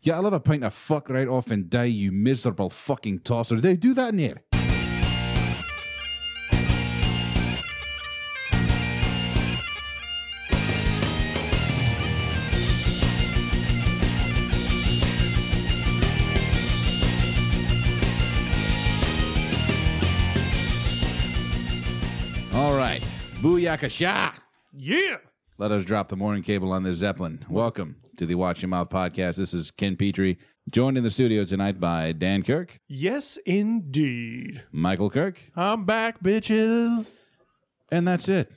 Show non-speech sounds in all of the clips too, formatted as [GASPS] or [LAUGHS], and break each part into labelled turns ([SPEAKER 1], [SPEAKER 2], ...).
[SPEAKER 1] Yeah, I'll have a pint of fuck right off and die, you miserable fucking tosser. They do that in here. All right. Booyakasha!
[SPEAKER 2] Yeah.
[SPEAKER 1] Let us drop the morning cable on this Zeppelin. Welcome to the Watch Your Mouth podcast. This is Ken Petrie, joined in the studio tonight by Dan Kirk,
[SPEAKER 2] Yes, indeed.
[SPEAKER 1] Michael Kirk,
[SPEAKER 2] I'm back, bitches.
[SPEAKER 1] and that's it.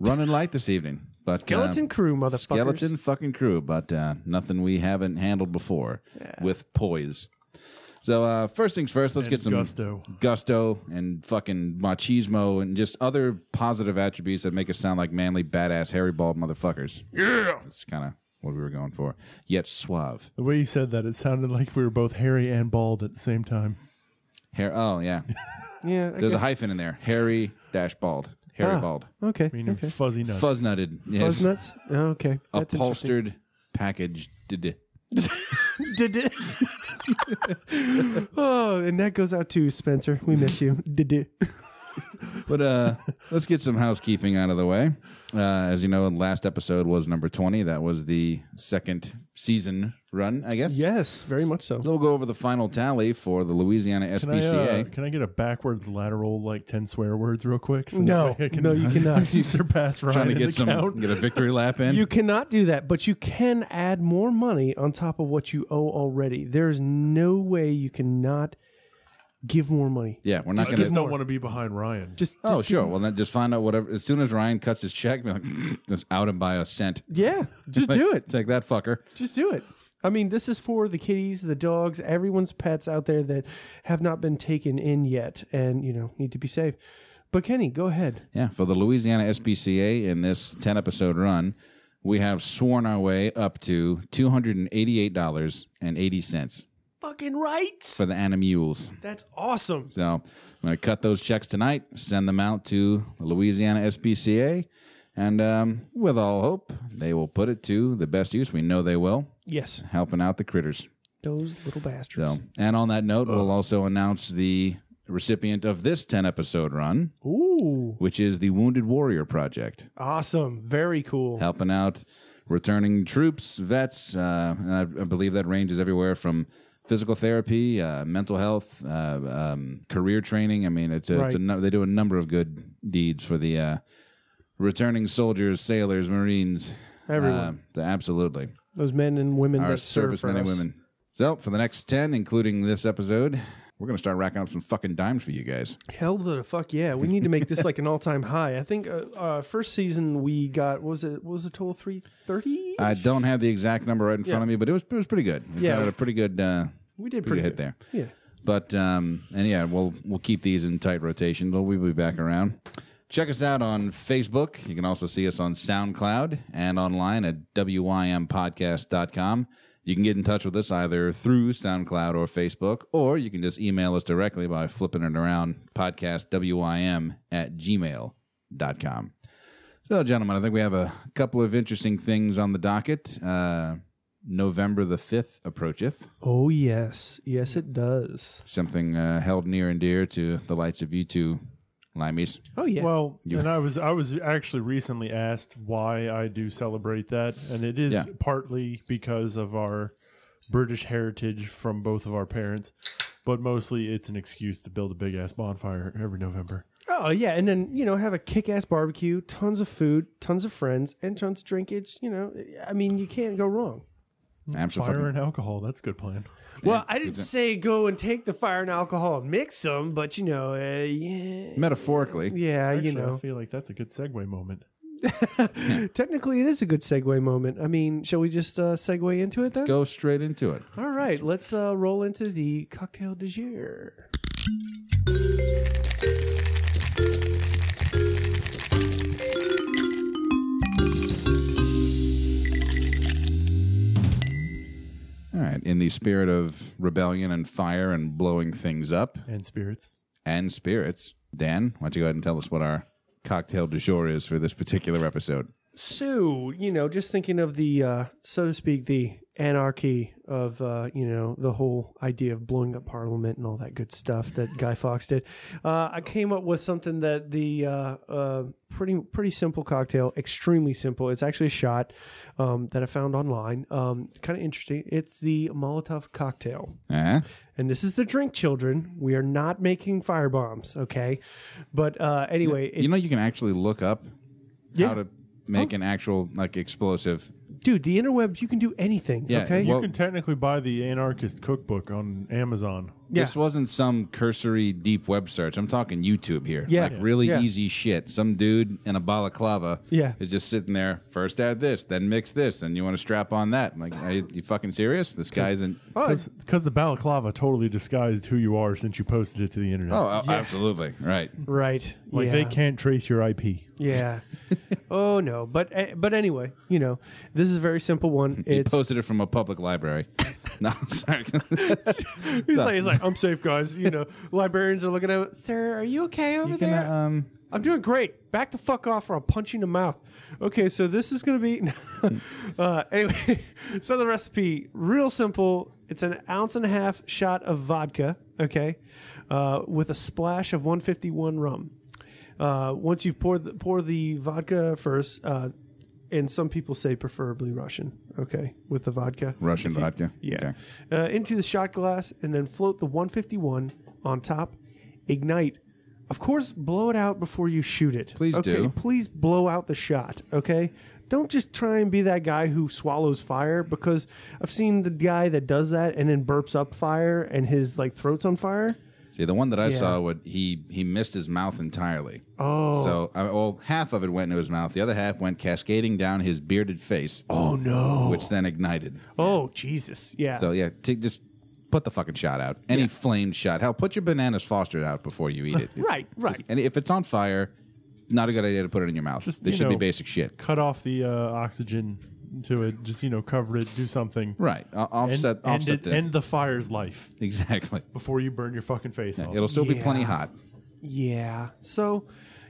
[SPEAKER 1] Running light this evening. But, uh,
[SPEAKER 2] Skeleton crew, motherfuckers.
[SPEAKER 1] skeleton fucking crew, but uh, nothing we haven't handled before with poise. So uh, first things first, let's get some
[SPEAKER 2] gusto.
[SPEAKER 1] gusto and fucking machismo and just other positive attributes that make us sound like manly, badass, hairy, bald motherfuckers.
[SPEAKER 2] Yeah.
[SPEAKER 1] That's kind of what we were going for. Yet suave
[SPEAKER 3] The way you said that, it sounded like we were both hairy and bald at the same time.
[SPEAKER 1] hair. Oh yeah,
[SPEAKER 2] Yeah. I
[SPEAKER 1] there's a
[SPEAKER 2] guess-
[SPEAKER 1] hyphen in there. Hairy dash bald. Hairy
[SPEAKER 2] Ah.
[SPEAKER 1] bald.
[SPEAKER 2] okay.
[SPEAKER 3] Meaning
[SPEAKER 2] okay.
[SPEAKER 3] fuzzy nuts.
[SPEAKER 1] Fuzz nutted.
[SPEAKER 2] Fuzz
[SPEAKER 1] Yes.
[SPEAKER 2] nuts? Oh, okay. That's interesting.
[SPEAKER 1] Upholstered. Packaged. Did
[SPEAKER 2] Did it? [LAUGHS] oh, and that goes out to Spencer. We miss you. Did it?
[SPEAKER 1] But uh, let's get some housekeeping out of the way. Uh, as you know, last episode was number 20. That was the second season run, I guess.
[SPEAKER 2] Yes, very much so.
[SPEAKER 1] So we'll go over the final tally for the Louisiana
[SPEAKER 3] Can I,
[SPEAKER 1] SPCA.
[SPEAKER 3] uh, can I get a backwards lateral like ten swear words real quick? So
[SPEAKER 2] No,
[SPEAKER 3] that
[SPEAKER 2] [LAUGHS]
[SPEAKER 3] way I can [LAUGHS]
[SPEAKER 2] no, you cannot.
[SPEAKER 3] surpass Ryan
[SPEAKER 1] Trying to
[SPEAKER 3] in
[SPEAKER 1] get
[SPEAKER 3] the
[SPEAKER 1] some [LAUGHS]
[SPEAKER 3] count.
[SPEAKER 1] get a victory lap in.
[SPEAKER 2] [LAUGHS] You cannot do that, but you can add more money on top of what you owe already. There's no way you cannot give more money.
[SPEAKER 1] yeah, we're not
[SPEAKER 3] I
[SPEAKER 1] going
[SPEAKER 3] just
[SPEAKER 1] to.
[SPEAKER 3] don't want to be behind Ryan.
[SPEAKER 2] Just,
[SPEAKER 1] Oh,
[SPEAKER 2] just
[SPEAKER 1] sure. Well, then just find out whatever. As soon as Ryan cuts his check, be like, [LAUGHS] just out and buy a cent.
[SPEAKER 2] [LAUGHS] yeah, just do it.
[SPEAKER 1] Take that fucker.
[SPEAKER 2] Just do it. I mean, this is for the kitties, the dogs, everyone's pets out there that have not been taken in yet and, you know, need to be saved. But Kenny, go ahead.
[SPEAKER 1] Yeah, for the Louisiana SPCA in this 10 episode run, we have sworn our way up to $288.80
[SPEAKER 2] Fucking right.
[SPEAKER 1] for the Animules.
[SPEAKER 2] That's awesome.
[SPEAKER 1] So I'm going to cut those checks tonight, send them out to the Louisiana SPCA, and um, with all hope, they will put it to the best use. We know they will,
[SPEAKER 2] Yes.
[SPEAKER 1] helping out the critters.
[SPEAKER 2] Those little bastards.
[SPEAKER 1] So, and on that note, we'll also announce the recipient of this 10 episode run,
[SPEAKER 2] Ooh.
[SPEAKER 1] which is the Wounded Warrior Project.
[SPEAKER 2] Awesome. Very cool.
[SPEAKER 1] helping out returning troops, vets. Uh, and I, I believe that ranges everywhere from physical therapy, uh, mental health, uh, um, career training. I mean, it's a, it's a
[SPEAKER 2] Right.
[SPEAKER 1] nu- they do a number of good deeds for the uh, returning soldiers, sailors, marines.
[SPEAKER 2] Everyone.
[SPEAKER 1] Uh, th- absolutely.
[SPEAKER 2] Those men and women
[SPEAKER 1] Our
[SPEAKER 2] that serve for
[SPEAKER 1] servicemen and
[SPEAKER 2] us.
[SPEAKER 1] women. So, for the next 10, including this episode, we're going to start racking up some fucking dimes for you guys.
[SPEAKER 2] Hell to the fuck yeah! We need to make this like an all-time high. I think uh, uh, first season we got what was it what was the total three thirty?
[SPEAKER 1] I don't have the exact number right in front of me, but it was, it was pretty good. We
[SPEAKER 2] Yeah.
[SPEAKER 1] got a pretty good, uh,
[SPEAKER 2] We did
[SPEAKER 1] pretty
[SPEAKER 2] pretty
[SPEAKER 1] good hit
[SPEAKER 2] good.
[SPEAKER 1] there.
[SPEAKER 2] Yeah,
[SPEAKER 1] But um, and yeah, we'll we'll keep these in tight rotation. But we'll be back around. Check us out on Facebook. You can also see us on SoundCloud and online at wympodcast.com. You can get in touch with us either through SoundCloud or Facebook, or you can just email us directly by flipping it around podcast wym at gmail.com. So, gentlemen, I think we have a couple of interesting things on the docket. Uh, November the 5th approacheth
[SPEAKER 2] Oh yes, yes it does.
[SPEAKER 1] something uh, held near and dear to the lights of you two limeys.
[SPEAKER 2] Oh yeah.
[SPEAKER 3] Well,
[SPEAKER 1] You-
[SPEAKER 3] and
[SPEAKER 1] [LAUGHS]
[SPEAKER 3] I was I was actually recently asked why I do celebrate that, and it is
[SPEAKER 1] Yeah.
[SPEAKER 3] partly because of our British heritage from both of our parents, but mostly it's an excuse to build a big ass bonfire every November.
[SPEAKER 2] oh yeah, and then you know have a kick-ass barbecue, tons of food, tons of friends, and tons of drinkage. You know, I mean you can't go wrong. Mm,
[SPEAKER 3] Fire
[SPEAKER 1] Absolutely.
[SPEAKER 3] and alcohol, that's a good plan.
[SPEAKER 2] Well, I didn't say go and take the fire and alcohol and mix them, but you know, uh, yeah,
[SPEAKER 1] Metaphorically,
[SPEAKER 2] yeah, you
[SPEAKER 3] Actually,
[SPEAKER 2] know.
[SPEAKER 3] I feel like that's a good segue moment.
[SPEAKER 2] Technically, it is a good segue moment. I mean, shall we just uh, segue into it then?
[SPEAKER 1] go straight into it.
[SPEAKER 2] All right, let's uh, roll into the cocktail de jour.
[SPEAKER 1] All right. In the spirit of rebellion and fire and blowing things up
[SPEAKER 3] And spirits.
[SPEAKER 1] and spirits, Dan, why don't you go ahead and tell us what our cocktail du jour is for this particular episode?
[SPEAKER 2] So, you know, just thinking of the, uh, so to speak, the anarchy of, uh, you know, the whole idea of blowing up Parliament and all that good stuff that Guy Fawkes did. Uh, I came up with something that the uh, uh, pretty pretty simple cocktail, extremely simple. It's actually a shot um, that I found online. Um, it's kind of interesting. It's the Molotov cocktail.
[SPEAKER 1] Uh-huh.
[SPEAKER 2] And this is the drink, children. We are not making firebombs, okay? But uh, anyway, it's,
[SPEAKER 1] You know, you can actually look up how
[SPEAKER 2] Yeah. Oh.
[SPEAKER 1] to make an actual like explosive.
[SPEAKER 2] dude, the interwebs, you can do anything,
[SPEAKER 1] Yeah,
[SPEAKER 2] okay?
[SPEAKER 1] well-
[SPEAKER 3] You can technically buy the Anarchist Cookbook on Amazon.
[SPEAKER 2] Yeah.
[SPEAKER 1] This wasn't some cursory deep web search. I'm talking YouTube here.
[SPEAKER 2] Yeah.
[SPEAKER 1] Like really
[SPEAKER 2] Yeah.
[SPEAKER 1] easy shit. Some dude in a balaclava
[SPEAKER 2] Yeah.
[SPEAKER 1] is just sitting there, first add this, then mix this, and you want to strap on that. I'm like, are you, you fucking serious? This guy isn't. Oh,
[SPEAKER 3] Because the balaclava totally disguised who you are since you posted it to the internet.
[SPEAKER 1] a- Oh, absolutely. Right.
[SPEAKER 2] Right.
[SPEAKER 3] like
[SPEAKER 2] yeah.
[SPEAKER 3] they can't trace your IP.
[SPEAKER 2] [LAUGHS] Yeah. oh no, but eh, but anyway, you know, this is a very simple one. It's
[SPEAKER 1] Posted it from a public
[SPEAKER 2] [LAUGHS]
[SPEAKER 1] library. [LAUGHS] no, I'm sorry. [LAUGHS]
[SPEAKER 2] he's like he's like I'm safe, guys. You know, librarians are looking at him, sir. Are you okay over there?
[SPEAKER 1] Gonna, um,
[SPEAKER 2] I'm doing great. Back the fuck off or I'll punch you in the mouth. Okay, so this is going to be. [LAUGHS] uh, anyway, [LAUGHS] so the recipe, real simple. It's an ounce and a half shot of vodka, okay, uh, with a splash of 151 rum. Uh, once you've poured the, pour the vodka first, uh, and some people say preferably Russian, okay, with the vodka.
[SPEAKER 1] Russian vodka.
[SPEAKER 2] Yeah.
[SPEAKER 1] Okay.
[SPEAKER 2] Uh, into the shot glass and then float the 151 on top. Ignite. Of course, blow it out before you shoot it.
[SPEAKER 1] Please
[SPEAKER 2] okay,
[SPEAKER 1] do.
[SPEAKER 2] Please blow out the shot, okay? Don't just try and be that guy who swallows fire because I've seen the guy that does that and then burps up fire and his like throat's on fire.
[SPEAKER 1] See, the one that I saw would he he missed his mouth entirely. Oh, so I, well, half of it went into his mouth. The other half went cascading down his bearded face. Oh no! Which then ignited.
[SPEAKER 2] Oh, Jesus. Yeah.
[SPEAKER 1] So yeah, t- just put the fucking shot out. Any flamed shot. Hell, put your bananas fostered out before you eat it.
[SPEAKER 2] [LAUGHS] right, right.
[SPEAKER 1] And if it's on fire, not a good idea to put it in your mouth. This
[SPEAKER 3] Just,
[SPEAKER 1] they
[SPEAKER 3] you
[SPEAKER 1] should be
[SPEAKER 3] know,
[SPEAKER 1] basic shit.
[SPEAKER 3] Cut off the uh, oxygen to it. Just you know, cover it. Do something.
[SPEAKER 1] Right. O-
[SPEAKER 3] End,
[SPEAKER 1] offset.
[SPEAKER 3] end
[SPEAKER 1] offset
[SPEAKER 3] it-
[SPEAKER 1] the
[SPEAKER 3] end the fire's life
[SPEAKER 1] [LAUGHS] exactly.
[SPEAKER 3] before you burn your fucking face off.
[SPEAKER 1] It'll still be
[SPEAKER 2] Yeah.
[SPEAKER 1] plenty hot.
[SPEAKER 2] Yeah. So,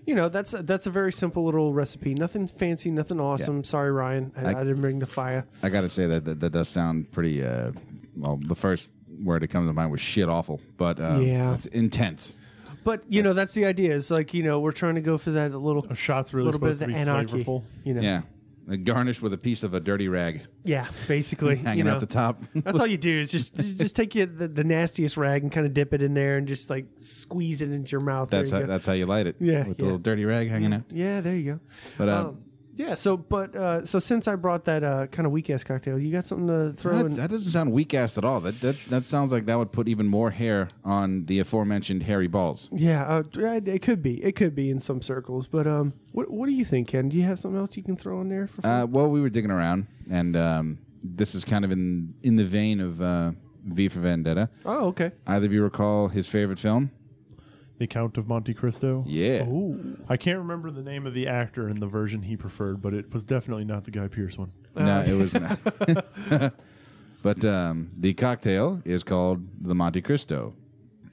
[SPEAKER 2] you know, that's a, that's a very simple little recipe. Nothing fancy, nothing awesome. Sorry, Ryan. I, I, didn't bring the fire.
[SPEAKER 1] I gotta say that that, that does sound pretty. Uh, well, the first word that comes to mind was shit awful, but uh,
[SPEAKER 2] Yeah.
[SPEAKER 1] it's intense.
[SPEAKER 2] But, you know, that's the idea. It's like, you know, we're trying to go for that little
[SPEAKER 3] A shot's really
[SPEAKER 2] little bit of
[SPEAKER 3] Oh, supposed
[SPEAKER 2] the
[SPEAKER 3] to be
[SPEAKER 2] anarchy.
[SPEAKER 3] flavorful.
[SPEAKER 2] You know, yeah,
[SPEAKER 1] Yeah, garnished with a piece of a dirty rag
[SPEAKER 2] basically,
[SPEAKER 1] [LAUGHS] hanging
[SPEAKER 2] you know,
[SPEAKER 1] out the top.
[SPEAKER 2] that's all you do is just you just take your, the, the nastiest rag and kind of dip it in there and just like squeeze it into your mouth.
[SPEAKER 1] that's
[SPEAKER 2] there
[SPEAKER 1] how,
[SPEAKER 2] you go.
[SPEAKER 1] that's how you light it.
[SPEAKER 2] Yeah,
[SPEAKER 1] with a
[SPEAKER 2] yeah.
[SPEAKER 1] little dirty rag hanging out.
[SPEAKER 2] yeah. There you go.
[SPEAKER 1] But uh,
[SPEAKER 2] Um, yeah. So, but uh, so since I brought that uh, kind of weak ass cocktail, you got something to throw
[SPEAKER 1] that,
[SPEAKER 2] in?
[SPEAKER 1] that doesn't sound weak ass at all. That, that that sounds like that would put even more hair on the aforementioned hairy balls.
[SPEAKER 2] yeah, uh, it it could be. It could be in some circles. But um, what what do you think, Ken? Do you have something else you can throw in there for? fun?
[SPEAKER 1] Uh, well, we were digging around, and um, this is kind of in in the vein of uh, V for Vendetta.
[SPEAKER 2] oh, okay.
[SPEAKER 1] Either of you recall his favorite film?
[SPEAKER 3] The Count of Monte Cristo.
[SPEAKER 1] Yeah.
[SPEAKER 3] I can't remember the name of the actor in the version he preferred, but it was definitely not the Guy Pierce one.
[SPEAKER 1] No, it was not. [LAUGHS] but um, the cocktail is called the Monte Cristo.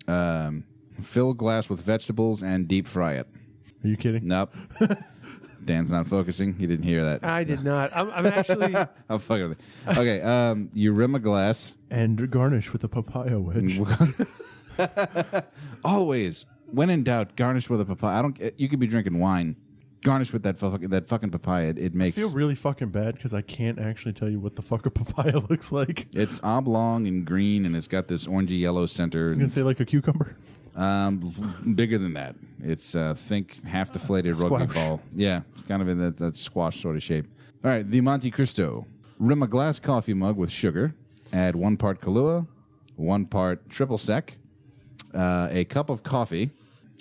[SPEAKER 1] Um, fill glass with vegetables and deep fry it.
[SPEAKER 3] Are you kidding?
[SPEAKER 1] Nope. Dan's not focusing. He didn't hear that.
[SPEAKER 2] I did not. I'm, I'm actually.
[SPEAKER 1] [LAUGHS] Oh, fuck it. Okay. Um, you rim a glass.
[SPEAKER 3] And garnish with a
[SPEAKER 1] [LAUGHS]
[SPEAKER 3] papaya wedge.
[SPEAKER 1] Always, when in doubt, garnish with a papaya. I don't. eh, You could be drinking wine. Garnish with that fucking that fucking papaya. It, it
[SPEAKER 3] I
[SPEAKER 1] makes
[SPEAKER 3] feel really fucking bad because I can't actually tell you what the fuck a [LAUGHS] papaya looks like. I
[SPEAKER 1] it's oblong and green, and it's got this orangey yellow center.
[SPEAKER 3] was gonna say like a cucumber.
[SPEAKER 1] Um, bigger than that. It's uh, think half deflated rugby
[SPEAKER 3] Squash.
[SPEAKER 1] ball. Yeah, it's kind of in that, that squash sort of shape. All right, the Monte Cristo. Rim a glass coffee mug with sugar. Add one part Kahlua, one part triple sec, uh, a cup of coffee,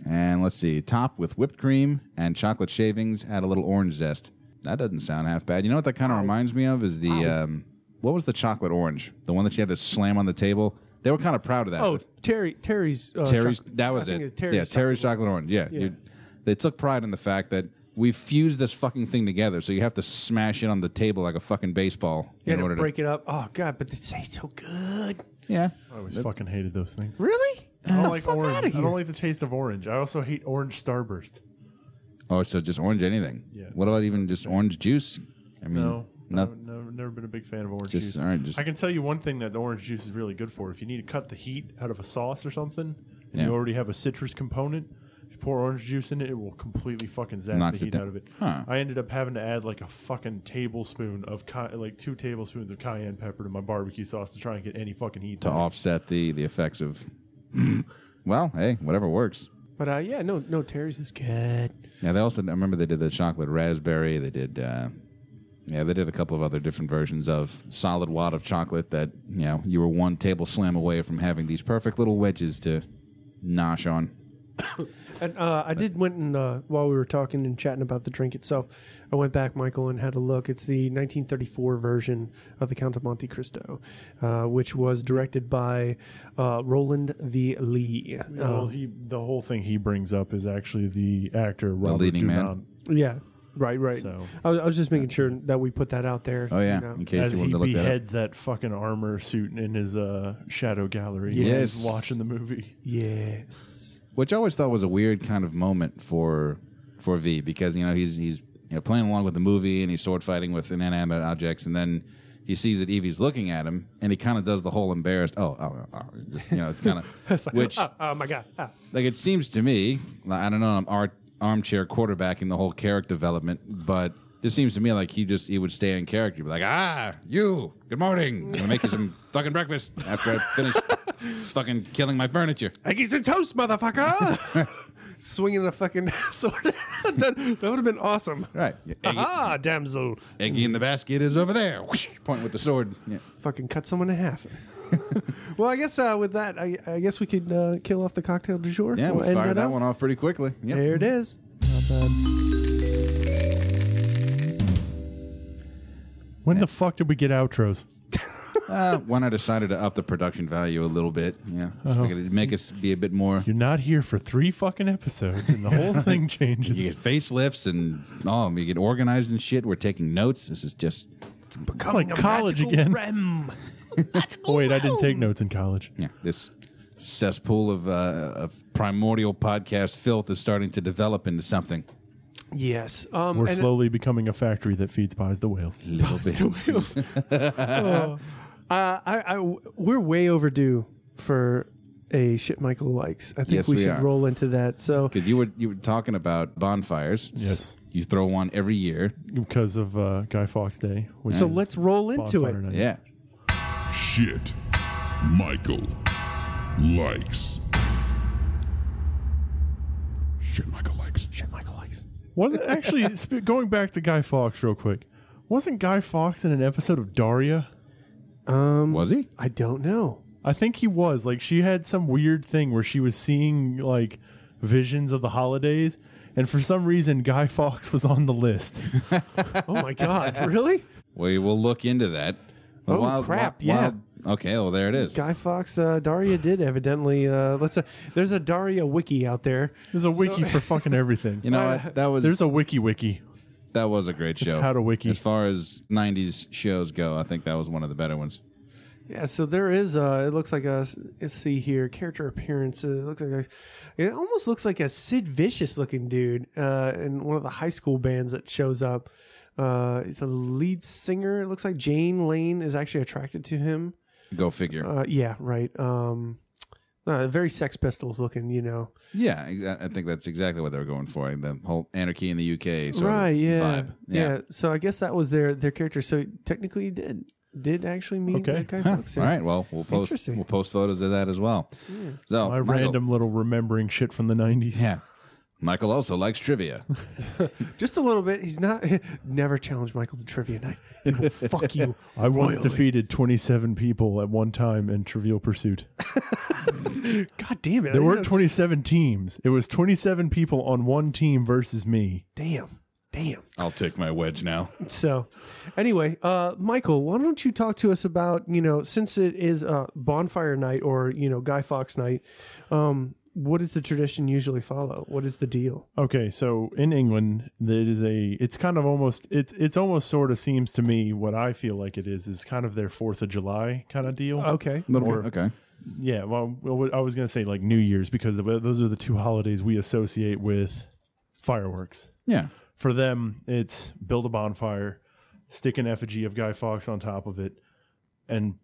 [SPEAKER 1] and let's see, top with whipped cream and chocolate shavings. Add a little orange zest. That doesn't sound half bad. You know what that kind of reminds me of is the um, what was the chocolate orange? The one that you had to slam on the table. They were kind of proud of that. [LAUGHS]
[SPEAKER 2] Oh,
[SPEAKER 1] The-
[SPEAKER 2] Terry. Terry's. Uh,
[SPEAKER 1] Terry's.
[SPEAKER 2] chocolate-
[SPEAKER 1] That was
[SPEAKER 2] I think
[SPEAKER 1] it.
[SPEAKER 2] it's Terry's
[SPEAKER 1] yeah,
[SPEAKER 2] chocolate.
[SPEAKER 1] Terry's chocolate orange. Yeah, You- they took pride in the fact that we fused this fucking thing together. So you have to smash it on the table like a fucking baseball
[SPEAKER 2] You
[SPEAKER 1] in
[SPEAKER 2] had to
[SPEAKER 1] order
[SPEAKER 2] break it up. Oh God, but they taste so good.
[SPEAKER 1] to. Yeah.
[SPEAKER 3] I always fucking hated those things.
[SPEAKER 2] Really?
[SPEAKER 1] Oh,
[SPEAKER 3] I don't like
[SPEAKER 2] fuck
[SPEAKER 3] orange.
[SPEAKER 2] outta
[SPEAKER 3] I
[SPEAKER 2] here.
[SPEAKER 1] Mm,
[SPEAKER 3] don't like the taste of orange. I also hate orange starburst.
[SPEAKER 1] Oh, so just orange anything.
[SPEAKER 3] Yeah.
[SPEAKER 1] What about even just orange juice? I mean,
[SPEAKER 3] No, no,
[SPEAKER 1] noth-
[SPEAKER 3] no, never been a big fan of orange
[SPEAKER 1] Just-
[SPEAKER 3] juice.
[SPEAKER 1] all right, just-
[SPEAKER 3] I can tell you one thing that the orange juice is really good for. If you need to cut the heat out of a sauce or something, and
[SPEAKER 1] Yeah.
[SPEAKER 3] you already have a citrus component, if you pour orange juice in it, it will completely fucking zap
[SPEAKER 1] Knocks it
[SPEAKER 3] the heat
[SPEAKER 1] down.
[SPEAKER 3] out of it.
[SPEAKER 1] Huh.
[SPEAKER 3] I ended up having to add like a fucking tablespoon of ki- like two tablespoons of cayenne pepper to my barbecue sauce to try and get any fucking heat.
[SPEAKER 1] to offset the the effects of. [LAUGHS] well, hey, whatever works.
[SPEAKER 2] But uh, yeah, no, no, Terry's is good.
[SPEAKER 1] Yeah, they also I remember they did the chocolate raspberry. They did, uh, yeah, they did a couple of other different versions of solid wad of chocolate that you know you were one table slam away from having these perfect little wedges to nosh on.
[SPEAKER 2] And uh, I did went and uh, while we were talking and chatting about the drink itself, I went back, Michael, and had a look. It's the 1934 version of the Count of Monte Cristo, uh, which was directed by uh, Roland V. Lee. Uh,
[SPEAKER 3] Well, he the whole thing he brings up is actually the actor Robert
[SPEAKER 1] leading man.
[SPEAKER 3] Duvall,
[SPEAKER 2] Yeah, right, right.
[SPEAKER 3] So-
[SPEAKER 2] I, was, I was just making sure that we put that out there.
[SPEAKER 1] Oh yeah,
[SPEAKER 2] you know.
[SPEAKER 1] in case
[SPEAKER 3] as
[SPEAKER 1] you
[SPEAKER 3] he
[SPEAKER 1] wanted to look that up.
[SPEAKER 3] beheads that, fucking armor suit in his uh, shadow gallery.
[SPEAKER 1] Yes.
[SPEAKER 3] he's watching the movie.
[SPEAKER 2] Yes.
[SPEAKER 1] which I always thought was a weird kind of moment for for V because you know he's he's you know playing along with the movie and he's sword fighting with inanimate objects and then he sees that Evie's looking at him and he kind of does the whole embarrassed oh oh, oh just, you know it's kind of which
[SPEAKER 2] Ah, [LAUGHS] oh my God. Ah.
[SPEAKER 1] like it seems to me like, I don't know I'm art, armchair quarterbacking the whole character development but. It seems to me like he just he would stay in character, be like, "Ah, you, good morning. I'm gonna make you some [LAUGHS] fucking breakfast after I finish [LAUGHS] fucking killing my furniture."
[SPEAKER 2] Eggies and
[SPEAKER 1] [LAUGHS]
[SPEAKER 2] toast, motherfucker! Swinging a fucking [LAUGHS] sword. that, that would have been awesome.
[SPEAKER 1] Right?
[SPEAKER 2] Ah, damsel.
[SPEAKER 1] Eggy in the basket is over there. Whoosh, point with the sword. Yeah.
[SPEAKER 2] Fucking cut someone in
[SPEAKER 1] [LAUGHS]
[SPEAKER 2] half. well, I guess uh, with that, I, I guess we could uh, kill off the cocktail du jour.
[SPEAKER 1] Yeah, we
[SPEAKER 2] end
[SPEAKER 1] fired that
[SPEAKER 2] up.
[SPEAKER 1] one off pretty quickly. Yep.
[SPEAKER 2] There it is. Not bad.
[SPEAKER 3] When the fuck did we get outros?
[SPEAKER 1] Uh, when I decided to up the production value a little bit, yeah, just figured it'd make us be a bit more.
[SPEAKER 3] You're not here for three fucking episodes, [LAUGHS] and the whole thing changes.
[SPEAKER 1] You get facelifts and oh, you get organized and shit. We're taking notes. This is just
[SPEAKER 3] It's like college again. Oh, [LAUGHS] wait, I didn't take notes in college.
[SPEAKER 1] yeah, this cesspool of, uh, of primordial podcast filth is starting to develop into something.
[SPEAKER 2] Yes. Um,
[SPEAKER 3] We're
[SPEAKER 2] and-
[SPEAKER 3] slowly becoming a factory that feeds pies to whales.
[SPEAKER 1] Little bit.
[SPEAKER 2] to wheels.
[SPEAKER 1] [LAUGHS]
[SPEAKER 2] Oh. Uh, I, I- we're way overdue for a shit Michael likes. I think
[SPEAKER 1] Yes,
[SPEAKER 2] we,
[SPEAKER 1] we
[SPEAKER 2] should
[SPEAKER 1] are.
[SPEAKER 2] roll into that. So
[SPEAKER 1] Because you were you were talking about bonfires.
[SPEAKER 3] Yes.
[SPEAKER 1] you throw one every year.
[SPEAKER 3] Because of uh, Guy Fawkes Day. which
[SPEAKER 2] so
[SPEAKER 3] is
[SPEAKER 2] let's roll into
[SPEAKER 3] bonfire
[SPEAKER 2] it.
[SPEAKER 3] night.
[SPEAKER 1] Yeah,
[SPEAKER 4] Shit. Michael likes. Shit, Michael likes. Shit, Michael likes.
[SPEAKER 3] Wasn't actually, [LAUGHS] sp- going back to Guy Fawkes real quick, wasn't Guy Fawkes in an episode of Daria?
[SPEAKER 2] Um,
[SPEAKER 1] was he?
[SPEAKER 2] I don't know.
[SPEAKER 3] I think he was. Like she had some weird thing where she was seeing like visions of the holidays, and for some reason Guy Fawkes was on the list.
[SPEAKER 2] Oh
[SPEAKER 4] [LAUGHS]
[SPEAKER 2] my god, really?
[SPEAKER 1] We will look into that.
[SPEAKER 2] Oh, crap, yeah.
[SPEAKER 1] okay, well there it is.
[SPEAKER 2] Guy Fox, uh, Daria did evidently. Uh, let's. Uh, there's a Daria wiki out there.
[SPEAKER 1] [LAUGHS]
[SPEAKER 3] There's a wiki for fucking everything.
[SPEAKER 1] You know what? That was
[SPEAKER 3] There's a wiki wiki.
[SPEAKER 1] that was a great show.
[SPEAKER 3] how to wiki.
[SPEAKER 1] As far as '90s shows go, I think that was one of the better ones.
[SPEAKER 2] Yeah, so there is. Uh, it looks like a. Let's see here. Character appearance. Uh, it looks like a, It almost looks like a Sid Vicious looking dude uh, in one of the high school bands that shows up. Uh, he's a lead singer. It looks like Jane Lane is actually attracted to him.
[SPEAKER 1] Go figure.
[SPEAKER 2] Uh, yeah, right. Um, uh, very Sex Pistols looking, you know.
[SPEAKER 1] yeah, exa- I think that's exactly what they were going for. The whole anarchy in the UK sort
[SPEAKER 2] right.
[SPEAKER 1] of
[SPEAKER 2] Yeah,
[SPEAKER 1] vibe.
[SPEAKER 2] yeah. So I guess that was their their character. So technically, he did did actually meet
[SPEAKER 3] Okay.
[SPEAKER 2] that guy
[SPEAKER 1] Huh.
[SPEAKER 2] Fox.
[SPEAKER 1] All right. Well, we'll post
[SPEAKER 2] Interesting.
[SPEAKER 1] we'll post photos of that as well. So
[SPEAKER 3] My
[SPEAKER 1] Michael-
[SPEAKER 3] random little remembering shit from the '90s.
[SPEAKER 1] Yeah. Michael also likes
[SPEAKER 3] [LAUGHS]
[SPEAKER 1] trivia.
[SPEAKER 2] Just a little bit. He's not. [LAUGHS] Never challenge Michael to trivia night. He
[SPEAKER 3] [LAUGHS]
[SPEAKER 2] will fuck you.
[SPEAKER 3] I once
[SPEAKER 2] royally.
[SPEAKER 3] defeated 27 people at one time in Trivial Pursuit.
[SPEAKER 2] God damn
[SPEAKER 1] [LAUGHS]
[SPEAKER 2] it.
[SPEAKER 3] There
[SPEAKER 2] I
[SPEAKER 3] were
[SPEAKER 2] didn't
[SPEAKER 3] 27 teams. It was 27 people on one team versus me.
[SPEAKER 2] know- Damn.
[SPEAKER 1] I'll take my wedge now.
[SPEAKER 2] Damn. So, anyway, uh, Michael, why don't you talk to us about, you know, since it is uh, bonfire night or, you know, Guy Fawkes night, um, what does the tradition usually follow? What is the deal?
[SPEAKER 3] Okay, so in England, it is a. It's kind of almost. It's it's almost sort of seems to me what I feel like it is is kind of their Fourth of July kind of deal.
[SPEAKER 2] Okay.
[SPEAKER 1] Little bit. Okay.
[SPEAKER 3] Yeah. Well, well, I was gonna say like New Year's because those are the two holidays we associate with fireworks.
[SPEAKER 1] Yeah.
[SPEAKER 3] For them, it's build a bonfire, stick an effigy of Guy Fawkes on top of it, and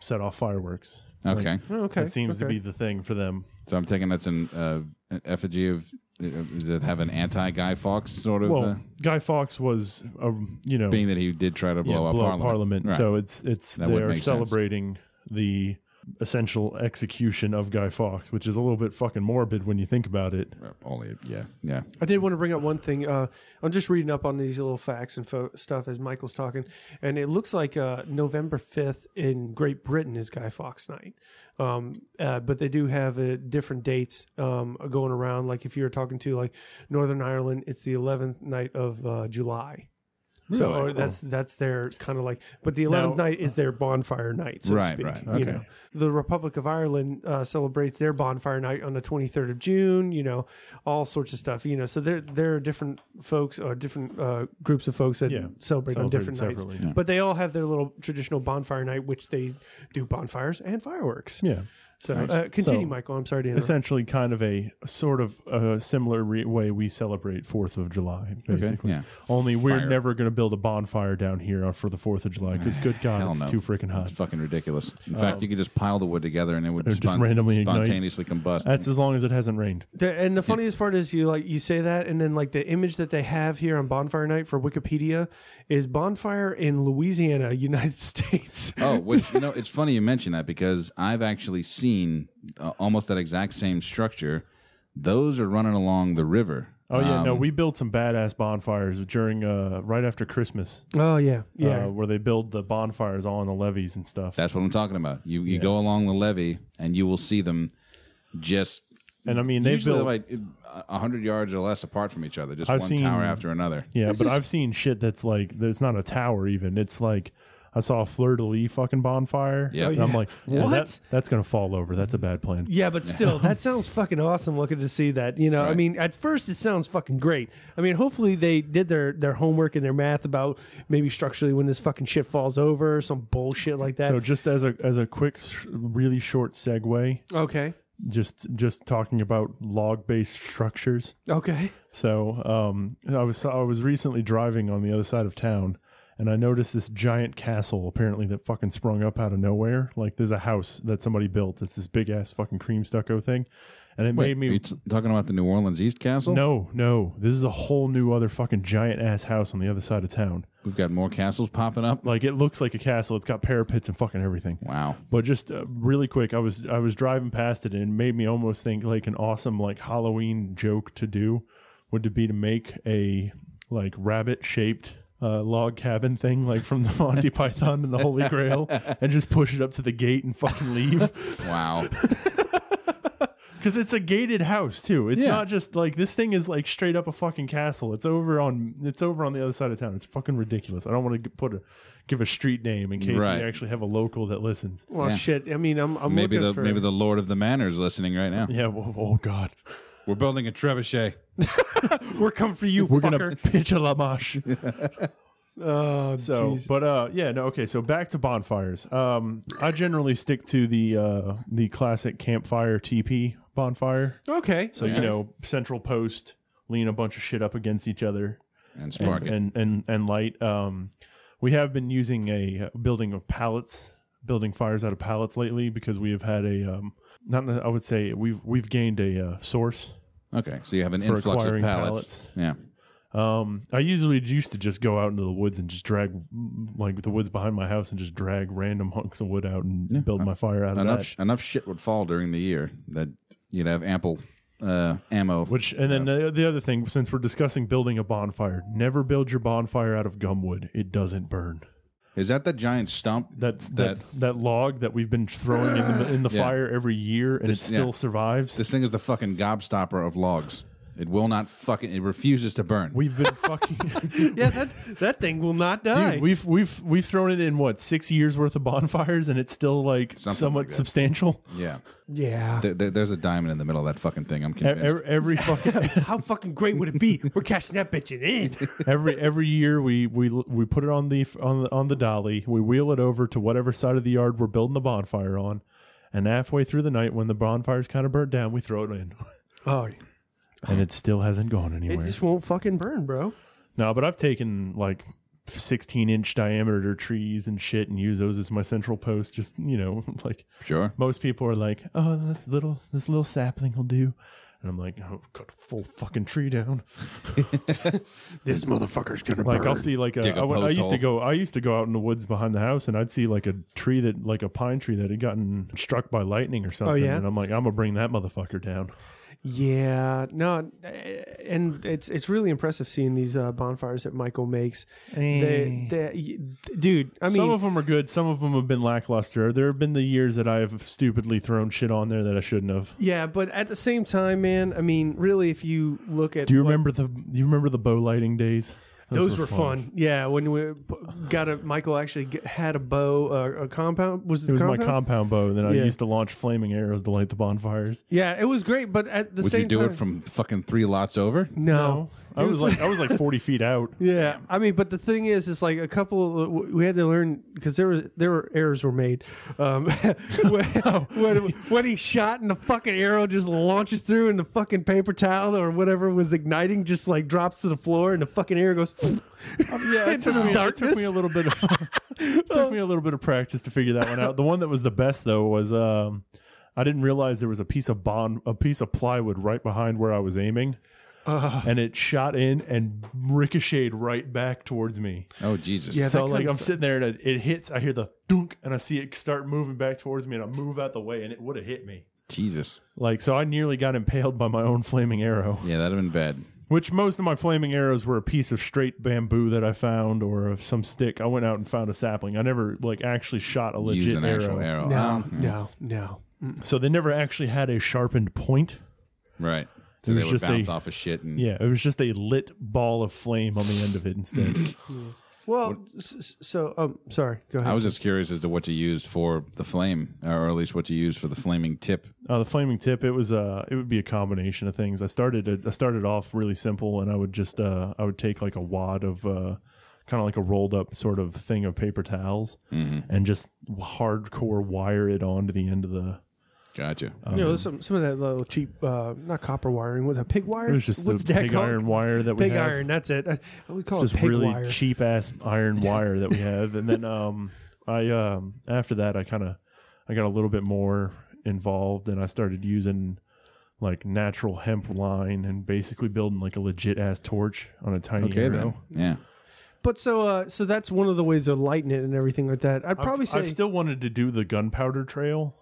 [SPEAKER 3] set off fireworks.
[SPEAKER 1] Okay.
[SPEAKER 2] Oh, Okay.
[SPEAKER 3] That seems to
[SPEAKER 2] okay.
[SPEAKER 3] be the thing for them.
[SPEAKER 1] So I'm taking that's an, uh, an effigy of uh, does it have an anti Guy Fawkes sort of
[SPEAKER 3] Well,
[SPEAKER 1] uh,
[SPEAKER 3] Guy Fawkes was, a, you know,
[SPEAKER 1] being that he did try to
[SPEAKER 3] yeah,
[SPEAKER 1] blow up Parliament. Right.
[SPEAKER 3] So it's it's
[SPEAKER 1] That would
[SPEAKER 3] they're
[SPEAKER 1] make sense.
[SPEAKER 3] celebrating the essential execution of Guy Fawkes, which is a little bit fucking morbid when you think about it.
[SPEAKER 1] only yeah yeah
[SPEAKER 2] I did want to bring up one thing. Uh, I'm just reading up on these little facts and fo- stuff as Michael's talking, and it looks like uh, November 5th in Great Britain is Guy Fawkes Night, um, uh, but they do have uh, different dates um, going around. Like if you're talking to like Northern Ireland, it's the 11th night of uh, July. So
[SPEAKER 1] Really? Oh.
[SPEAKER 2] or that's that's their kind of like, but the 11th night is their bonfire night, so
[SPEAKER 1] Right,
[SPEAKER 2] to speak.
[SPEAKER 1] right,
[SPEAKER 2] you
[SPEAKER 1] okay.
[SPEAKER 2] know. the Republic of Ireland uh, celebrates their bonfire night on the 23rd of June. You know, all sorts of stuff. You know, so there there are different folks or different uh, groups of folks that
[SPEAKER 3] Yeah,
[SPEAKER 2] celebrate
[SPEAKER 3] celebrated
[SPEAKER 2] on different nights,
[SPEAKER 3] separately. Yeah.
[SPEAKER 2] but they all have their little traditional bonfire night, which they do bonfires and fireworks.
[SPEAKER 3] Yeah.
[SPEAKER 2] So uh, continue,
[SPEAKER 3] So-
[SPEAKER 2] Michael. I'm sorry to interrupt.
[SPEAKER 3] Essentially, kind of a a sort of a similar re- way we celebrate Fourth of July, basically.
[SPEAKER 1] yeah.
[SPEAKER 3] Only
[SPEAKER 1] Fire.
[SPEAKER 3] we're never going to build a bonfire down here for the Fourth of July because, good
[SPEAKER 1] [SIGHS]
[SPEAKER 3] God,
[SPEAKER 1] Hell
[SPEAKER 3] it's
[SPEAKER 1] no.
[SPEAKER 3] too freaking hot.
[SPEAKER 1] It's fucking ridiculous. In fact, you could just pile the wood together and it would
[SPEAKER 3] It would
[SPEAKER 1] spon-
[SPEAKER 3] Uh, just randomly ignite.
[SPEAKER 1] spontaneously combust.
[SPEAKER 3] That's as long as it hasn't rained.
[SPEAKER 2] The, and the funniest part is you like you say that, and then like the image that they have here on Bonfire Night for Wikipedia is bonfire in Louisiana, [LAUGHS] United States.
[SPEAKER 1] oh, which you know, it's funny you mention that because I've actually seen uh, almost that exact same structure. Those are running along the river.
[SPEAKER 3] Oh yeah, no,
[SPEAKER 1] Um,
[SPEAKER 3] we built some badass bonfires during uh, right after Christmas,
[SPEAKER 2] Oh yeah, yeah.
[SPEAKER 3] uh, where they build the bonfires all on the levees and stuff.
[SPEAKER 1] that's what I'm talking about. You you go along the levee and you will see them just
[SPEAKER 3] and I mean, they
[SPEAKER 1] usually
[SPEAKER 3] built
[SPEAKER 1] like uh, a hundred yards or less apart from each other, just
[SPEAKER 3] I've
[SPEAKER 1] one
[SPEAKER 3] seen-
[SPEAKER 1] tower after another.
[SPEAKER 3] Yeah, but I've seen shit that's like it's not a tower even. It's like I saw a fleur de lis fucking bonfire.
[SPEAKER 1] Yep.
[SPEAKER 3] and I'm like, yeah,
[SPEAKER 2] Oh, What?
[SPEAKER 3] that- that's gonna fall over. That's a bad plan.
[SPEAKER 2] Yeah,
[SPEAKER 1] [LAUGHS]
[SPEAKER 2] but still, that sounds fucking awesome. Looking to see that, you know. I
[SPEAKER 1] Right.
[SPEAKER 2] mean, at first it sounds fucking great. I mean, hopefully they did their their homework and their math about maybe structurally when this fucking shit falls over, some bullshit like that.
[SPEAKER 3] So just as a as a quick, sh- really short segue,
[SPEAKER 2] okay,
[SPEAKER 3] just just talking about log based structures.
[SPEAKER 2] okay,
[SPEAKER 3] So um, I was I was recently driving on the other side of town, and I noticed this giant castle apparently that fucking sprung up out of nowhere. Like there's a house that somebody built. That's this big ass fucking cream stucco thing, and it made me
[SPEAKER 1] Are you t- talking about the New Orleans East Castle?
[SPEAKER 3] No, no. This is a whole new other fucking giant ass house on the other side of town.
[SPEAKER 1] We've got more castles popping up.
[SPEAKER 3] Like it looks like a castle. It's got parapets and fucking everything.
[SPEAKER 1] Wow.
[SPEAKER 3] But just uh, really quick, I was I was driving past it and it made me almost think like an awesome like Halloween joke to do would to be to make a like rabbit shaped uh, log cabin thing like from the [LAUGHS] Monty Python and the Holy Grail and just push it up to the gate and fucking leave [LAUGHS]
[SPEAKER 1] Wow.
[SPEAKER 3] because it's a gated house too. It's
[SPEAKER 1] Yeah.
[SPEAKER 3] not just like this thing is like straight up a fucking castle. It's over on it's over on the other side of town. It's fucking ridiculous. I don't want to put a give a street name in case
[SPEAKER 1] Right.
[SPEAKER 3] we actually have a local that listens.
[SPEAKER 2] well,
[SPEAKER 1] Yeah.
[SPEAKER 2] shit. I mean, I'm, I'm
[SPEAKER 1] maybe
[SPEAKER 2] looking
[SPEAKER 1] the
[SPEAKER 2] for
[SPEAKER 1] maybe the Lord of the Manor is listening right now.
[SPEAKER 3] Yeah. Well, oh God.
[SPEAKER 1] We're building a trebuchet.
[SPEAKER 2] we're coming for you,
[SPEAKER 3] We're gonna
[SPEAKER 2] fucker.
[SPEAKER 3] [LAUGHS] pitch a lamash.
[SPEAKER 2] Oh,
[SPEAKER 3] So,
[SPEAKER 2] jeez.
[SPEAKER 3] but uh, yeah, no, okay. So back to bonfires. Um, I generally stick to the uh the classic campfire teepee bonfire.
[SPEAKER 2] okay,
[SPEAKER 3] So you know, central post, lean a bunch of shit up against each other.
[SPEAKER 1] And
[SPEAKER 3] and-
[SPEAKER 1] spark it.
[SPEAKER 3] and and and light. Um, we have been using a uh, building of pallets, building fires out of pallets lately because we have had a um, not I would say we've we've gained a uh, source.
[SPEAKER 1] Okay. So you have an influx of
[SPEAKER 3] acquiring
[SPEAKER 1] pallets.
[SPEAKER 3] pallets.
[SPEAKER 1] Yeah.
[SPEAKER 3] Um, I usually used to just go out into the woods and just drag like the woods behind my house and just drag random [LAUGHS] hunks of wood out and build my fire out of
[SPEAKER 1] uh, Enough
[SPEAKER 3] that.
[SPEAKER 1] sh- enough shit would fall during the year that you'd have ample uh, ammo.
[SPEAKER 3] Which and then the, the other thing, since we're discussing building a bonfire, never build your bonfire out of gumwood. It doesn't burn.
[SPEAKER 1] Is that the giant stump?
[SPEAKER 3] That's that, that log that we've been throwing in the in the
[SPEAKER 1] [SIGHS] Yeah.
[SPEAKER 3] fire every year and
[SPEAKER 1] This-
[SPEAKER 3] it still
[SPEAKER 1] yeah.
[SPEAKER 3] survives.
[SPEAKER 1] this thing is the fucking gobstopper of logs. It will not fucking. It refuses to burn. [LAUGHS]
[SPEAKER 3] We've been fucking
[SPEAKER 2] [LAUGHS]
[SPEAKER 3] [LAUGHS]
[SPEAKER 2] yeah, that that thing will not die.
[SPEAKER 3] Dude, we've we've we've thrown it in what six years worth of bonfires and it's still like
[SPEAKER 1] Something
[SPEAKER 3] somewhat
[SPEAKER 1] like that.
[SPEAKER 3] substantial. E,
[SPEAKER 1] yeah.
[SPEAKER 2] yeah.
[SPEAKER 1] There, there- there's a diamond in the middle of that fucking thing. I'm
[SPEAKER 3] E-
[SPEAKER 1] convinced. [LAUGHS]
[SPEAKER 3] Every, every fucking
[SPEAKER 2] How fucking great would it be? We're [LAUGHS] cashing that bitch in.
[SPEAKER 1] [LAUGHS]
[SPEAKER 3] every every year we we we put it on the on the, on the dolly. We wheel it over to whatever side of the yard we're building the bonfire on, and halfway through the night when the bonfire's kind of burnt down, we throw it in.
[SPEAKER 2] Oh,
[SPEAKER 3] [LAUGHS] and it still hasn't gone anywhere.
[SPEAKER 2] It just won't fucking burn, bro.
[SPEAKER 3] No, but I've taken like 16 inch diameter trees and shit and used those as my central post. Just, you know, [LAUGHS] like
[SPEAKER 1] Sure.
[SPEAKER 3] most people are like, oh, this little, this little sapling will do. And I'm like, oh, cut a full fucking tree down.
[SPEAKER 2] This motherfucker's gonna
[SPEAKER 3] Like I'll see like a,
[SPEAKER 1] Dig
[SPEAKER 3] I
[SPEAKER 1] a
[SPEAKER 3] went- I
[SPEAKER 1] post
[SPEAKER 3] used to
[SPEAKER 1] hole.
[SPEAKER 3] go, I used to go out in the woods behind the house and I'd see like a tree that, like a pine tree that had gotten struck by lightning or something.
[SPEAKER 2] Oh, yeah?
[SPEAKER 3] And I'm like, I'm gonna bring that motherfucker down.
[SPEAKER 2] Yeah, no, uh, and it's it's really impressive seeing these uh, bonfires that Michael makes. They, they, y- dude, I mean,
[SPEAKER 3] Eh. some of them are good. Some of them have been lackluster. There have been the years that I have stupidly thrown shit on there that I shouldn't have.
[SPEAKER 2] yeah, but at the same time, man, I mean, really, if you look at
[SPEAKER 3] Do you
[SPEAKER 2] what-
[SPEAKER 3] remember the Do you remember the bow lighting days?
[SPEAKER 2] Those, were, fun. Yeah, when we p- got a Michael actually g had a bow, uh, a compound. Was it,
[SPEAKER 3] It was
[SPEAKER 2] compound?
[SPEAKER 3] my compound bow, and then I
[SPEAKER 2] Yeah.
[SPEAKER 3] used to launch flaming arrows to light the bonfires.
[SPEAKER 2] Yeah, it was great, but at the
[SPEAKER 1] Would
[SPEAKER 2] same
[SPEAKER 1] you do
[SPEAKER 2] time,
[SPEAKER 1] it from fucking three lots over?
[SPEAKER 2] no.
[SPEAKER 3] I
[SPEAKER 2] It
[SPEAKER 3] was like I was like forty feet
[SPEAKER 2] [LAUGHS]
[SPEAKER 3] out.
[SPEAKER 2] Yeah, I mean, but the thing is, is like a couple. We had to learn because there was there were errors were made. Um, [LAUGHS] when,
[SPEAKER 3] Oh.
[SPEAKER 2] when, when he shot and the fucking arrow just launches through and the fucking paper towel or whatever was igniting just like drops to the floor and the fucking arrow goes.
[SPEAKER 3] Um,
[SPEAKER 2] [LAUGHS]
[SPEAKER 3] Yeah, it took,
[SPEAKER 2] the
[SPEAKER 3] me, it took
[SPEAKER 2] darkness.
[SPEAKER 3] me a little bit. Of, it took me a little bit of practice to figure that one out. The one that was the best though was um, I didn't realize there was a piece of bond, a piece of plywood right behind where I was aiming, and it shot in and ricocheted right back towards me.
[SPEAKER 1] Oh Jesus!
[SPEAKER 2] [LAUGHS] Yeah,
[SPEAKER 3] so
[SPEAKER 2] that
[SPEAKER 3] like
[SPEAKER 2] kinda
[SPEAKER 3] I'm
[SPEAKER 2] sucks.
[SPEAKER 3] sitting there and it, it hits. I hear the dunk and I see it start moving back towards me and I move out the way and it would have hit me.
[SPEAKER 1] Jesus!
[SPEAKER 3] Like so, I nearly got impaled by my own flaming arrow. [LAUGHS]
[SPEAKER 1] Yeah, that'd have been bad.
[SPEAKER 3] Which most of my flaming arrows were a piece of straight bamboo that I found or of some stick. I went out and found a sapling. I never like actually shot a legit
[SPEAKER 1] Use an
[SPEAKER 3] arrow.
[SPEAKER 1] actual arrow.
[SPEAKER 2] No,
[SPEAKER 1] Oh, yeah.
[SPEAKER 2] Um, no, no.
[SPEAKER 3] So they never actually had a sharpened point.
[SPEAKER 1] Right. So they
[SPEAKER 3] It was
[SPEAKER 1] would
[SPEAKER 3] just
[SPEAKER 1] bounce
[SPEAKER 3] a-
[SPEAKER 1] off of shit and
[SPEAKER 3] Yeah, it was just a lit ball of flame on the end of it instead.
[SPEAKER 1] [LAUGHS]
[SPEAKER 2] Well, s- s- so um, sorry. Go ahead.
[SPEAKER 1] I was just curious as to what you used for the flame, or at least what you used for the flaming tip.
[SPEAKER 3] Uh, the flaming tip. It was uh, it would be a combination of things. I started I started off really simple, and I would just uh, I would take like a wad of uh, kind of like a rolled up sort of thing of paper towels, and just hardcore wire it onto the end of the.
[SPEAKER 1] Gotcha.
[SPEAKER 3] Oh.
[SPEAKER 2] you know, there's some some of that little cheap, uh, not copper wiring. Was that pig wire?
[SPEAKER 3] It was just
[SPEAKER 2] What's
[SPEAKER 3] the
[SPEAKER 2] that
[SPEAKER 3] big
[SPEAKER 2] called?
[SPEAKER 3] iron wire that we
[SPEAKER 2] Pig
[SPEAKER 3] have.
[SPEAKER 2] iron. That's it. I, I would call
[SPEAKER 3] It's
[SPEAKER 2] it
[SPEAKER 3] this
[SPEAKER 2] pig
[SPEAKER 3] really
[SPEAKER 2] wire.
[SPEAKER 3] cheap ass iron wire that we have, and then um, I um, after that I kind of I got a little bit more involved, and I started using like natural hemp line and basically building like a legit ass torch on a tiny
[SPEAKER 1] Okay then.
[SPEAKER 3] arrow.
[SPEAKER 1] Yeah.
[SPEAKER 2] But so uh, so that's one of the ways of lighting it and everything like that. I'd probably
[SPEAKER 3] I've,
[SPEAKER 2] say
[SPEAKER 3] I've still wanted to do the gunpowder trail.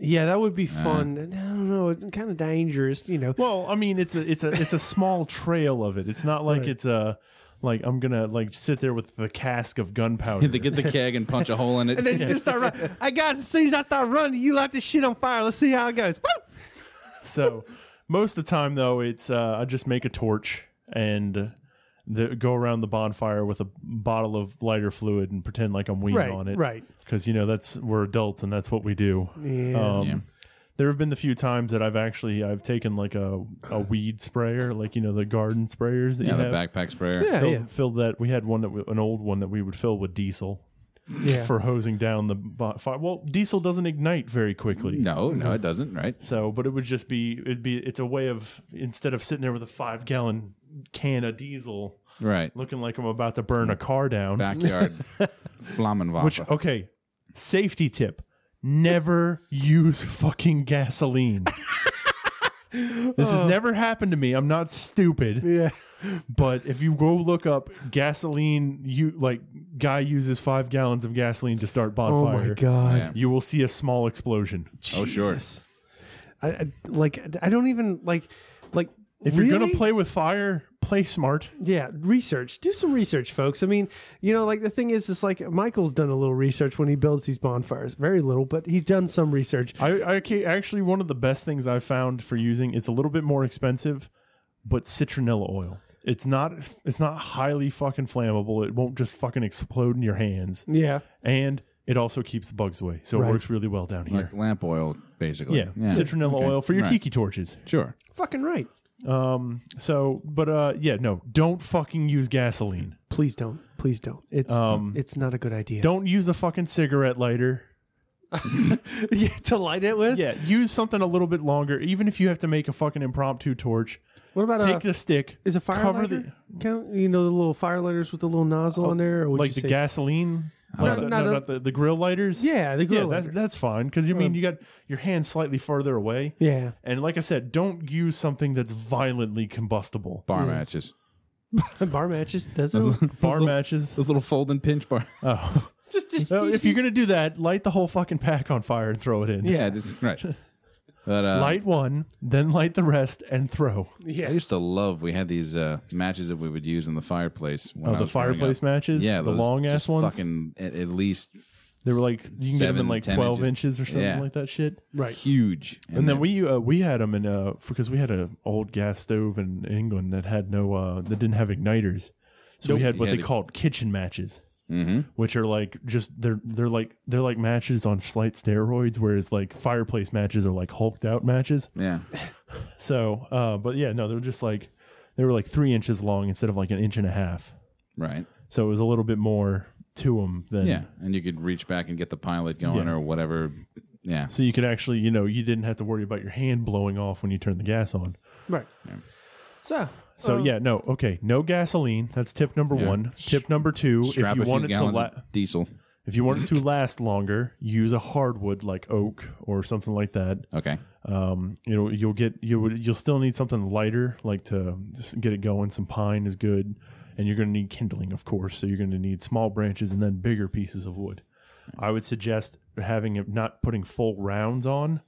[SPEAKER 2] Yeah, that would be fun. I don't know. It's kind of dangerous, you know.
[SPEAKER 3] Well, I mean it's a it's a it's a small trail of it. It's not like it's a like I'm gonna like sit there with the cask of gunpowder.
[SPEAKER 1] They get the keg and punch a hole
[SPEAKER 3] [LAUGHS]
[SPEAKER 1] in it.
[SPEAKER 2] And then you just start [LAUGHS] running. I guys, as soon as I start running, you light this shit on fire. Let's see how it goes. Woo!
[SPEAKER 3] so most of the time though it's uh, i just make a torch and the, go around the bonfire with a bottle of lighter fluid and pretend like i'm weaning
[SPEAKER 2] Right,
[SPEAKER 3] on it
[SPEAKER 2] right.
[SPEAKER 3] because you know that's we're adults and that's what we do
[SPEAKER 2] Yeah.
[SPEAKER 3] um, there have been the few times that i've actually i've taken like a, a weed sprayer like you know the garden sprayers that
[SPEAKER 1] yeah,
[SPEAKER 3] you
[SPEAKER 1] the
[SPEAKER 3] have
[SPEAKER 1] backpack sprayer.
[SPEAKER 2] Yeah.
[SPEAKER 3] Filled, filled that we had one that we, an old one that we would fill with diesel
[SPEAKER 2] Yeah.
[SPEAKER 3] for hosing down the bonfire well diesel doesn't ignite very quickly
[SPEAKER 1] No, no, it doesn't. Right.
[SPEAKER 3] so, but it would just be it'd be it's a way of instead of sitting there with a five gallon can of diesel,
[SPEAKER 1] Right.
[SPEAKER 3] looking like I'm about to burn a car down.
[SPEAKER 1] Backyard
[SPEAKER 3] [LAUGHS]
[SPEAKER 1] Flammenwaffe.
[SPEAKER 3] Which okay, safety tip: never use fucking
[SPEAKER 2] [LAUGHS]
[SPEAKER 3] gasoline. this has
[SPEAKER 2] Oh.
[SPEAKER 3] never happened to me. I'm not stupid.
[SPEAKER 2] yeah.
[SPEAKER 3] But if you go look up gasoline, you like guy uses five gallons of gasoline to start
[SPEAKER 2] Oh
[SPEAKER 3] bonfire.
[SPEAKER 2] my god.
[SPEAKER 1] Yeah.
[SPEAKER 3] You will see a small explosion.
[SPEAKER 1] Oh, sure.
[SPEAKER 2] Jesus. I, I like. I don't even like. Like.
[SPEAKER 3] If you're gonna
[SPEAKER 2] really?
[SPEAKER 3] play with fire, play smart.
[SPEAKER 2] Yeah, research. Do some research, folks. I mean, you know, like the thing is, it's like Michael's done a little research when he builds these bonfires. Very little, but he's done some research.
[SPEAKER 3] I, I ca- actually one of the best things I've found for using it's a little bit more expensive, but citronella oil. It's not it's not highly fucking flammable. It won't just fucking explode in your hands,
[SPEAKER 2] Yeah.
[SPEAKER 3] and it also keeps the bugs away. So
[SPEAKER 2] Right.
[SPEAKER 3] it works really well down here.
[SPEAKER 1] Like lamp oil, basically.
[SPEAKER 3] yeah. citronella
[SPEAKER 1] Okay.
[SPEAKER 3] oil for your
[SPEAKER 1] Right.
[SPEAKER 3] tiki torches.
[SPEAKER 1] Sure.
[SPEAKER 2] Fucking right.
[SPEAKER 3] So, but uh, yeah, no, don't fucking use gasoline. Um,
[SPEAKER 2] Please don't. Please don't. It's it's not a good idea.
[SPEAKER 3] Don't use a fucking cigarette lighter.
[SPEAKER 2] [LAUGHS] Yeah, to light it with.
[SPEAKER 3] Yeah, use something a little bit longer, even if you have to make a fucking impromptu torch.
[SPEAKER 2] What about
[SPEAKER 3] Take
[SPEAKER 2] a,
[SPEAKER 3] the stick.
[SPEAKER 2] is a fire
[SPEAKER 3] cover Oh,
[SPEAKER 2] lighter? Count, you know the little fire lighters with the little nozzle on there, or would
[SPEAKER 3] like
[SPEAKER 2] you
[SPEAKER 3] the
[SPEAKER 2] say- Uh,
[SPEAKER 3] gasoline, like
[SPEAKER 2] No,
[SPEAKER 3] the,
[SPEAKER 2] not
[SPEAKER 3] no,
[SPEAKER 2] a-
[SPEAKER 3] not the, the grill lighters.
[SPEAKER 2] Yeah, the grill.
[SPEAKER 3] yeah,
[SPEAKER 2] lighter.
[SPEAKER 3] that, that's fine because you mean you got your hand slightly farther away.
[SPEAKER 2] yeah.
[SPEAKER 3] And like I said, don't use something that's violently combustible.
[SPEAKER 1] Bar matches.
[SPEAKER 2] Bar matches
[SPEAKER 3] [LAUGHS]
[SPEAKER 2] doesn't.
[SPEAKER 3] Bar matches.
[SPEAKER 1] Those little fold and pinch
[SPEAKER 3] [LAUGHS]
[SPEAKER 1] bar.
[SPEAKER 3] Oh.
[SPEAKER 2] just, just,
[SPEAKER 3] Well, if you're gonna do that, light the whole fucking pack on fire and throw it in.
[SPEAKER 1] yeah, just right. But uh,
[SPEAKER 3] Light one, then light the rest and throw.
[SPEAKER 1] I used to love. We had these uh, matches that we would use in the fireplace. When
[SPEAKER 3] Oh,
[SPEAKER 1] I
[SPEAKER 3] the
[SPEAKER 1] was growing
[SPEAKER 3] fireplace
[SPEAKER 1] up.
[SPEAKER 3] matches?
[SPEAKER 1] Yeah,
[SPEAKER 3] The
[SPEAKER 1] those
[SPEAKER 3] long-ass
[SPEAKER 1] just
[SPEAKER 3] ones?
[SPEAKER 1] Fucking at, at least
[SPEAKER 3] They were like you can get them
[SPEAKER 1] Seven,
[SPEAKER 3] in like
[SPEAKER 1] 10
[SPEAKER 3] twelve
[SPEAKER 1] inches.
[SPEAKER 3] inches or something
[SPEAKER 1] Yeah.
[SPEAKER 3] like that shit.
[SPEAKER 2] Right.
[SPEAKER 1] huge.
[SPEAKER 3] And then we uh, we had them in uh because we had a old gas stove in England that had no uh that didn't have igniters, so we had what
[SPEAKER 1] Yeah, Mm-hmm.
[SPEAKER 3] they
[SPEAKER 1] the-
[SPEAKER 3] called kitchen matches, which are like just they're they're like they're like matches on slight steroids, whereas like fireplace matches are like hulked out matches.
[SPEAKER 1] yeah,
[SPEAKER 3] So, uh, but yeah, no, they were just like they were like three inches long instead of like an inch and a half,
[SPEAKER 1] right.
[SPEAKER 3] so it was a little bit more to them than
[SPEAKER 1] Yeah, and you could reach back and get the pilot going
[SPEAKER 3] Yeah.
[SPEAKER 1] or whatever. Yeah,
[SPEAKER 3] So you could actually, you know, you didn't have to worry about your hand blowing off when you turn the gas on.
[SPEAKER 2] Right. So,
[SPEAKER 3] So yeah, no, okay, no gasoline. That's tip number one. Tip number two:
[SPEAKER 1] strap
[SPEAKER 3] if you
[SPEAKER 1] a few
[SPEAKER 3] want it to
[SPEAKER 1] gallons
[SPEAKER 3] la-
[SPEAKER 1] of diesel.
[SPEAKER 3] if you want it to last longer, use a hardwood like oak or something like that.
[SPEAKER 1] Okay,
[SPEAKER 3] Um, you know, you'll get you would you'll still need something lighter like to just get it going. Some pine is good, and you're going to need kindling, of course. So you're going to need small branches and then bigger pieces of wood. I would suggest having it not putting full rounds on,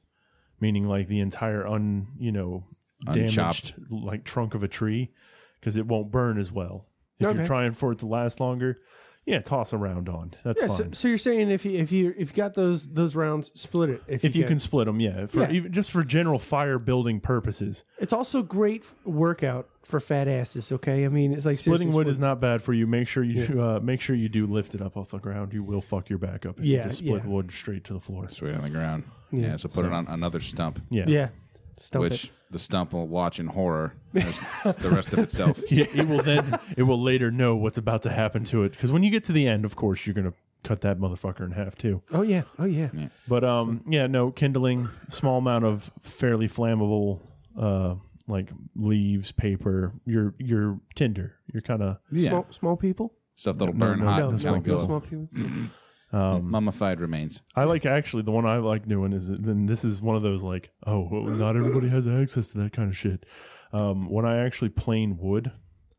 [SPEAKER 3] meaning like the entire un you know
[SPEAKER 1] Unchopped.
[SPEAKER 3] damaged like trunk of a tree, because it won't burn as well. If
[SPEAKER 2] Okay.
[SPEAKER 3] you're trying for it to last longer, yeah, toss a round on. That's
[SPEAKER 2] yeah,
[SPEAKER 3] fine.
[SPEAKER 2] so, so you're saying if you if you if you got those those rounds, split it if,
[SPEAKER 3] if you can split them, yeah, for
[SPEAKER 2] Yeah.
[SPEAKER 3] even just for general fire building purposes,
[SPEAKER 2] It's also great workout for fat asses. Okay, I mean it's like
[SPEAKER 3] Splitting
[SPEAKER 2] seriously,
[SPEAKER 3] wood is not bad for you. Make sure you uh, make sure you do lift it up off the ground. You will fuck your back up if
[SPEAKER 2] Yeah,
[SPEAKER 3] you just split
[SPEAKER 2] yeah.
[SPEAKER 3] wood straight to the floor.
[SPEAKER 1] straight on the ground. Yeah, so put it on another stump.
[SPEAKER 3] Yeah,
[SPEAKER 2] yeah. Stump
[SPEAKER 1] Which
[SPEAKER 2] it.
[SPEAKER 1] the stump will watch in horror as the rest of itself.
[SPEAKER 3] [LAUGHS] Yeah, it will then [LAUGHS] it will later know what's about to happen to it because when you get to the end, of course, you're gonna cut that motherfucker in half too.
[SPEAKER 2] Oh yeah. Oh yeah.
[SPEAKER 3] But um, yeah, no kindling, small amount of fairly flammable uh like leaves, paper, your your tinder, your kind of
[SPEAKER 1] Yeah,
[SPEAKER 2] Small, small people.
[SPEAKER 1] stuff that'll burn hot
[SPEAKER 2] No,
[SPEAKER 1] and
[SPEAKER 2] small,
[SPEAKER 1] kind
[SPEAKER 2] no
[SPEAKER 1] of
[SPEAKER 2] small
[SPEAKER 1] go
[SPEAKER 2] people.
[SPEAKER 1] mummified remains.
[SPEAKER 3] I like actually the one I like doing is then this is one of those like oh well, not everybody has access to that kind of shit. Um, when I actually plane wood,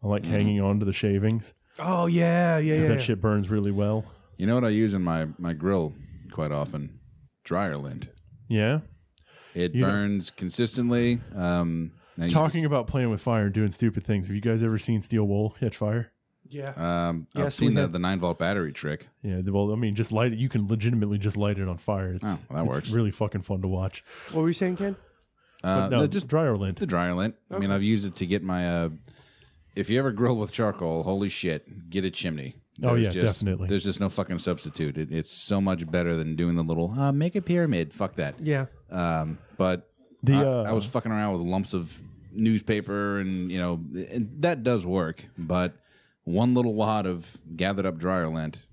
[SPEAKER 3] I like
[SPEAKER 1] Mm-hmm.
[SPEAKER 3] hanging on to the shavings
[SPEAKER 2] Oh yeah. Yeah.
[SPEAKER 3] because
[SPEAKER 2] Yeah.
[SPEAKER 3] that shit burns really well.
[SPEAKER 1] You know what I use in my my grill quite often? Dryer lint.
[SPEAKER 3] Yeah,
[SPEAKER 1] It burns consistently. Um, and you
[SPEAKER 3] talking about playing with fire and doing stupid things. Have you guys ever seen steel wool catch fire?
[SPEAKER 2] yeah.
[SPEAKER 1] just- um, I've
[SPEAKER 2] Yes, we
[SPEAKER 1] seen the,
[SPEAKER 2] have.
[SPEAKER 1] the nine volt battery trick.
[SPEAKER 3] Yeah, well, I mean, just light it. You can legitimately just light it on fire. It's,
[SPEAKER 1] Oh, well, that
[SPEAKER 3] it's
[SPEAKER 1] works.
[SPEAKER 3] really fucking fun to watch.
[SPEAKER 2] what were you saying, Ken?
[SPEAKER 1] Uh,
[SPEAKER 3] No,
[SPEAKER 1] no,
[SPEAKER 3] just
[SPEAKER 1] just
[SPEAKER 3] dryer lint.
[SPEAKER 1] the dryer lint. I mean, I've used it to get my. Uh, if you ever grill with charcoal, holy shit, get a chimney.
[SPEAKER 3] Oh, yeah,
[SPEAKER 1] just,
[SPEAKER 3] definitely.
[SPEAKER 1] There's just no fucking substitute. It, it's so much better than doing the little uh, make a pyramid. Fuck that.
[SPEAKER 2] Yeah.
[SPEAKER 1] Um, but
[SPEAKER 3] The,
[SPEAKER 1] I,
[SPEAKER 3] uh,
[SPEAKER 1] I was fucking around with lumps of newspaper, and you know and that does work. But one little wad of gathered up dryer lint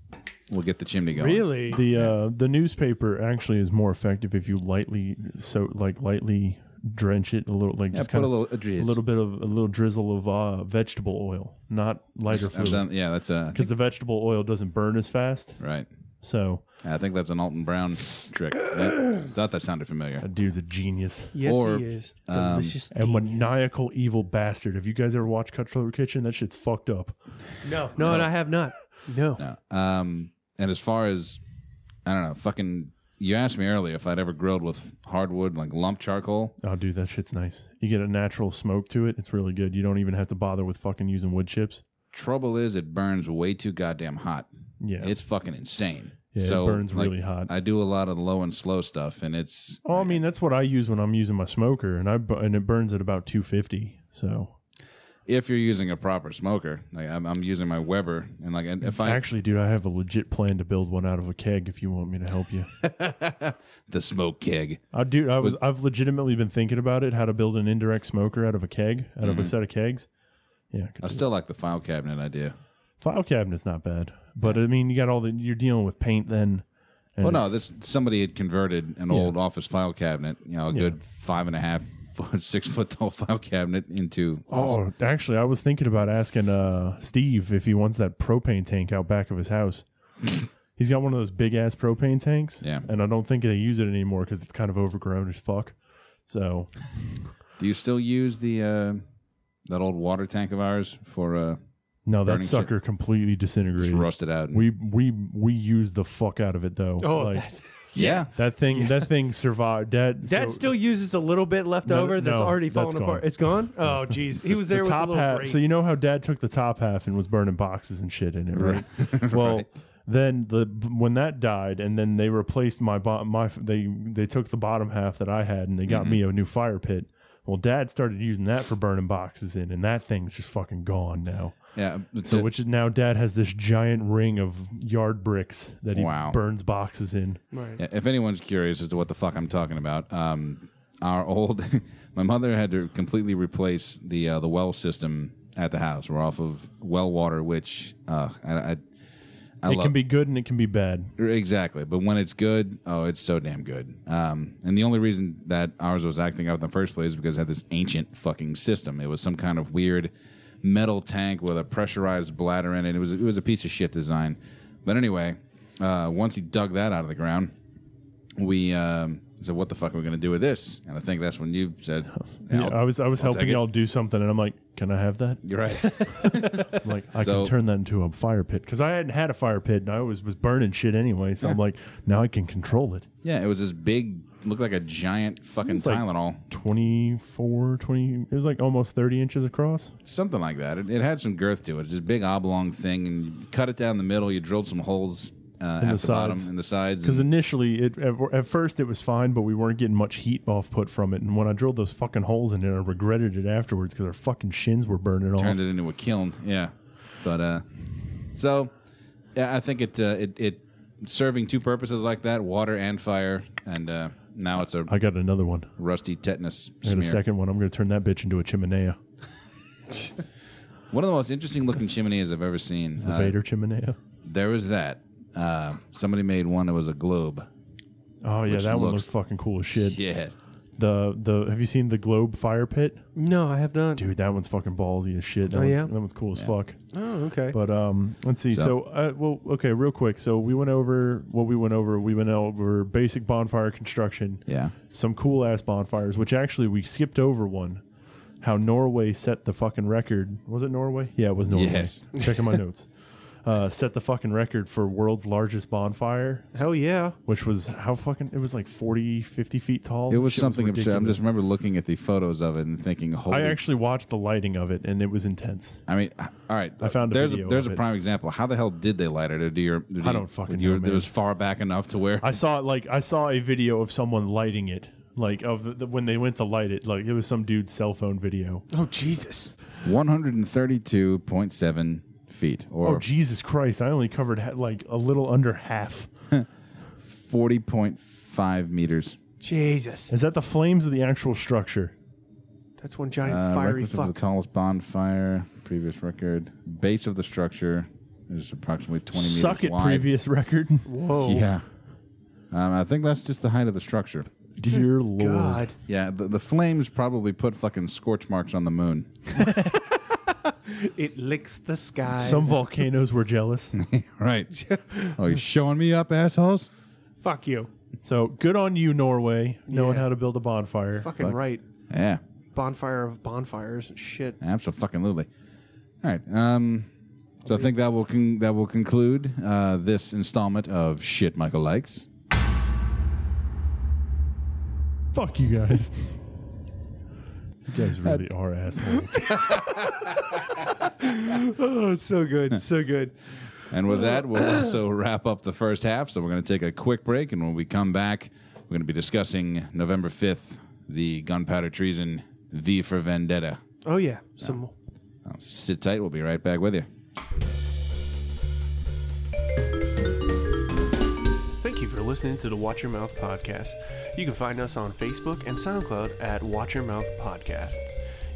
[SPEAKER 1] will get the chimney going.
[SPEAKER 2] Really?
[SPEAKER 3] The uh, the newspaper actually is more effective if you lightly so like lightly drench it a little like just
[SPEAKER 1] put
[SPEAKER 3] kind
[SPEAKER 1] a little- a drizz.
[SPEAKER 3] a little bit of a little drizzle of uh, vegetable oil, not lighter
[SPEAKER 1] I've
[SPEAKER 3] fluid,
[SPEAKER 1] done, yeah, that's a
[SPEAKER 3] because the vegetable oil doesn't burn as fast.
[SPEAKER 1] right.
[SPEAKER 3] So
[SPEAKER 1] I think that's an Alton Brown trick. That, [COUGHS] thought that sounded familiar.
[SPEAKER 3] that dude's a genius,
[SPEAKER 2] yes,
[SPEAKER 1] or,
[SPEAKER 2] he is. Delicious.
[SPEAKER 3] a maniacal evil bastard. Have you guys ever watched Cutthroat Kitchen? That shit's fucked up.
[SPEAKER 2] no, no, and I have not. No.
[SPEAKER 1] Um, and as far as I don't know, fucking. You asked me earlier if I'd ever grilled with hardwood, like lump charcoal.
[SPEAKER 3] Oh, dude, that shit's nice. You get a natural smoke to it. It's really good. You don't even have to bother with fucking using wood chips.
[SPEAKER 1] Trouble is, it burns way too goddamn hot.
[SPEAKER 3] Yeah,
[SPEAKER 1] It's fucking insane.
[SPEAKER 3] Yeah, it
[SPEAKER 1] so
[SPEAKER 3] burns
[SPEAKER 1] like,
[SPEAKER 3] really hot.
[SPEAKER 1] I do a lot of the low and slow stuff, and it's
[SPEAKER 3] Oh, I mean that's what I use when I'm using my smoker, and I bu- and it burns at about 250. So
[SPEAKER 1] if you're using a proper smoker, like I'm, I'm using my Weber, and like and if I
[SPEAKER 3] actually, dude, I have a legit plan to build one out of a keg. If you want me to help you,
[SPEAKER 1] the smoke keg,
[SPEAKER 3] I do. I was I've legitimately been thinking about it, how to build an indirect smoker out of a keg, out
[SPEAKER 1] Mm-hmm.
[SPEAKER 3] of a set of kegs. Yeah, I could
[SPEAKER 1] I
[SPEAKER 3] do-
[SPEAKER 1] still like the file cabinet idea.
[SPEAKER 3] file cabinet's not bad, but I mean you got all the you're dealing with paint then, and And
[SPEAKER 1] Well, Oh, no,
[SPEAKER 3] it's-
[SPEAKER 1] this somebody had converted an old office file cabinet, you know, a good five and a half foot, [LAUGHS] six foot tall file cabinet into.
[SPEAKER 3] Oh, actually, I was thinking about asking uh, Steve if he wants that propane tank out back of
[SPEAKER 1] [LAUGHS]
[SPEAKER 3] his house. He's got one of those big ass propane tanks.
[SPEAKER 1] Yeah.
[SPEAKER 3] And I don't think they use it anymore because it's kind of overgrown as fuck. So
[SPEAKER 1] Do you still use the uh, that old water tank of ours for uh,
[SPEAKER 3] no, that
[SPEAKER 1] Burning shit.
[SPEAKER 3] sucker completely disintegrated.
[SPEAKER 1] rusted out? and-
[SPEAKER 3] We we we used the fuck out of it though.
[SPEAKER 2] Oh,
[SPEAKER 3] like,
[SPEAKER 2] that,
[SPEAKER 3] that,
[SPEAKER 1] yeah.
[SPEAKER 3] thing that thing survived. That
[SPEAKER 2] that
[SPEAKER 3] so-
[SPEAKER 2] still uses a little bit left
[SPEAKER 3] No,
[SPEAKER 2] over that's
[SPEAKER 3] no,
[SPEAKER 2] already
[SPEAKER 3] that's
[SPEAKER 2] falling apart.
[SPEAKER 3] gone.
[SPEAKER 2] It's gone. Oh, jeez, he was there
[SPEAKER 3] the
[SPEAKER 2] with a
[SPEAKER 3] top
[SPEAKER 2] little
[SPEAKER 3] half.
[SPEAKER 2] grate.
[SPEAKER 3] So you know how Dad took the top half and was burning boxes and shit in it, right? Well, then the when that died, and then they replaced my bo- my they they took the bottom half that I had, and they got me a new fire pit. Well, Dad started using that for burning boxes in, and that thing's just fucking gone now.
[SPEAKER 1] Yeah. It's
[SPEAKER 3] So
[SPEAKER 1] a-
[SPEAKER 3] which is now Dad has this giant ring of yard bricks that he
[SPEAKER 1] Wow.
[SPEAKER 3] burns boxes in.
[SPEAKER 2] right.
[SPEAKER 1] Yeah, if anyone's curious as to what the fuck I'm talking about, um, our old [LAUGHS] my mother had to completely replace the uh, the well system at the house. We're off of well water, which uh, I, I, I
[SPEAKER 3] It
[SPEAKER 1] love
[SPEAKER 3] can be good and it can be bad.
[SPEAKER 1] exactly. But when it's good, oh, it's so damn good. Um, and the only reason that ours was acting out in the first place is because it had this ancient fucking system. It was some kind of weird metal tank with a pressurized bladder in it. It was it was a piece of shit design. But anyway, uh, once he dug that out of the ground we um, said, "What the fuck are we going to do with this?" And I think that's when you said,
[SPEAKER 3] [LAUGHS] Yeah, I was I was
[SPEAKER 1] I'll
[SPEAKER 3] helping
[SPEAKER 1] take it.
[SPEAKER 3] y'all do something, and I'm like, "Can I have that?"
[SPEAKER 1] You're right. [LAUGHS]
[SPEAKER 3] I'm like, I
[SPEAKER 1] So-
[SPEAKER 3] can turn that into a fire pit because I hadn't had a fire pit, and I always was burning shit anyway. So I'm like, now I can control it.
[SPEAKER 1] yeah, it was this big, looked like a giant fucking
[SPEAKER 3] like-
[SPEAKER 1] Tylenol,
[SPEAKER 3] 24, 20, it was like almost 30 inches across.
[SPEAKER 1] something like that. It, it had some girth to it. It's this big oblong thing, and you cut it down the middle. You drilled some holes uh, at the,
[SPEAKER 3] the
[SPEAKER 1] bottom
[SPEAKER 3] sides.
[SPEAKER 1] and the sides.
[SPEAKER 3] Because
[SPEAKER 1] and-
[SPEAKER 3] initially, it at, at first it was fine, but we weren't getting much heat off put from it. And when I drilled those fucking holes in it, I regretted it afterwards because our fucking shins were burning off.
[SPEAKER 1] turned it into a kiln. Yeah, but uh, so yeah, I think it uh, it it serving two purposes like that, water and fire, and uh, now it's a
[SPEAKER 3] I got another one.
[SPEAKER 1] rusty tetanus
[SPEAKER 3] I got
[SPEAKER 1] smear.
[SPEAKER 3] a second one. I'm going to turn that bitch into a chimenea,
[SPEAKER 1] One of the most interesting looking chimneys I've ever seen.
[SPEAKER 3] the
[SPEAKER 1] Uh,
[SPEAKER 3] Vader chimenea.
[SPEAKER 1] There was that. Uh, somebody made one that was a globe.
[SPEAKER 3] Oh yeah,
[SPEAKER 1] which
[SPEAKER 3] that one
[SPEAKER 1] looks-
[SPEAKER 3] looks fucking cool as shit.
[SPEAKER 1] Yeah.
[SPEAKER 3] The the have you seen the globe fire pit?
[SPEAKER 2] No, I have not.
[SPEAKER 3] Dude, that one's fucking ballsy as shit. That,
[SPEAKER 2] Oh,
[SPEAKER 3] one's,
[SPEAKER 2] yeah?
[SPEAKER 3] that one's cool as fuck.
[SPEAKER 2] Oh, okay.
[SPEAKER 3] But um, let's see. So, uh, well, okay, real quick. So we went over what we went over. We went over basic bonfire construction.
[SPEAKER 1] Yeah.
[SPEAKER 3] Some cool ass bonfires, which actually we skipped over one. How Norway set the fucking record? Was it Norway? Yeah, it was Norway.
[SPEAKER 1] Yes. [LAUGHS]
[SPEAKER 3] Checking my notes. Uh, set the fucking record for world's largest bonfire,
[SPEAKER 2] Hell yeah.
[SPEAKER 3] which was how fucking it was like 40, 50 feet tall.
[SPEAKER 1] It was
[SPEAKER 3] Shit
[SPEAKER 1] something absurd. I
[SPEAKER 3] ridiculous.
[SPEAKER 1] just remember looking at the photos of it and thinking, holy.
[SPEAKER 3] I actually watched the lighting of it, and it was intense.
[SPEAKER 1] I mean, h- all right. I
[SPEAKER 3] found a
[SPEAKER 1] there's
[SPEAKER 3] video
[SPEAKER 1] a there's
[SPEAKER 3] of
[SPEAKER 1] a
[SPEAKER 3] it.
[SPEAKER 1] prime example. How the hell did they light it? Or do your do
[SPEAKER 3] I
[SPEAKER 1] you-
[SPEAKER 3] don't fucking
[SPEAKER 1] do you-
[SPEAKER 3] know,
[SPEAKER 1] It
[SPEAKER 3] man.
[SPEAKER 1] was far back enough to where
[SPEAKER 3] I saw like I saw a video of someone lighting it, like of the, the, when they went to light it, like it was some dude's cell phone video.
[SPEAKER 2] Oh Jesus.
[SPEAKER 1] 132.7 feet
[SPEAKER 3] Oh
[SPEAKER 1] or
[SPEAKER 3] Jesus Christ! I only covered ha- like a little under half.
[SPEAKER 1] 40.5 meters.
[SPEAKER 2] Jesus.
[SPEAKER 3] Is that the flames of the actual structure?
[SPEAKER 2] That's one giant
[SPEAKER 1] Uh,
[SPEAKER 2] fiery
[SPEAKER 1] requisite of
[SPEAKER 2] fuck.
[SPEAKER 1] the tallest bonfire. Previous record. Base of the structure is approximately 20
[SPEAKER 3] Suck
[SPEAKER 1] meters
[SPEAKER 3] it,
[SPEAKER 1] wide. [LAUGHS]
[SPEAKER 3] previous record.
[SPEAKER 2] Whoa.
[SPEAKER 1] Yeah. Um, I think that's just the height of the structure.
[SPEAKER 3] Dear Lord,
[SPEAKER 2] God.
[SPEAKER 1] Yeah, the, the flames probably put fucking scorch marks on the moon. [LAUGHS]
[SPEAKER 2] It licks the sky.
[SPEAKER 3] some volcanoes were
[SPEAKER 1] [LAUGHS]
[SPEAKER 3] jealous. [LAUGHS]
[SPEAKER 1] right. oh, you showing me up, assholes?
[SPEAKER 2] fuck you.
[SPEAKER 3] so good on you, Norway, knowing
[SPEAKER 2] Yeah.
[SPEAKER 3] how to build a bonfire.
[SPEAKER 2] Fucking
[SPEAKER 1] Fuck.
[SPEAKER 2] right.
[SPEAKER 1] Yeah,
[SPEAKER 2] Bonfire of bonfires. Shit.
[SPEAKER 1] absolutely. All right. Um, so I think that will con- that will conclude uh, this installment of shit Michael likes.
[SPEAKER 3] Fuck you
[SPEAKER 1] [LAUGHS]
[SPEAKER 3] guys. You guys really are assholes.
[SPEAKER 2] Oh, it's so good. [LAUGHS] It's so good.
[SPEAKER 1] And with that, we'll also wrap up the first half. So we're going to take a quick break, and when we come back, we're going to be discussing November fifth, the gunpowder treason, V for Vendetta.
[SPEAKER 2] Oh yeah. Some
[SPEAKER 1] Uh, sit tight. We'll be right back with you.
[SPEAKER 2] Thank you for listening to the Watch Your Mouth podcast. You can find us on Facebook and SoundCloud at Watch Your Mouth Podcast.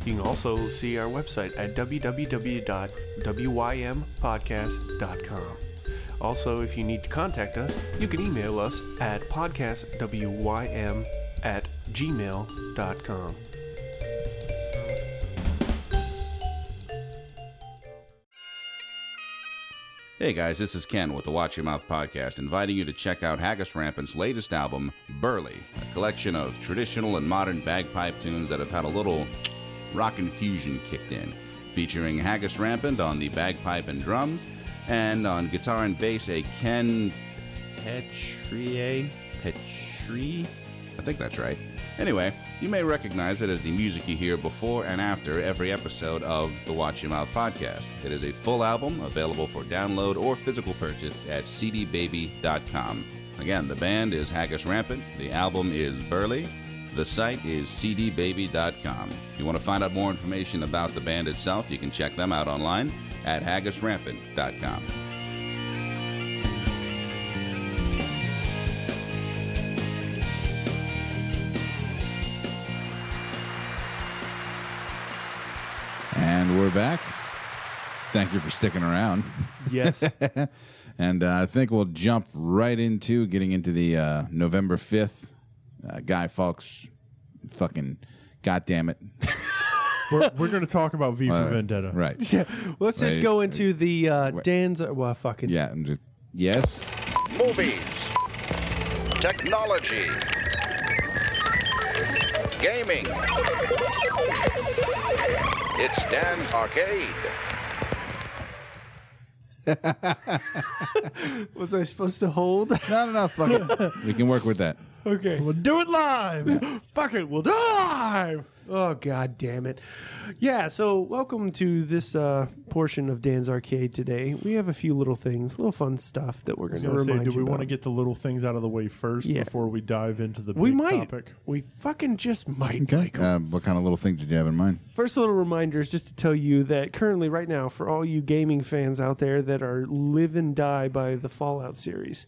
[SPEAKER 2] You can also see our website at www.wympodcast.com.
[SPEAKER 5] Also, if you need to contact us, you can email us at podcastwym at gmail.com.
[SPEAKER 1] Hey guys, this is Ken with the Watch Your Mouth podcast, inviting you to check out Haggis Rampant's latest album, Burley, a collection of traditional and modern bagpipe tunes that have had a little rock infusion kicked in, featuring Haggis Rampant on the bagpipe and drums, and on guitar and bass, a Ken Petrie. Petrie? I think that's right. Anyway, you may recognize it as the music you hear before and after every episode of the Watch Your Mouth podcast. It is a full album available for download or physical purchase at cdbaby.com. Again, the band is Haggis Rampant, the album is Burley, the site is cdbaby.com. If you want to find out more information about the band itself, you can check them out online at haggisrampant.com.
[SPEAKER 6] And we're back. Thank you for sticking around.
[SPEAKER 2] [LAUGHS] Yes.
[SPEAKER 6] And uh, I think we'll jump right into getting into the uh, November 5th uh, Guy Fawkes fucking goddamn it.
[SPEAKER 3] We're, we're going to talk about V for Vendetta.
[SPEAKER 6] Right.
[SPEAKER 2] yeah. [LAUGHS] Let's just
[SPEAKER 6] Wait,
[SPEAKER 2] go into the uh, Danza. Well, fucking.
[SPEAKER 6] Yeah. I'm just- yes.
[SPEAKER 7] movies, technology, gaming. It's Dan's Arcade.
[SPEAKER 2] Was I supposed to hold?
[SPEAKER 6] [LAUGHS] No, no, no. Fuck it. We can work
[SPEAKER 3] [LAUGHS]
[SPEAKER 6] with that.
[SPEAKER 2] okay.
[SPEAKER 3] We'll do it live.
[SPEAKER 2] Fuck it, [GASPS] we'll dive. Oh god damn it! Yeah, so welcome to this uh, portion of Dan's Arcade today. We have a few little things, little fun stuff that we're going to
[SPEAKER 3] gonna say,
[SPEAKER 2] remind
[SPEAKER 3] do
[SPEAKER 2] you.
[SPEAKER 3] we want to
[SPEAKER 2] about.
[SPEAKER 3] get the little things out of the way first
[SPEAKER 2] Yeah.
[SPEAKER 3] before we dive into the
[SPEAKER 2] We
[SPEAKER 3] big
[SPEAKER 2] might.
[SPEAKER 3] topic?
[SPEAKER 2] We fucking just might. Michael.
[SPEAKER 6] Uh, what kind of little things did you have in mind?
[SPEAKER 2] First little reminder is just to tell you that currently, right now, for all you gaming fans out there that are live and die by the Fallout series,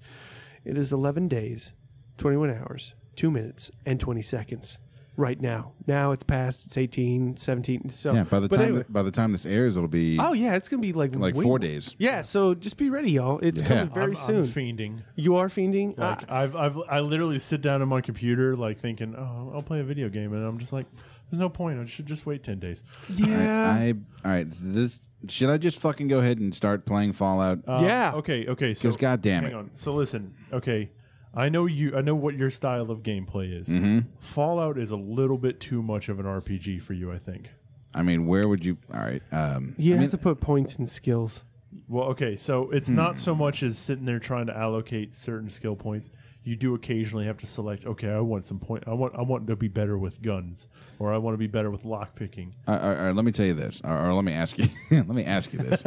[SPEAKER 2] it is 11 days, 21 hours, 2 minutes, and 20 seconds right now. Now it's past, it's 18, 17. So,
[SPEAKER 6] Yeah. By the
[SPEAKER 2] Oh, but
[SPEAKER 6] time
[SPEAKER 2] anyway.
[SPEAKER 6] by the time this airs, it'll be
[SPEAKER 2] Oh yeah, it's gonna be like
[SPEAKER 6] like
[SPEAKER 2] way-
[SPEAKER 6] four days.
[SPEAKER 2] Yeah, so just be ready, y'all. It's
[SPEAKER 6] Yeah.
[SPEAKER 2] coming very
[SPEAKER 3] I'm,
[SPEAKER 2] soon.
[SPEAKER 3] I'm fiending.
[SPEAKER 2] you are fiending.
[SPEAKER 3] Like
[SPEAKER 2] Ah,
[SPEAKER 3] I've, I've, I literally sit down on my computer, like thinking, oh, I'll play a video game, and I'm just like, there's no point. I should just wait ten days. Um,
[SPEAKER 2] yeah,
[SPEAKER 6] I all right. so This should I just fucking go ahead and start playing Fallout?
[SPEAKER 3] Uh,
[SPEAKER 2] Yeah.
[SPEAKER 3] Okay. Okay. So
[SPEAKER 6] 'Cause goddamn
[SPEAKER 3] hang
[SPEAKER 6] it.
[SPEAKER 3] on. So listen. Okay. I know you. I know what your style of gameplay is.
[SPEAKER 2] Mm-hmm.
[SPEAKER 3] Fallout is a little bit too much of an RPG for you. I think.
[SPEAKER 6] I mean, where would you? All right. Um,
[SPEAKER 2] you have to put points and skills.
[SPEAKER 3] Well, okay, so it's
[SPEAKER 2] Hmm.
[SPEAKER 3] not so much as sitting there trying to allocate certain skill points. You do occasionally have to select. Okay, I want some point. I want. I want to be better with guns, or I want to be better with lock picking.
[SPEAKER 6] all right, all right, all right, let me tell you this, or, or let me ask you. [LAUGHS] let me ask
[SPEAKER 3] [LAUGHS]
[SPEAKER 6] you this.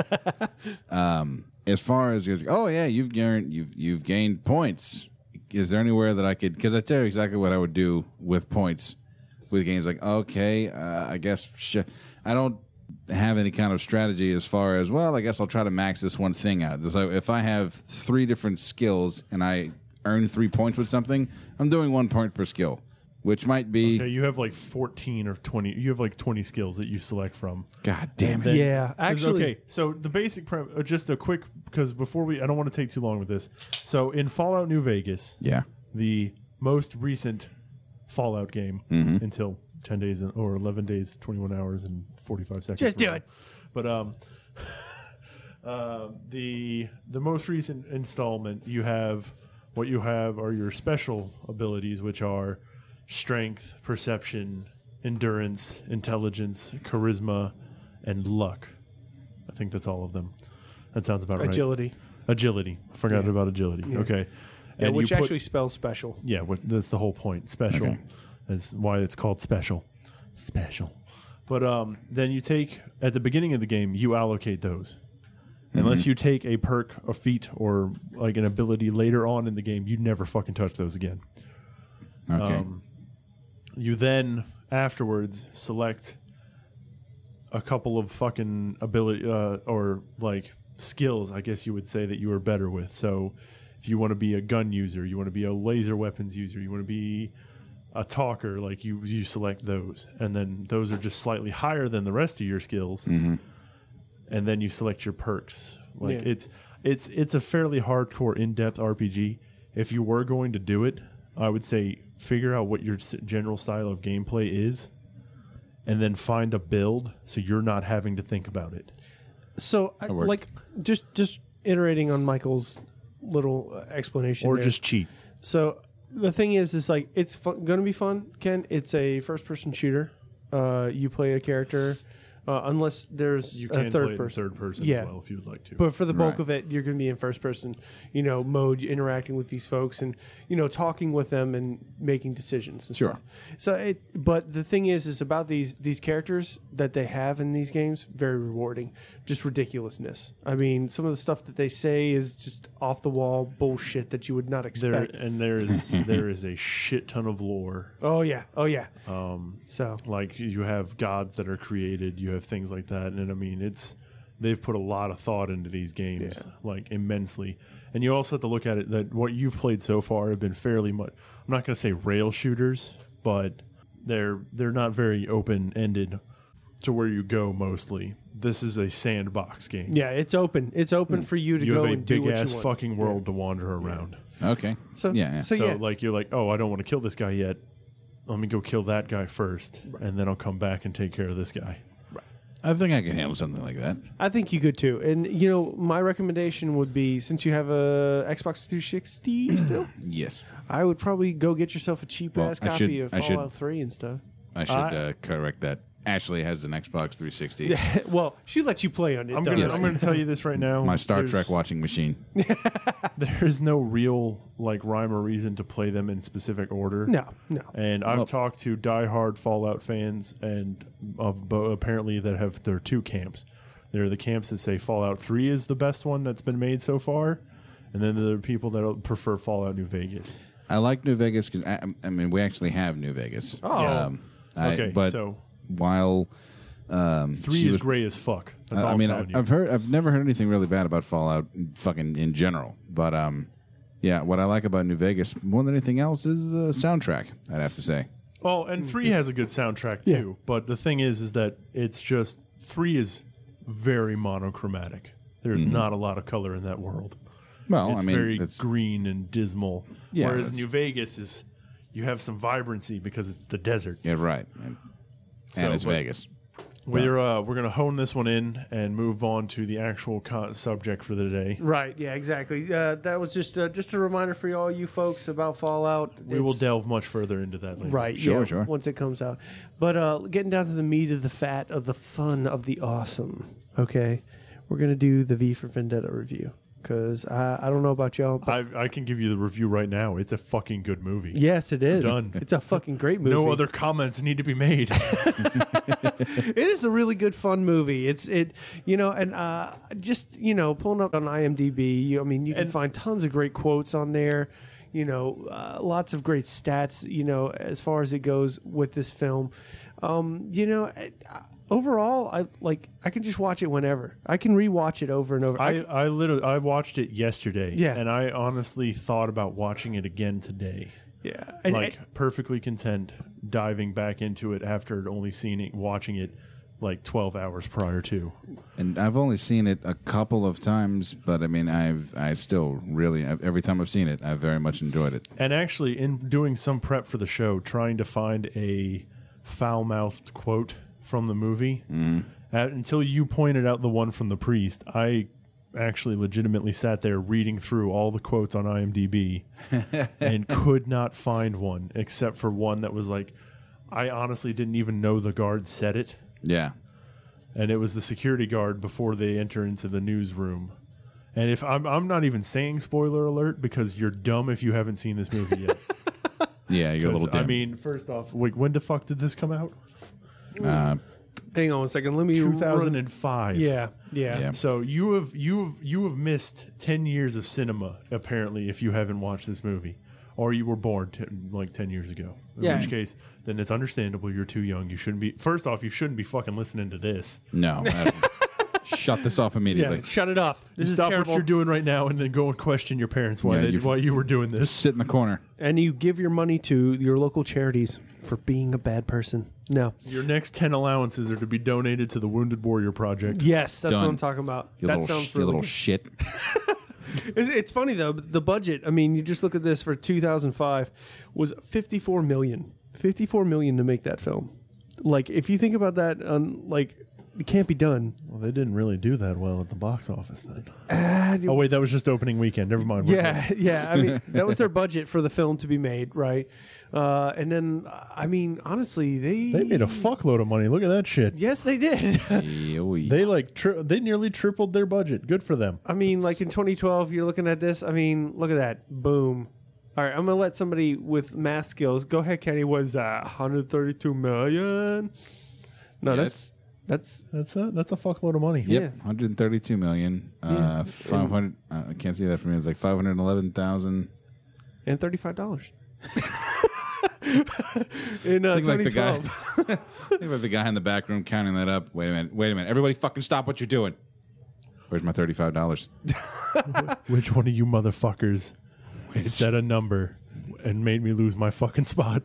[SPEAKER 6] um, as far as oh yeah, you've gained you've you've gained points. Is there anywhere that I could? Because I tell you exactly what I would do with points with games. Like okay, uh, I guess sh- I don't have any kind of strategy as far as well. I guess I'll try to max this one thing out. So if I have three different skills and I earn three points with something, I'm doing one point per skill, which might be
[SPEAKER 3] Okay, you have like fourteen or twenty. You have like twenty skills that you select from.
[SPEAKER 6] God damn it.
[SPEAKER 3] Then-
[SPEAKER 2] Yeah,
[SPEAKER 3] 'cause,
[SPEAKER 2] Uh, actually-
[SPEAKER 3] okay. So the basic prem uh, just a quick because before we, I don't want to take too long with this. So in Fallout New Vegas,
[SPEAKER 6] yeah.
[SPEAKER 3] the most recent Fallout game until 10 days and- or 11 days, 21 hours and 45 seconds.
[SPEAKER 2] Just do
[SPEAKER 3] whatever.
[SPEAKER 2] it.
[SPEAKER 3] But um, [LAUGHS] uh, the the most recent installment, you have what you have are your special abilities, which are strength, perception, endurance, intelligence, charisma, and luck. I think that's all of them. That sounds about right.
[SPEAKER 2] Agility,
[SPEAKER 3] Agility. Forgot about agility. Okay.
[SPEAKER 2] yeah,
[SPEAKER 3] And you
[SPEAKER 2] which
[SPEAKER 3] put-
[SPEAKER 2] actually spells special.
[SPEAKER 3] yeah, what, that's the whole point. Special. That's why it's called special. Special. But um, then you take at the beginning of the game, you allocate those. Unless you take a perk, a feat, or like an ability later on in the game, you never fucking touch those again.
[SPEAKER 6] Okay.
[SPEAKER 3] Um, You then afterwards select a couple of fucking ability uh, or like skills, I guess you would say that you were better with. So if you want to be a gun user, you want to be a laser weapons user, you want to be a talker, like you you select those, and then those are just slightly
[SPEAKER 2] Mm-hmm.
[SPEAKER 3] higher than the rest of your skills, and then you select your perks. Like
[SPEAKER 2] Yeah.
[SPEAKER 3] it's It's it's a fairly hardcore, in depth RPG. If you were going to do it, I would say figure out what your s- general style of gameplay is, and then find a build so you're not having to think about it.
[SPEAKER 2] So, I,
[SPEAKER 1] worked.
[SPEAKER 2] like, just just iterating on Michael's little uh, explanation,
[SPEAKER 3] Or
[SPEAKER 2] there.
[SPEAKER 3] just cheat.
[SPEAKER 2] so the thing is, is like it's fun, gonna be fun, Ken. It's a first-person shooter. Uh, you play a character, uh, unless there's
[SPEAKER 3] You
[SPEAKER 2] a
[SPEAKER 3] can
[SPEAKER 2] third
[SPEAKER 3] play
[SPEAKER 2] person.
[SPEAKER 3] third person
[SPEAKER 2] Yeah.
[SPEAKER 3] as well if you would like to.
[SPEAKER 2] but for the bulk
[SPEAKER 1] Right.
[SPEAKER 2] of it, you're going to be in first person, you know, mode interacting with these folks and you know talking with them and making decisions. And
[SPEAKER 1] Sure.
[SPEAKER 2] Stuff. So, it, but the thing is, is about these these characters that they have in these games, very rewarding. Just ridiculousness. I mean, some of the stuff that they say is just off the wall bullshit that you would not
[SPEAKER 3] there
[SPEAKER 2] expect.
[SPEAKER 3] and there [LAUGHS] is there is a shit ton of lore.
[SPEAKER 2] oh yeah, oh yeah. Um. So
[SPEAKER 3] Like you have gods that are created, you have things like that, and I mean it's they've put a lot of thought into these games, like immensely. And you also have to look at it that what you've played so far have been fairly much. I'm not going to say rail shooters, but they're they're not very open ended to where you go mostly. This is a sandbox game.
[SPEAKER 2] yeah, it's open. It's open for you to
[SPEAKER 3] You
[SPEAKER 2] go
[SPEAKER 3] have a
[SPEAKER 2] and do
[SPEAKER 3] big
[SPEAKER 2] what
[SPEAKER 3] ass
[SPEAKER 2] you want.
[SPEAKER 3] fucking world to wander around.
[SPEAKER 1] Okay.
[SPEAKER 2] so
[SPEAKER 1] yeah. yeah.
[SPEAKER 2] So,
[SPEAKER 3] So
[SPEAKER 2] yeah.
[SPEAKER 3] like you're like, oh, I don't want to kill this guy yet. Let me go kill that guy first, and then I'll come back and take care of this guy.
[SPEAKER 1] I think I can handle something like that.
[SPEAKER 2] I think you could too. And you know, my recommendation would be since you have a Xbox
[SPEAKER 1] [CLEARS THROAT]
[SPEAKER 2] 360 still,
[SPEAKER 1] Yes.
[SPEAKER 2] I would probably go get yourself a cheap
[SPEAKER 1] Well,
[SPEAKER 2] ass
[SPEAKER 1] I
[SPEAKER 2] copy
[SPEAKER 1] should-
[SPEAKER 2] of
[SPEAKER 1] I should-
[SPEAKER 2] Fallout 3 and stuff. [LAUGHS]
[SPEAKER 1] I should uh, correct that. Ashley has an Xbox 360.
[SPEAKER 2] well, she let you play on it.
[SPEAKER 3] I'm
[SPEAKER 2] though.
[SPEAKER 3] gonna
[SPEAKER 1] Yes.
[SPEAKER 3] I'm gonna tell you this right now.
[SPEAKER 1] [LAUGHS] My Star
[SPEAKER 3] There's-
[SPEAKER 1] Trek watching machine.
[SPEAKER 3] [LAUGHS] There's no real like rhyme or reason to play them in specific order.
[SPEAKER 2] No, no.
[SPEAKER 3] And I've talked to diehard Fallout fans, and of bo- apparently that have there are two camps. There are the camps that say Fallout Three is the best one that's been made so far, and then there are people that prefer Fallout New Vegas.
[SPEAKER 1] I like New Vegas because I, I mean we actually have New Vegas. Oh,
[SPEAKER 3] Okay,
[SPEAKER 1] but
[SPEAKER 3] so-
[SPEAKER 1] while um,
[SPEAKER 3] Three
[SPEAKER 1] she
[SPEAKER 3] is
[SPEAKER 1] was-
[SPEAKER 3] gray as fuck. That's all
[SPEAKER 1] I
[SPEAKER 3] I'm
[SPEAKER 1] mean, I,
[SPEAKER 3] telling you.
[SPEAKER 1] I've heard, I've never heard anything really bad about Fallout, fucking in general. But um, yeah, what I like about New Vegas more than anything else is the soundtrack. I'd have to say.
[SPEAKER 3] Oh,
[SPEAKER 1] Mm,
[SPEAKER 3] and three has a good soundtrack too. But the thing is, is that it's just three is very monochromatic. There's not a lot of color in that world.
[SPEAKER 1] Mm-hmm. Well,
[SPEAKER 3] it's
[SPEAKER 1] I mean,
[SPEAKER 3] very
[SPEAKER 1] that's-
[SPEAKER 3] green and dismal.
[SPEAKER 1] Yeah,
[SPEAKER 3] Whereas
[SPEAKER 1] that's-
[SPEAKER 3] New Vegas is, you have some vibrancy because it's the desert.
[SPEAKER 1] yeah, right, and,
[SPEAKER 3] So,
[SPEAKER 1] and it's
[SPEAKER 3] but-
[SPEAKER 1] Vegas.
[SPEAKER 3] We're uh, we're gonna hone this one in and move on to the actual co- subject for the day.
[SPEAKER 2] Right, yeah, exactly. Uh, that was just uh, just a reminder for all you folks about Fallout.
[SPEAKER 3] We will delve much further into that later.
[SPEAKER 2] Right,
[SPEAKER 1] Sure,
[SPEAKER 2] yeah,
[SPEAKER 1] sure.
[SPEAKER 2] Once it comes out, but uh, getting down to the meat of the fat of the fun of the awesome. Okay, we're gonna do the V for Vendetta review because I, I don't know about y'all, but
[SPEAKER 3] I, I can give you the review right now. It's a fucking good movie.
[SPEAKER 2] Yes, it is.
[SPEAKER 3] Done.
[SPEAKER 2] It's a fucking great
[SPEAKER 3] [LAUGHS]
[SPEAKER 2] movie.
[SPEAKER 3] No other comments need to be made.
[SPEAKER 2] It is a really good fun movie. It's it, you know, and uh, just you know, pulling up on IMDb. You, I mean, you can find tons of great quotes on there. You know, uh, lots of great stats. You know, as far as it goes with this film, um, you know. I- I- Overall, I like. I can just watch it whenever. I can rewatch it over and over.
[SPEAKER 3] I, I literally I watched it yesterday.
[SPEAKER 2] Yeah.
[SPEAKER 3] And I honestly thought about watching it again today.
[SPEAKER 2] yeah, and,
[SPEAKER 3] like perfectly content diving back into it after only seeing it watching it like twelve hours prior to.
[SPEAKER 1] And I've only seen it a couple of times, but I mean, I've I still really every time I've seen it, I've very much enjoyed it.
[SPEAKER 3] And actually in doing some prep for the show, trying to find a foul mouthed quote from the movie. Uh, until you pointed out the one from the priest, I actually legitimately sat there reading through all the quotes on IMDb and could not find one except for one that was like, I honestly didn't even know the guard said it.
[SPEAKER 1] Yeah,
[SPEAKER 3] And it was the security guard before they enter into the newsroom. And if I'm, I'm not even saying spoiler alert because you're dumb if you haven't seen this movie yet.
[SPEAKER 1] yeah, you're a little. Dim.
[SPEAKER 3] I mean, first off, wait, when the fuck did this come out?
[SPEAKER 2] hang on a second. Let me
[SPEAKER 3] 2005.
[SPEAKER 2] Yeah, yeah,
[SPEAKER 1] Yeah.
[SPEAKER 3] So you have you have you have missed ten years of cinema apparently if you haven't watched this movie, or you were born t- like ten years ago. In
[SPEAKER 2] Yeah.
[SPEAKER 3] which case, then it's understandable. You're too young. You shouldn't be. First off, you shouldn't be fucking listening to this.
[SPEAKER 1] no,
[SPEAKER 2] [LAUGHS]
[SPEAKER 1] I- shut this off immediately.
[SPEAKER 2] Shut it off. This
[SPEAKER 3] you
[SPEAKER 2] is
[SPEAKER 3] stop
[SPEAKER 2] terrible.
[SPEAKER 3] what you're doing right now, and then go and question your parents why
[SPEAKER 1] Yeah,
[SPEAKER 3] they,
[SPEAKER 1] you-
[SPEAKER 3] why you were doing this.
[SPEAKER 1] Sit in the corner.
[SPEAKER 2] and you give your money to your local charities for being a bad person. No.
[SPEAKER 3] Your next ten allowances are to be donated to the Wounded Warrior Project.
[SPEAKER 2] Yes, that's what
[SPEAKER 1] Done.
[SPEAKER 2] I'm talking about.
[SPEAKER 1] You
[SPEAKER 2] that
[SPEAKER 1] little,
[SPEAKER 2] sounds
[SPEAKER 1] sh- you
[SPEAKER 2] really
[SPEAKER 1] little
[SPEAKER 2] good.
[SPEAKER 1] shit.
[SPEAKER 2] It's, it's funny though. but The budget. I mean, you just look at this for 2005 was 54 million. 54 million to make that film. Like, if you think about that, on like, it can't be done.
[SPEAKER 3] Well, they didn't really do that well at the box office then.
[SPEAKER 2] do-
[SPEAKER 3] oh wait, that was just opening weekend. Never mind. We're
[SPEAKER 2] Yeah, [LAUGHS] yeah. I mean, that was their budget for the film to be made, right? Uh, and then, I mean, honestly, they
[SPEAKER 3] They made a fuckload of money. Look at that shit.
[SPEAKER 2] yes, they did. [LAUGHS]
[SPEAKER 6] Yo-y.
[SPEAKER 3] They like tri- they nearly tripled their budget. Good for them.
[SPEAKER 2] I mean, like in 2012, you're looking at this. I mean, look at that. Boom. All right, I'm gonna let somebody with math skills go ahead. Kenny was uh, 132 million. No,
[SPEAKER 6] Yes.
[SPEAKER 2] that's that's
[SPEAKER 3] That's a that's a fuckload of money.
[SPEAKER 6] Yep,
[SPEAKER 2] yeah.
[SPEAKER 6] 132 million. Uh, 500. Uh, I can't see that from here. It's like 511,000.
[SPEAKER 2] and 35 dollars. [LAUGHS] in uh,
[SPEAKER 6] Think like the guy.
[SPEAKER 2] 2012,
[SPEAKER 1] [LAUGHS]
[SPEAKER 6] Think about the guy in the back room counting that up. Wait a minute. Wait a minute. Everybody, fucking stop what you're doing. Where's my thirty-five dollars?
[SPEAKER 3] Which one of you motherfuckers said a number and made me lose my fucking spot?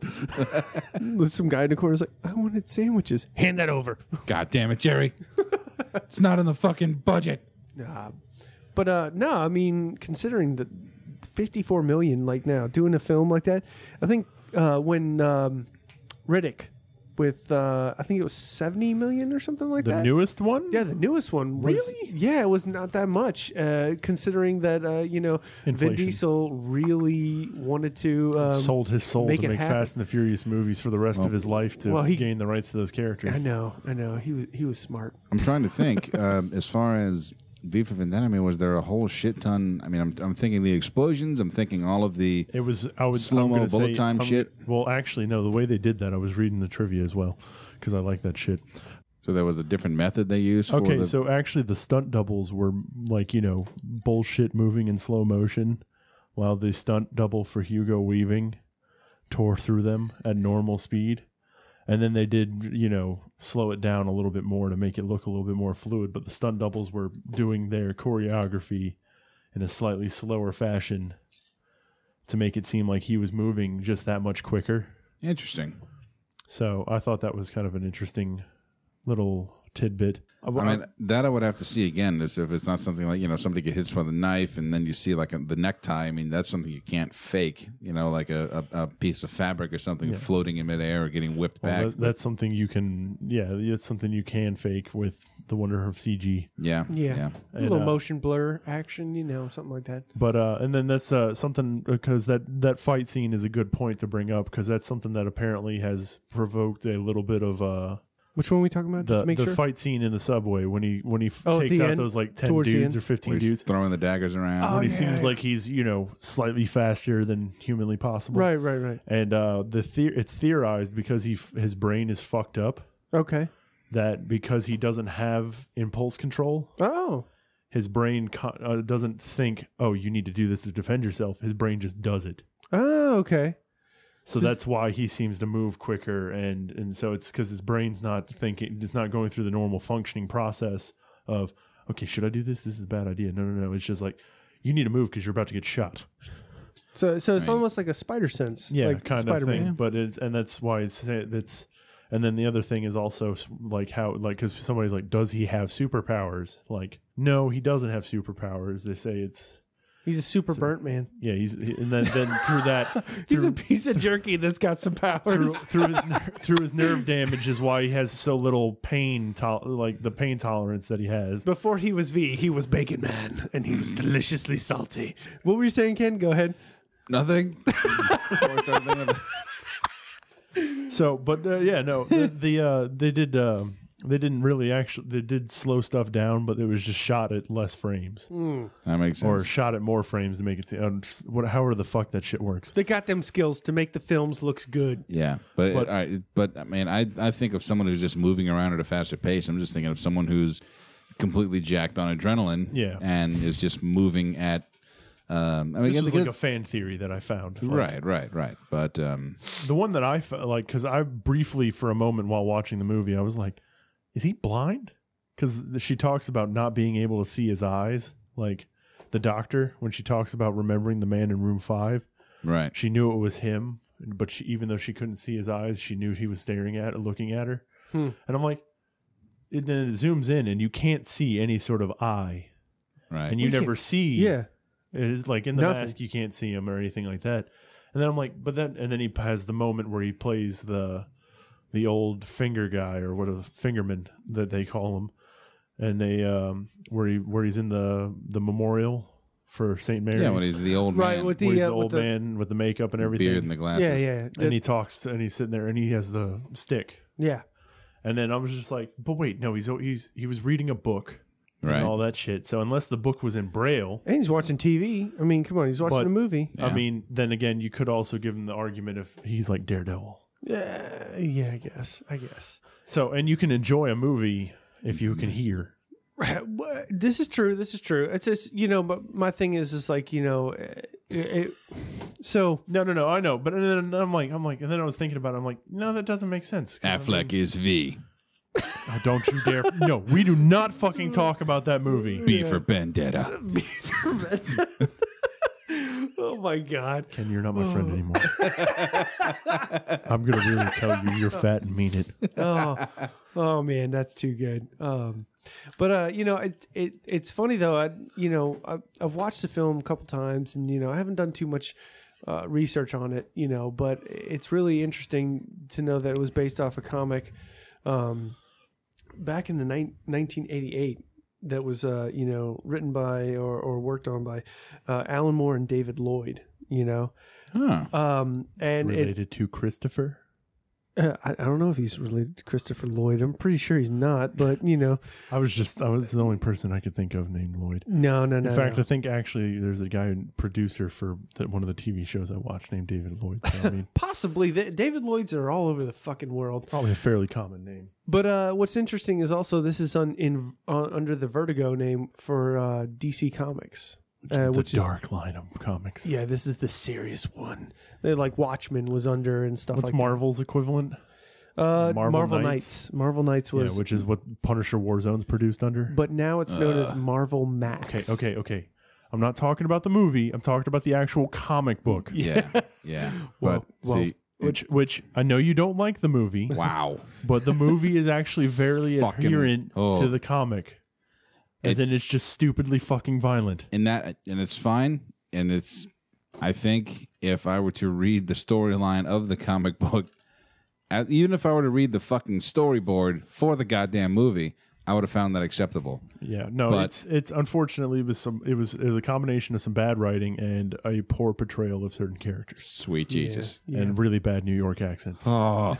[SPEAKER 3] [LAUGHS]
[SPEAKER 2] there's some guy in the corner's like, "I wanted sandwiches. Hand that over."
[SPEAKER 6] God damn it, Jerry! it's not in the fucking budget.
[SPEAKER 2] Nah. But uh, no, I mean, considering the 54 million, like now, doing a film like that, I think uh, when um, Riddick with, uh, I think it was 70 million or something like
[SPEAKER 3] The
[SPEAKER 2] that.
[SPEAKER 3] newest one?
[SPEAKER 2] yeah, the newest one was
[SPEAKER 3] Really?
[SPEAKER 2] yeah, it was not that much. Uh, considering that uh, you know
[SPEAKER 3] Inflation.
[SPEAKER 2] Vin Diesel really wanted to um,
[SPEAKER 3] Sold his soul
[SPEAKER 2] Make
[SPEAKER 3] to
[SPEAKER 2] it
[SPEAKER 3] make
[SPEAKER 2] happen.
[SPEAKER 3] Fast and the Furious movies for the rest of his life to
[SPEAKER 2] well, he-
[SPEAKER 3] gain the rights to those characters.
[SPEAKER 2] I know, I know. He was he was smart.
[SPEAKER 6] I'm trying to think. [LAUGHS] um, as far as V for Vendetta, I mean, was there a whole shit ton? I mean, I'm, I'm thinking the explosions. I'm thinking all of the.
[SPEAKER 3] It was I was
[SPEAKER 6] Slow-mo
[SPEAKER 3] I'm gonna
[SPEAKER 6] bullet
[SPEAKER 3] say-
[SPEAKER 6] time
[SPEAKER 3] I'm-
[SPEAKER 6] shit.
[SPEAKER 3] Well, actually, no. The way they did that, I was reading the trivia as well because I like that shit.
[SPEAKER 6] So there was a different method they used. For
[SPEAKER 3] Okay,
[SPEAKER 6] the,
[SPEAKER 3] so actually, the stunt doubles were like you know bullshit moving in slow motion, while the stunt double for Hugo Weaving tore through them at normal speed, and then they did you know slow it down a little bit more to make it look a little bit more fluid. But the stunt doubles were doing their choreography in a slightly slower fashion to make it seem like he was moving just that much quicker.
[SPEAKER 6] interesting.
[SPEAKER 3] So I thought that was kind of an interesting little tidbit.
[SPEAKER 6] I mean, that I would have to see again. Is if it's not something like you know somebody get hit with a knife and then you see like a, the necktie. I mean, that's something you can't fake. You know, like a, a, a piece of fabric or something floating in midair or getting whipped
[SPEAKER 3] Well,
[SPEAKER 6] back.
[SPEAKER 3] that- that's something you can, yeah, that's something you can fake with the wonder of CG.
[SPEAKER 6] yeah,
[SPEAKER 2] Yeah,
[SPEAKER 6] yeah.
[SPEAKER 2] a little
[SPEAKER 3] uh,
[SPEAKER 2] motion blur action, you know, something like that.
[SPEAKER 3] But uh, and then that's uh, something because that that fight scene is a good point to bring up because that's something that apparently has provoked a little bit of uh,
[SPEAKER 2] Which one are we talking about? Just
[SPEAKER 3] the
[SPEAKER 2] to make
[SPEAKER 3] the
[SPEAKER 2] sure.
[SPEAKER 3] fight scene in the subway when he when he f-
[SPEAKER 2] Oh, at
[SPEAKER 3] takes
[SPEAKER 2] the
[SPEAKER 3] out
[SPEAKER 2] end?
[SPEAKER 3] those like ten
[SPEAKER 2] Towards the
[SPEAKER 3] dudes
[SPEAKER 2] end?
[SPEAKER 3] or fifteen
[SPEAKER 6] Where he's
[SPEAKER 3] dudes.
[SPEAKER 6] throwing the daggers around.
[SPEAKER 2] Oh,
[SPEAKER 3] When he
[SPEAKER 2] yeah,
[SPEAKER 3] seems
[SPEAKER 2] yeah.
[SPEAKER 3] like he's you know slightly faster than humanly possible.
[SPEAKER 2] Right, right, right.
[SPEAKER 3] And uh, the, the it's theorized because he f- his brain is fucked up
[SPEAKER 2] Okay.
[SPEAKER 3] that because he doesn't have impulse control
[SPEAKER 2] Oh,
[SPEAKER 3] his brain co- uh, doesn't think, "Oh, you need to do this to defend yourself." His brain just does it.
[SPEAKER 2] Oh, okay.
[SPEAKER 3] So that's why he seems to move quicker, and and so it's because his brain's not thinking, it's not going through the normal functioning process of, "Okay, should I do this? This is a bad idea." No, no, no. It's just like you need to move because you're about to get shot.
[SPEAKER 2] So, so it's almost like a spider sense.
[SPEAKER 3] Yeah,
[SPEAKER 2] like
[SPEAKER 3] kind
[SPEAKER 2] Spider-Man.
[SPEAKER 3] of thing. But it's and that's why it's that's. And then the other thing is also like how like because somebody's like, does he have superpowers? Like, no, he doesn't have superpowers. They say it's
[SPEAKER 2] He's a super burnt man.
[SPEAKER 3] yeah. He's he- and then then through that
[SPEAKER 2] [LAUGHS] He's a piece of jerky that's got some
[SPEAKER 3] through,
[SPEAKER 2] powers.
[SPEAKER 3] through his ner- through his nerve damage is why he has so little pain to- like the pain tolerance that he has.
[SPEAKER 2] Before he was V, he was Bacon Man, and he was
[SPEAKER 3] Hmm.
[SPEAKER 2] deliciously salty. What were you saying, Ken? Go ahead.
[SPEAKER 6] Nothing. [LAUGHS] Before I started thinking of it.
[SPEAKER 3] So, but uh, yeah, no, the, the uh, they did uh, they didn't really actually they did slow stuff down, but it was just shot at less frames
[SPEAKER 2] Mm.
[SPEAKER 6] That makes sense.
[SPEAKER 3] or shot at more frames to make it seem um, what however the fuck that shit works.
[SPEAKER 2] They got them skills to make the films looks good.
[SPEAKER 6] Yeah, but but, all right, but I mean, I I think of someone who's just moving around at a faster pace. I'm just thinking of someone who's completely jacked on adrenaline.
[SPEAKER 3] Yeah.
[SPEAKER 6] and is just moving at. Um, I mean,
[SPEAKER 3] This
[SPEAKER 6] I
[SPEAKER 3] was
[SPEAKER 6] think
[SPEAKER 3] like a
[SPEAKER 6] it's-
[SPEAKER 3] fan theory that I found. Like,
[SPEAKER 6] right, right, right. But um,
[SPEAKER 3] the one that I felt like because I briefly for a moment while watching the movie I was like, is he blind? Because she talks about not being able to see his eyes, like the doctor when she talks about remembering the man in room five.
[SPEAKER 6] right,
[SPEAKER 3] She knew it was him, but she, even though she couldn't see his eyes, she knew he was staring at looking at her. And I'm like, and then it zooms in and you can't see any sort of eye,
[SPEAKER 6] right.
[SPEAKER 3] and you
[SPEAKER 2] can't-
[SPEAKER 3] never see
[SPEAKER 2] Yeah.
[SPEAKER 3] It's like in the
[SPEAKER 2] Nothing.
[SPEAKER 3] mask, you can't see him or anything like that. And then I'm like, but then and then he has the moment where he plays the the old finger guy or what a fingerman that they call him, and they um where he where he's in the the memorial for Saint Mary's.
[SPEAKER 6] Yeah, when he's the old
[SPEAKER 2] Right,
[SPEAKER 6] man,
[SPEAKER 2] with
[SPEAKER 3] where he's
[SPEAKER 2] the, uh,
[SPEAKER 3] the old
[SPEAKER 2] with the
[SPEAKER 3] man with the makeup and everything.
[SPEAKER 6] beard and the glasses.
[SPEAKER 2] yeah, yeah,
[SPEAKER 3] and
[SPEAKER 2] yeah,
[SPEAKER 3] he talks and he's sitting there and he has the stick
[SPEAKER 2] yeah.
[SPEAKER 3] and then I was just like, but wait, no, he's he's he was reading a book
[SPEAKER 6] Right.
[SPEAKER 3] and all that shit. So unless the book was in braille,
[SPEAKER 2] And he's watching TV. I mean, come on, he's watching
[SPEAKER 3] But-
[SPEAKER 2] a movie.
[SPEAKER 6] Yeah.
[SPEAKER 3] I mean, then again, you could also give him the argument if he's like Daredevil.
[SPEAKER 2] Yeah, yeah, I guess, I guess.
[SPEAKER 3] So and you can enjoy a movie if you can hear.
[SPEAKER 2] Well, this is true. This is true. It's just you know, but my thing is, is like you know, it, it, so
[SPEAKER 3] No, no, no, I know. But and then I'm like, I'm like, and then I was thinking about, it, I'm like, no, that doesn't make sense. 'Cause I'm
[SPEAKER 6] Affleck is V.
[SPEAKER 3] like, "Oh, don't you dare! [LAUGHS] no, we do not fucking talk about that movie.
[SPEAKER 6] B for
[SPEAKER 3] [LAUGHS]
[SPEAKER 6] vendetta.
[SPEAKER 2] oh my god,
[SPEAKER 3] Ken, you're not my friend anymore. I'm gonna really tell you you're fat and mean it.
[SPEAKER 2] oh, oh man, that's too good. Um, but uh, you know, it, it it's funny though. I you know, I, I've watched the film a couple times, and you know, I haven't done too much uh, research on it. You know, but it's really interesting to know that it was based off a comic um, back in the nine- 1988 that was uh, you know written by or, or worked on by uh, Alan Moore and David Lloyd. You know,
[SPEAKER 6] Huh.
[SPEAKER 2] um, and it,
[SPEAKER 3] Related to Christopher.
[SPEAKER 2] uh, [CLEARS THROAT] I, I don't know if he's related to Christopher Lloyd. I'm pretty sure he's not, but you know,
[SPEAKER 3] I was just I was the only person I could think of named Lloyd.
[SPEAKER 2] no, no, no.
[SPEAKER 3] In fact,
[SPEAKER 2] no.
[SPEAKER 3] I think actually there's a guy producer for the, one of the TV shows I watch named David Lloyd. So I mean,
[SPEAKER 2] possibly Th- David Lloyd's are all over the fucking world.
[SPEAKER 3] probably a fairly common name.
[SPEAKER 2] But uh, what's interesting is also this is on in on, under the Vertigo name for uh, DC Comics,
[SPEAKER 3] Which is
[SPEAKER 2] uh,
[SPEAKER 3] the dark line of comics.
[SPEAKER 2] Is, yeah, this is the serious one. They're like Watchmen was under and stuff
[SPEAKER 3] What's
[SPEAKER 2] like
[SPEAKER 3] Marvel's equivalent?
[SPEAKER 2] that. Uh,
[SPEAKER 3] Marvel
[SPEAKER 2] Marvel Knights.
[SPEAKER 3] Knights?
[SPEAKER 2] Marvel Knights was,
[SPEAKER 3] yeah, which is what Punisher Warzone's produced under.
[SPEAKER 2] but now it's known as Marvel Max.
[SPEAKER 3] okay, okay, okay. I'm not talking about the movie. I'm talking about the actual comic book.
[SPEAKER 6] yeah. Yeah. But see,
[SPEAKER 3] Which, which I know you don't like the movie,
[SPEAKER 6] wow.
[SPEAKER 3] but the movie is actually very
[SPEAKER 6] [LAUGHS] Fucking-
[SPEAKER 3] adherent
[SPEAKER 6] oh.
[SPEAKER 3] to the comic, as
[SPEAKER 6] It's-
[SPEAKER 3] in it's just stupidly fucking violent.
[SPEAKER 6] and that and it's fine and it's i think if i were to read the storyline of the comic book [LAUGHS] as- even if i were to read the fucking storyboard for the goddamn movie i would have found that acceptable
[SPEAKER 3] Yeah, no,
[SPEAKER 6] But-
[SPEAKER 3] it's it's unfortunately it was some it was it was a combination of some bad writing and a poor portrayal of certain characters
[SPEAKER 6] sweet jesus
[SPEAKER 3] and really bad New York accents.
[SPEAKER 6] oh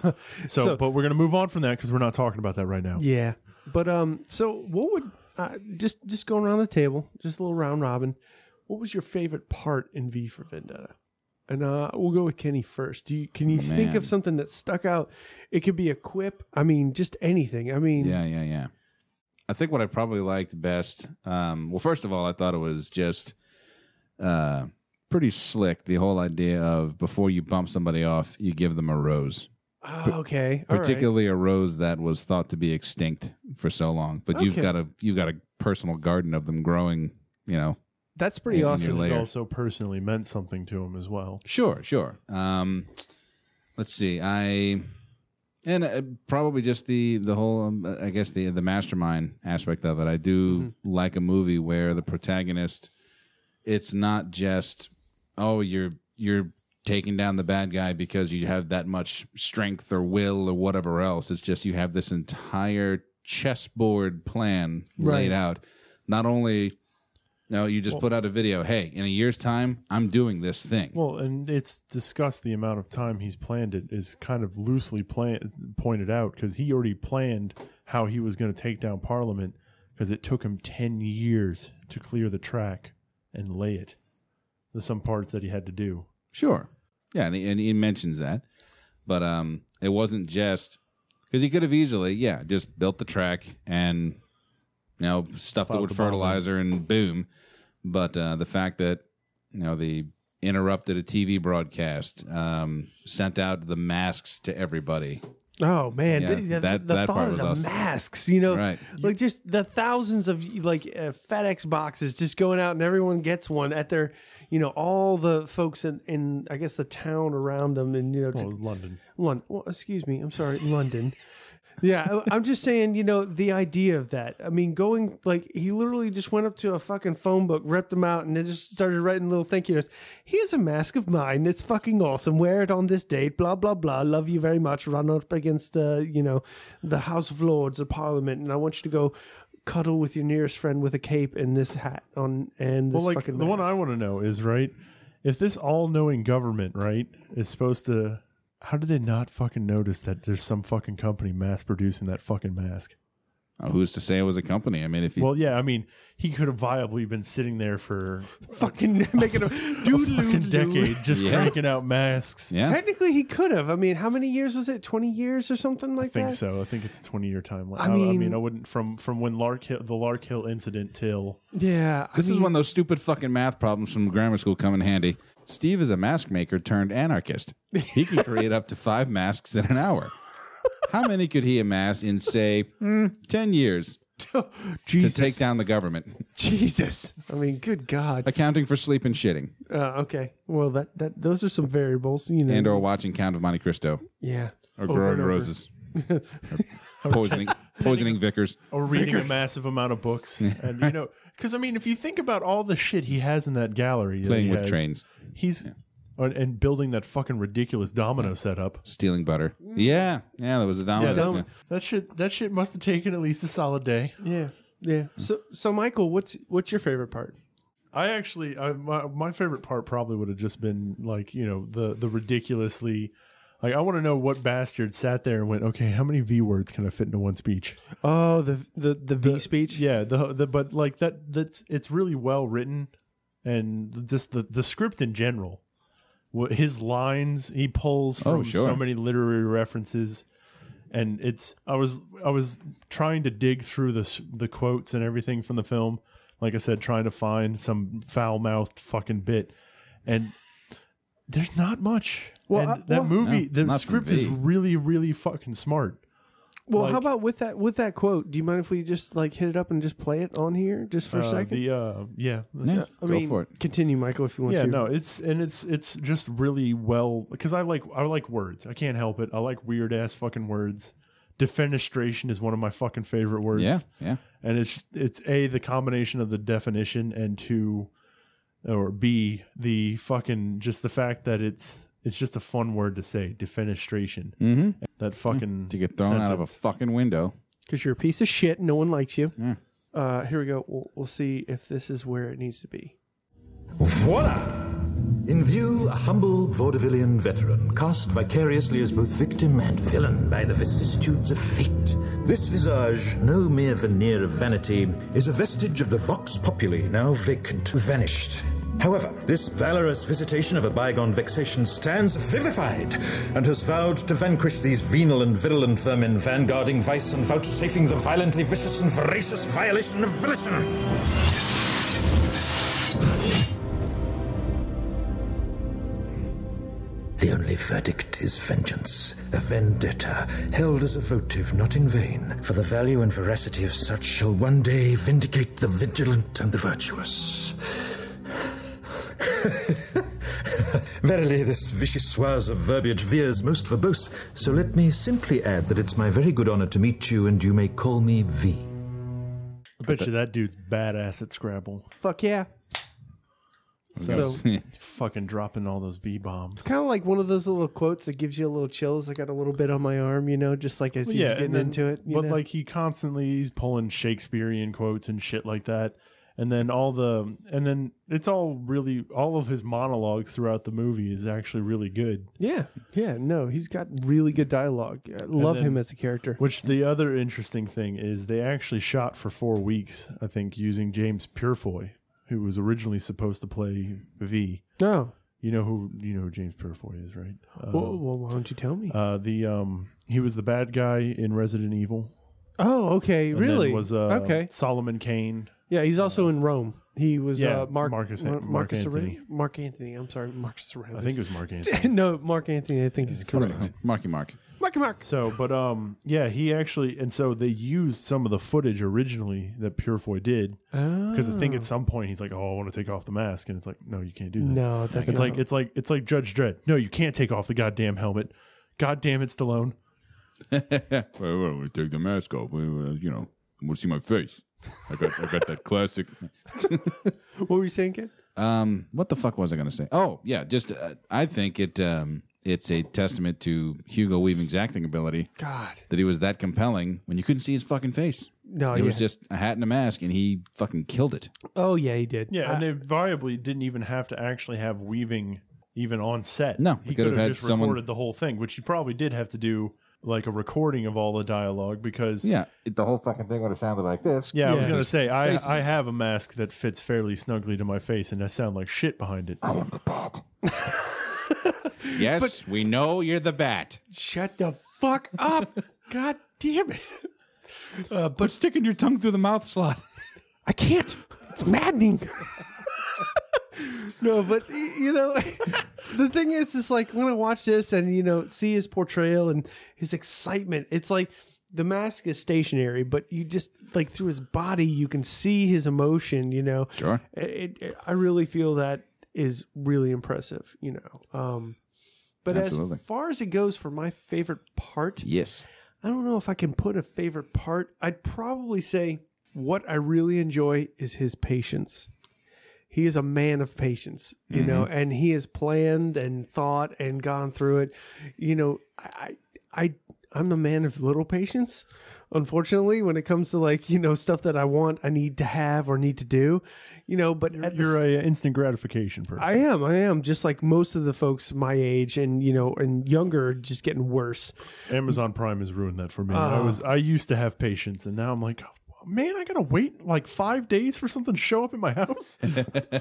[SPEAKER 3] So, but we're gonna move on from that because we're not talking about that right now.
[SPEAKER 2] Yeah, but um, so what would uh, just just going around the table, just a little round robin. What was your favorite part in V for Vendetta? And uh, we'll go with Kenny first. Do you can you think
[SPEAKER 6] Man.
[SPEAKER 2] of something that stuck out? It could be a quip. I mean, just anything. I mean,
[SPEAKER 6] [LAUGHS] yeah yeah yeah i think what i probably liked best um, well first of all i thought it was just uh, pretty slick the whole idea of before you bump somebody off you give them a rose
[SPEAKER 2] oh, okay, all right.
[SPEAKER 6] particularly a rose that was thought to be extinct for so long. But you've
[SPEAKER 2] Okay.
[SPEAKER 6] got a you've got a personal garden of them growing. You know,
[SPEAKER 2] That's pretty
[SPEAKER 6] in your
[SPEAKER 2] awesome.
[SPEAKER 6] layer.
[SPEAKER 3] It also personally meant something to him as well.
[SPEAKER 6] sure, sure. Um, let's see, I and uh, probably just the the whole um, I guess the the mastermind aspect of it. I do like a movie where the protagonist, it's not just oh you're you're taking down the bad guy because you have that much strength or will or whatever else. It's just you have this entire chessboard plan laid
[SPEAKER 2] Right.
[SPEAKER 6] out. Not only no, you just put out a video. Hey, in a year's time, I'm doing this thing.
[SPEAKER 3] Well, and it's discussed the amount of time he's planned it is kind of loosely plan- pointed out because he already planned how he was going to take down Parliament because it took him 10 years to clear the track and lay it. There's some parts that he had to do.
[SPEAKER 6] Sure. Yeah, and he, and he mentions that, but um, it wasn't just because he could have easily, yeah, just built the track and you know stuffed it
[SPEAKER 3] Plowed
[SPEAKER 6] with
[SPEAKER 3] the bottom.
[SPEAKER 6] fertilizer and boom. But uh, the fact that you know the interrupted a TV broadcast, um, sent out the masks to everybody.
[SPEAKER 2] Oh man,
[SPEAKER 6] Yeah,
[SPEAKER 2] the- the,
[SPEAKER 6] that-
[SPEAKER 2] the
[SPEAKER 6] that
[SPEAKER 2] thought
[SPEAKER 6] part
[SPEAKER 2] of
[SPEAKER 6] was
[SPEAKER 2] the
[SPEAKER 6] awesome.
[SPEAKER 2] masks, you know,
[SPEAKER 6] Right.
[SPEAKER 2] like just the thousands of like uh, FedEx boxes just going out, and everyone gets one at their, you know, all the folks in, in I guess the town around them, and you know,
[SPEAKER 3] Well, it
[SPEAKER 2] to-
[SPEAKER 3] was London.
[SPEAKER 2] London. Well, excuse me, I'm sorry, London. Yeah, I- I'm just saying, you know, the idea of that. I mean, going like he literally just went up to a fucking phone book, ripped them out, and then just started writing little thank you notes. Here's a mask of mine. It's fucking awesome. Wear it on this date. Blah blah blah. Love you very much. Run up against, uh, you know, the House of Lords or Parliament, and I want you to go cuddle with your nearest friend with a cape and this hat on and this
[SPEAKER 3] Well, like the
[SPEAKER 2] fucking.
[SPEAKER 3] one I
[SPEAKER 2] mask.
[SPEAKER 3] want to know is right. If this all-knowing government, right, is supposed to, how do they not fucking notice that there's some fucking company mass producing that fucking mask?
[SPEAKER 1] Oh, who's to say it was a company? I mean, if you
[SPEAKER 3] Well, yeah, I mean, he could have viably been sitting there for
[SPEAKER 2] fucking [LAUGHS] making
[SPEAKER 3] [LAUGHS]
[SPEAKER 2] a
[SPEAKER 3] a
[SPEAKER 2] doodle
[SPEAKER 3] fucking decade just
[SPEAKER 1] Yeah.
[SPEAKER 3] cranking out masks.
[SPEAKER 1] yeah,
[SPEAKER 2] [LAUGHS] Technically, he could have. I mean, how many years was it? Twenty years or something like
[SPEAKER 3] I think
[SPEAKER 2] that.
[SPEAKER 3] so. I think it's a 20-year timeline.
[SPEAKER 2] I
[SPEAKER 3] I mean, I,
[SPEAKER 2] mean-
[SPEAKER 3] wouldn't from from when Lark Hill, the Lark Hill incident till
[SPEAKER 2] Yeah, I
[SPEAKER 1] This is
[SPEAKER 2] mean-
[SPEAKER 1] when [LAUGHS] those stupid fucking math problems from grammar school come in handy. Steve is a mask maker turned anarchist. He can create up to five masks in an hour. How many could he amass in, say, mm, 10
[SPEAKER 2] [LAUGHS]
[SPEAKER 1] years
[SPEAKER 2] Jesus.
[SPEAKER 1] to take down the government?
[SPEAKER 2] Jesus. I mean, good God.
[SPEAKER 1] Accounting for sleep and shitting
[SPEAKER 2] Uh, okay. Well, that, that those are some variables, you know.
[SPEAKER 1] and or watching Count of Monte Cristo
[SPEAKER 2] yeah.
[SPEAKER 1] or
[SPEAKER 2] Over
[SPEAKER 1] growing
[SPEAKER 2] and over. [LAUGHS]
[SPEAKER 1] roses. or poisoning, poisoning vicars.
[SPEAKER 3] or reading a massive amount
[SPEAKER 1] [LAUGHS]
[SPEAKER 3] of books, and you know, because I mean, if you think about all the shit he has in that gallery, that
[SPEAKER 1] Playing
[SPEAKER 3] he
[SPEAKER 1] with
[SPEAKER 3] has,
[SPEAKER 1] trains.
[SPEAKER 3] he's and- and building that fucking ridiculous domino setup.
[SPEAKER 1] Stealing butter. Yeah. Yeah, that was a domino.
[SPEAKER 3] that's- that shit that shit must have taken at least a solid day.
[SPEAKER 2] Yeah. Yeah.
[SPEAKER 1] Hmm.
[SPEAKER 2] So so Michael, what's what's your favorite part?
[SPEAKER 3] I actually, I, my, my favorite part probably would have just been like, you know, the the ridiculously, like, I want to know what bastard sat there and went, okay, how many V words can I fit into one speech?
[SPEAKER 2] Oh, the the the V speech.
[SPEAKER 3] Yeah, the the but like that that's it's really well written, and just the the script in general, Wh- his lines he pulls from
[SPEAKER 1] Oh, sure.
[SPEAKER 3] so many literary references, and it's I was I was trying to dig through the s- the quotes and everything from the film, like I said, trying to find some foul mouthed fucking bit, and. There's not much.
[SPEAKER 2] Well,
[SPEAKER 3] And
[SPEAKER 2] I-
[SPEAKER 3] that
[SPEAKER 2] well-
[SPEAKER 3] movie,
[SPEAKER 1] No,
[SPEAKER 3] the
[SPEAKER 1] not from
[SPEAKER 3] script is
[SPEAKER 1] V.
[SPEAKER 3] really, really fucking smart.
[SPEAKER 2] Well, how
[SPEAKER 3] Like-
[SPEAKER 2] about with that with that quote? Do you mind if we just like hit it up and just play it on here just for a
[SPEAKER 3] Uh,
[SPEAKER 2] second?
[SPEAKER 3] the uh, yeah, that's-
[SPEAKER 1] Yeah,
[SPEAKER 2] I
[SPEAKER 1] go
[SPEAKER 2] mean,
[SPEAKER 1] for it.
[SPEAKER 2] continue, Michael, if you want
[SPEAKER 3] yeah
[SPEAKER 2] to.
[SPEAKER 3] no it's and it's it's just really well because i like i like words i can't help it i like weird ass fucking words defenestration is one of my fucking favorite words
[SPEAKER 1] Yeah. Yeah.
[SPEAKER 3] and it's it's a the combination of the definition and two or b the fucking just the fact that it's it's just a fun word to say defenestration mm-hmm. that fucking
[SPEAKER 1] To get thrown out of a
[SPEAKER 3] sentence.
[SPEAKER 1] fucking window.
[SPEAKER 2] Because you're a piece of shit. No one likes you. Uh, here we go. We'll, we'll see if this is where it needs to be.
[SPEAKER 8] Voila! In view, a humble vaudevillian veteran, cast vicariously as both victim and villain by the vicissitudes of fate. This visage, no mere veneer of vanity, is a vestige of the vox populi now vacant, vanished. However, this valorous visitation of a bygone vexation stands vivified and has vowed to vanquish these venal and virulent vermin, vanguarding vice and vouchsafing the violently vicious and voracious violation of volition. The only verdict is vengeance, a vendetta held as a votive not in vain, for the value and veracity of such shall one day vindicate the vigilant and the virtuous. [LAUGHS] Verily, this vicious soise of verbiage veers most verbose, so let me simply add that it's my very good honor to meet you, and you may call me V.
[SPEAKER 3] i bet you that dude's badass at scrabble
[SPEAKER 2] Fuck yeah. So
[SPEAKER 3] [LAUGHS] fucking dropping all those v-bombs
[SPEAKER 2] kind of like one of those little quotes that gives you a little chills. I got a little bit on my arm, you know, just like as he's
[SPEAKER 3] and
[SPEAKER 2] getting
[SPEAKER 3] then-
[SPEAKER 2] into it. you
[SPEAKER 3] But
[SPEAKER 2] know?
[SPEAKER 3] like he constantly he's pulling Shakespearean quotes and shit like that. And then all the and then it's all really all of his monologues throughout the movie is actually really good.
[SPEAKER 2] yeah, yeah, no, he's got really good dialogue. I love
[SPEAKER 3] then-
[SPEAKER 2] him as a character.
[SPEAKER 3] Which the other interesting thing is they actually shot for four weeks, I think, using James Purefoy, who was originally supposed to play V.
[SPEAKER 2] No,
[SPEAKER 3] You know who you know who James Purefoy is, right? Uh,
[SPEAKER 2] well, well, why don't you tell me?
[SPEAKER 3] uh, the um he was the bad guy in Resident Evil.
[SPEAKER 2] oh, okay,
[SPEAKER 3] and then
[SPEAKER 2] really?
[SPEAKER 3] was uh,
[SPEAKER 2] okay?
[SPEAKER 3] Solomon Kane.
[SPEAKER 2] Yeah, he's also in Rome. He was
[SPEAKER 3] Yeah,
[SPEAKER 2] uh, Mark
[SPEAKER 3] Marcus An-
[SPEAKER 2] Mar-
[SPEAKER 3] Mark
[SPEAKER 2] Marcus Aure-
[SPEAKER 3] Anthony.
[SPEAKER 2] Mark Anthony. I'm sorry, Marcus Aurelius.
[SPEAKER 3] I think it was
[SPEAKER 2] [LAUGHS]
[SPEAKER 3] Mark Anthony.
[SPEAKER 2] was no Mark Anthony. I think he's
[SPEAKER 1] What
[SPEAKER 2] correct.
[SPEAKER 1] the- Marky Mark.
[SPEAKER 2] Marky Mark.
[SPEAKER 3] So, but um, yeah, he actually, and so they used some of the footage originally that Purefoy did because I think at some point he's like, "Oh, I want to take off the mask," and it's like, "No, you can't do that."
[SPEAKER 2] No, that's
[SPEAKER 3] it's
[SPEAKER 2] not-
[SPEAKER 3] like it's like it's like Judge Dredd. No, you can't take off the goddamn helmet. God damn it, Stallone.
[SPEAKER 6] Well, well, we take the mask off. We, uh, you know, I want to see my face. I got, I got that classic.
[SPEAKER 2] What were you saying, Ken?
[SPEAKER 6] Um, [LAUGHS] what the fuck was I going to say? Oh, yeah, just uh, I think it. Um, it's a testament to Hugo Weaving's acting ability
[SPEAKER 2] God.
[SPEAKER 6] that he was that compelling when you couldn't see his fucking face.
[SPEAKER 2] No,
[SPEAKER 6] it was
[SPEAKER 2] yeah.
[SPEAKER 6] just a hat and a mask, and he fucking killed it.
[SPEAKER 2] Oh, yeah, he did.
[SPEAKER 3] Yeah,
[SPEAKER 2] I-
[SPEAKER 3] and they viably didn't even have to actually have weaving even on set.
[SPEAKER 6] No,
[SPEAKER 3] he
[SPEAKER 6] they could have had
[SPEAKER 3] just
[SPEAKER 6] someone-
[SPEAKER 3] recorded the whole thing, which he probably did have to do like a recording of all the dialogue because.
[SPEAKER 6] Yeah, it- the whole fucking thing would have sounded like this.
[SPEAKER 3] Yeah, I was
[SPEAKER 2] Yeah.
[SPEAKER 3] gonna say I,
[SPEAKER 6] faces.
[SPEAKER 3] I have a mask that fits fairly snugly to my face, and I sound like shit behind it.
[SPEAKER 2] Oh,
[SPEAKER 6] [LAUGHS] Yes, we know you're the bat.
[SPEAKER 2] Shut the fuck [LAUGHS] up. God damn it.
[SPEAKER 6] But sticking your tongue through the mouth slot.
[SPEAKER 2] I can't. It's maddening. no, but y- you know, [LAUGHS] the thing is, is like when I watch this and you know see his portrayal and his excitement, it's like the mask is stationary, but you just like through his body, you can see his emotion. You know,
[SPEAKER 6] Sure.
[SPEAKER 2] It, it, I really feel that is really impressive. You know, um, but
[SPEAKER 6] Absolutely.
[SPEAKER 2] as far as it goes for my favorite part,
[SPEAKER 6] Yes.
[SPEAKER 2] I don't know if I can put a favorite part. I'd probably say what I really enjoy is his patience. He is a man of patience, you
[SPEAKER 3] Mm-hmm.
[SPEAKER 2] know, and he has planned and thought and gone through it. You know, I, I, I- I'm a man of little patience. Unfortunately, when it comes to like you know stuff that I want, I need to have or need to do, you know. But at the
[SPEAKER 3] You're a instant gratification person.
[SPEAKER 2] I am. I am just like most of the folks my age and you know and younger, are just getting
[SPEAKER 3] [LAUGHS]
[SPEAKER 2] worse.
[SPEAKER 3] Amazon Prime has ruined that for me. I
[SPEAKER 2] Ah.
[SPEAKER 3] was I used to have patience, and now I'm like, "Oh, man, I gotta wait like five days for something to show up in my
[SPEAKER 2] [LAUGHS]
[SPEAKER 3] house.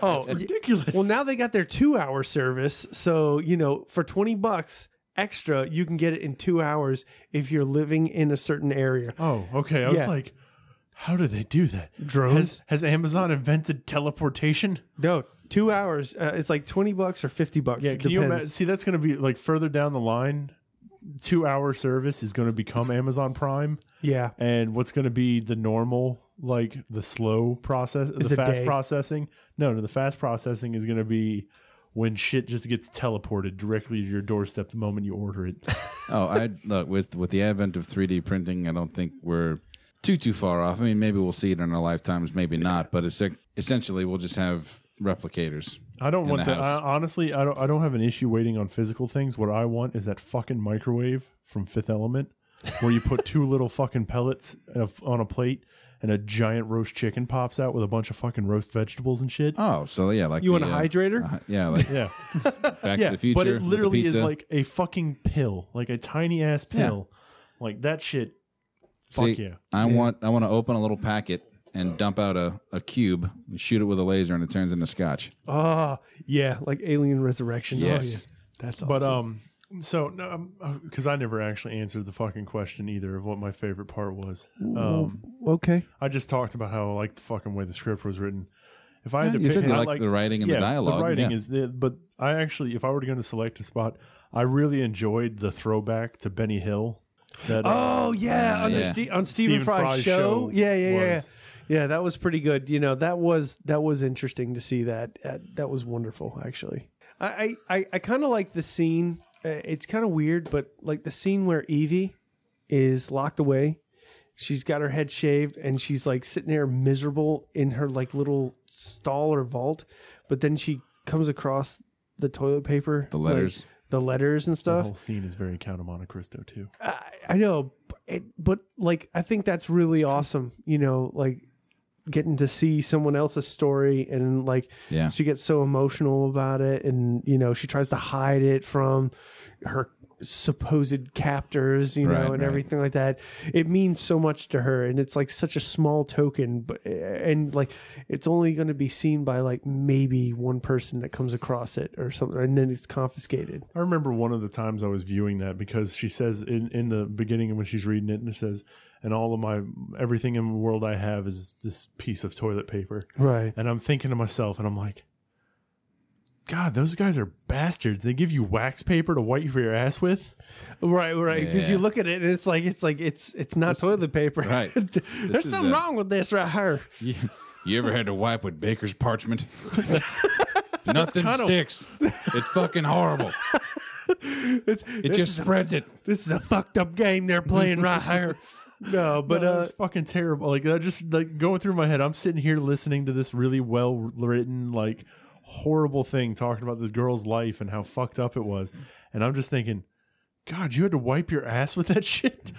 [SPEAKER 2] Oh, y-
[SPEAKER 3] Ridiculous.
[SPEAKER 2] Well, now they got their two hour service. So, you know, for 20 bucks extra, you can get it in two hours if you're living in a certain area.
[SPEAKER 3] Oh, okay. I was
[SPEAKER 2] Yeah.
[SPEAKER 3] like, how do they do that?
[SPEAKER 2] Drones?
[SPEAKER 3] Has, has Amazon invented teleportation?
[SPEAKER 2] No, two hours. Uh, it's like 20 bucks or 50 bucks.
[SPEAKER 3] Yeah,
[SPEAKER 2] it
[SPEAKER 3] can you
[SPEAKER 2] depends.
[SPEAKER 3] imagine? See, that's going to be like further down the line. Two hour service is going to become Amazon Prime,
[SPEAKER 2] Yeah.
[SPEAKER 3] and what's going to be the normal, like the slow process,
[SPEAKER 2] a
[SPEAKER 3] the fast
[SPEAKER 2] day.
[SPEAKER 3] processing? No, no, the fast processing is going to be when shit just gets teleported directly to your doorstep the moment you order
[SPEAKER 6] [LAUGHS]
[SPEAKER 3] it.
[SPEAKER 6] Oh, I look with with the advent of 3D printing, I don't think we're too too far off. I mean, maybe we'll see it in our lifetimes, maybe not. But it's essentially we'll just have replicators.
[SPEAKER 3] I don't
[SPEAKER 6] in
[SPEAKER 3] want
[SPEAKER 6] the
[SPEAKER 3] that. I,
[SPEAKER 6] house.
[SPEAKER 3] honestly, I don't. I don't have an issue waiting on physical things. What I want is that fucking microwave from Fifth Element, where you put
[SPEAKER 6] [LAUGHS]
[SPEAKER 3] two little fucking pellets in a- on a plate, and a giant roast chicken pops out with a bunch of fucking roast vegetables and shit.
[SPEAKER 6] Oh, so yeah, like
[SPEAKER 2] You want
[SPEAKER 6] the,
[SPEAKER 2] a
[SPEAKER 6] uh,
[SPEAKER 2] hydrator?
[SPEAKER 6] uh, yeah,
[SPEAKER 3] [LAUGHS]
[SPEAKER 6] like
[SPEAKER 3] yeah,
[SPEAKER 6] Back
[SPEAKER 3] yeah.
[SPEAKER 6] to the Future.
[SPEAKER 3] but it
[SPEAKER 6] with the
[SPEAKER 3] literally is
[SPEAKER 6] pizza.
[SPEAKER 3] like a fucking pill, like a tiny ass pill, like that shit. Fuck
[SPEAKER 6] See,
[SPEAKER 3] yeah.
[SPEAKER 6] I want I want to open a little packet and dump out a, a cube and shoot it with a laser and it turns into scotch.
[SPEAKER 2] Oh, yeah. Like Alien Resurrection.
[SPEAKER 6] Yes.
[SPEAKER 2] Oh, yeah. That's awesome.
[SPEAKER 3] But um, so no, because I never actually answered the fucking question either of what my favorite part was. Um,
[SPEAKER 2] okay.
[SPEAKER 3] I just talked about how I like the fucking way the script was written. If I had
[SPEAKER 6] Yeah,
[SPEAKER 3] to
[SPEAKER 6] you
[SPEAKER 3] pick,
[SPEAKER 6] said you
[SPEAKER 3] I
[SPEAKER 6] liked the writing and the dialogue,
[SPEAKER 3] The writing
[SPEAKER 6] yeah.
[SPEAKER 3] is the, but I actually, if I were going to select a spot, I really enjoyed the throwback to Benny Hill. That uh,
[SPEAKER 2] Oh yeah, on, The
[SPEAKER 6] yeah.
[SPEAKER 2] Ste- on Stephen,
[SPEAKER 3] Stephen
[SPEAKER 2] Fry's,
[SPEAKER 3] Fry's
[SPEAKER 2] show.
[SPEAKER 3] show
[SPEAKER 2] Yeah, yeah, yeah,
[SPEAKER 3] was-
[SPEAKER 2] yeah. Yeah, that was pretty good. You know, that was that was interesting to see that. Uh, that was wonderful, actually. I I, I, I kind of like the scene. Uh, It's kind of weird, but like the scene where Evie is locked away. She's got her head shaved and she's like sitting there miserable in her like little stall or vault. But then she comes across the toilet paper,
[SPEAKER 6] The
[SPEAKER 2] like,
[SPEAKER 6] letters.
[SPEAKER 2] the letters and
[SPEAKER 3] the
[SPEAKER 2] stuff.
[SPEAKER 3] whole scene is very Count of Monte Cristo too.
[SPEAKER 2] I, I know, but, it, but like I think that's really awesome. You know, like getting to see someone else's story and like
[SPEAKER 6] Yeah.
[SPEAKER 2] she gets so emotional about it, and you know she tries to hide it from her supposed captors, you know,
[SPEAKER 6] Right,
[SPEAKER 2] and
[SPEAKER 6] right.
[SPEAKER 2] everything like that. It means so much to her, and it's like such a small token, but and like it's only going to be seen by like maybe one person that comes across it or something, and then it's confiscated.
[SPEAKER 3] I remember one of the times I was viewing that because she says in, in the beginning when she's reading it, and it says, "And all of my everything in the world I have is this piece of toilet paper."
[SPEAKER 2] Right.
[SPEAKER 3] And I'm thinking to myself, and I'm like, God, those guys are bastards. They give you wax paper to wipe your ass with.
[SPEAKER 2] Right, right. Because you
[SPEAKER 6] Yeah.
[SPEAKER 2] look at it and it's like it's like it's it's not toilet paper. [LAUGHS]
[SPEAKER 6] right.
[SPEAKER 2] There's
[SPEAKER 6] is
[SPEAKER 2] something
[SPEAKER 6] a-
[SPEAKER 2] wrong with this right here.
[SPEAKER 6] You, you ever had to wipe with
[SPEAKER 3] [LAUGHS]
[SPEAKER 6] baker's [LAUGHS] parchment? Nothing sticks. It's fucking horrible.
[SPEAKER 2] It's,
[SPEAKER 1] It just spreads it.
[SPEAKER 2] this is a fucked up game they're playing right here. No, but
[SPEAKER 3] No,
[SPEAKER 2] uh,
[SPEAKER 3] it's fucking terrible. Like I just like going through my head. I'm sitting here listening to this really well written, like horrible thing talking about this girl's life and how fucked up it was, and I'm just thinking, God, you had to wipe your ass with that [LAUGHS] shit.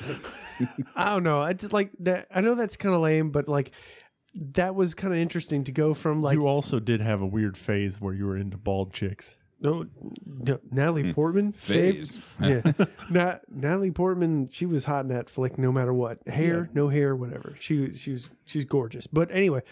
[SPEAKER 2] I don't know. I just like that. I know that's kind of lame, but like that was kind of interesting to go from like
[SPEAKER 3] you also did have a weird phase where you were into bald chicks.
[SPEAKER 2] no,
[SPEAKER 3] Hmm.
[SPEAKER 2] no Natalie Portman
[SPEAKER 1] Phase.
[SPEAKER 2] shaved? [LAUGHS] yeah, Na- Natalie Portman. She was hot in that flick, no matter what. Hair, no hair, whatever. She she was she's gorgeous. But anyway,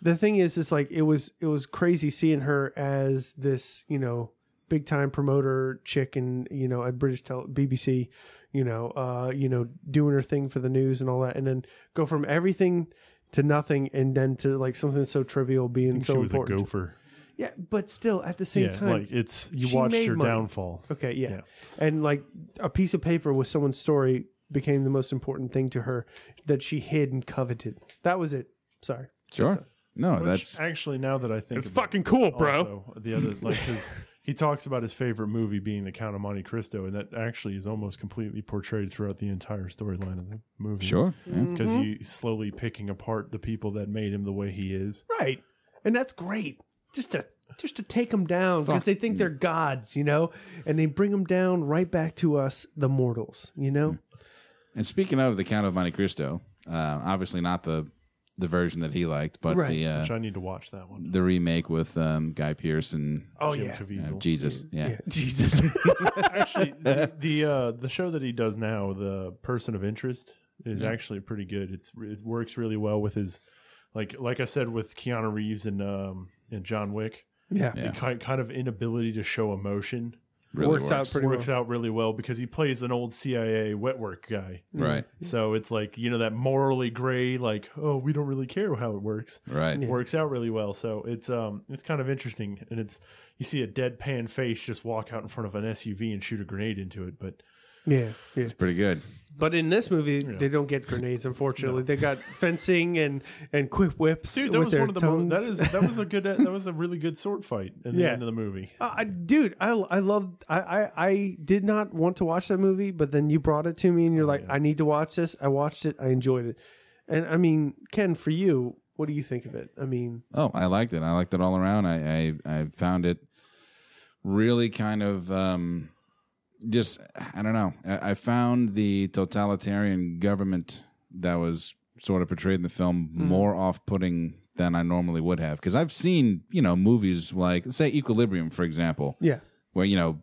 [SPEAKER 2] the thing is, is like it was it was crazy seeing her as this you know big time promoter chick and you know at British tele- BBC, you know, uh, you know, doing her thing for the news and all that, and then go from everything to nothing, and then to like something so trivial being so
[SPEAKER 3] she was
[SPEAKER 2] important.
[SPEAKER 3] a gopher.
[SPEAKER 2] Yeah, but still at the same
[SPEAKER 3] Yeah,
[SPEAKER 2] time,
[SPEAKER 3] like it's you
[SPEAKER 2] she
[SPEAKER 3] watched
[SPEAKER 2] made
[SPEAKER 3] her
[SPEAKER 2] money.
[SPEAKER 3] downfall.
[SPEAKER 2] Okay, yeah.
[SPEAKER 3] Yeah.
[SPEAKER 2] And like a piece of paper with someone's story became the most important thing to her that she hid and coveted. That was it. Sorry.
[SPEAKER 1] Sure. No,
[SPEAKER 3] Which
[SPEAKER 1] that's
[SPEAKER 3] actually now that I think
[SPEAKER 2] It's
[SPEAKER 3] about it,
[SPEAKER 2] fucking cool, bro.
[SPEAKER 3] also, the other like because [LAUGHS] he talks about his favorite movie being The Count of Monte Cristo, and that actually is almost completely portrayed throughout the entire storyline of the movie.
[SPEAKER 1] sure. Yeah.
[SPEAKER 3] because he's slowly picking apart the people that made him the way he is.
[SPEAKER 2] Right. And that's great. Just to just to take them down because they think they're gods, you know, and they bring them down right back to us, the mortals, you know.
[SPEAKER 1] And speaking of the Count of Monte Cristo, uh, obviously not the the version that he liked, but
[SPEAKER 2] Right.
[SPEAKER 1] the uh,
[SPEAKER 3] Which I need to watch that one.
[SPEAKER 1] the remake with um, Guy Pearce and
[SPEAKER 2] Oh
[SPEAKER 3] Jim
[SPEAKER 2] yeah,
[SPEAKER 3] Caviezel.
[SPEAKER 1] Jesus. Yeah.
[SPEAKER 2] [LAUGHS] Jesus.
[SPEAKER 1] [LAUGHS]
[SPEAKER 3] actually, the the, uh, the show that he does now, the Person of Interest, is actually pretty good. It's it works really well with his, like like I said with Keanu Reeves and um and John Wick,
[SPEAKER 2] yeah.
[SPEAKER 1] Yeah.
[SPEAKER 3] the kind kind of inability to show emotion
[SPEAKER 1] [LAUGHS] Really
[SPEAKER 2] works, out pretty
[SPEAKER 3] works
[SPEAKER 2] well.
[SPEAKER 3] out really well because he plays an old CIA wet work guy.
[SPEAKER 1] Right.
[SPEAKER 3] So it's like you know that morally gray, like oh we don't really care how it works.
[SPEAKER 1] Right.
[SPEAKER 3] works out really well. So it's um it's kind of interesting, and it's you see a deadpan face just walk out in front of an SUV and shoot a grenade into it. But
[SPEAKER 2] Yeah, yeah.
[SPEAKER 1] Pretty good.
[SPEAKER 2] But in this movie, they don't get grenades. Unfortunately, they [LAUGHS] got fencing and and quick whips.
[SPEAKER 3] dude,
[SPEAKER 2] with
[SPEAKER 3] that was
[SPEAKER 2] their
[SPEAKER 3] one of the
[SPEAKER 2] tongues.
[SPEAKER 3] mo- that is that was a good that was
[SPEAKER 2] [LAUGHS]
[SPEAKER 3] a really good sword fight at the
[SPEAKER 2] Yeah.
[SPEAKER 3] end of the movie.
[SPEAKER 2] Uh, I- dude, I I love I, I I did not want to watch that movie, but then you brought it to me, and you're like, I need to watch this. I watched it. I enjoyed it. And I mean, Ken, for you, what do you think of it? I mean,
[SPEAKER 1] Oh, I liked it. I liked it all around. I I, I found it really kind of um, just I don't know. I, I found the totalitarian government that was sort of portrayed in the film
[SPEAKER 2] Hmm.
[SPEAKER 1] more off-putting than I normally would have because I've seen you know movies like say Equilibrium for example,
[SPEAKER 2] yeah,
[SPEAKER 1] where you know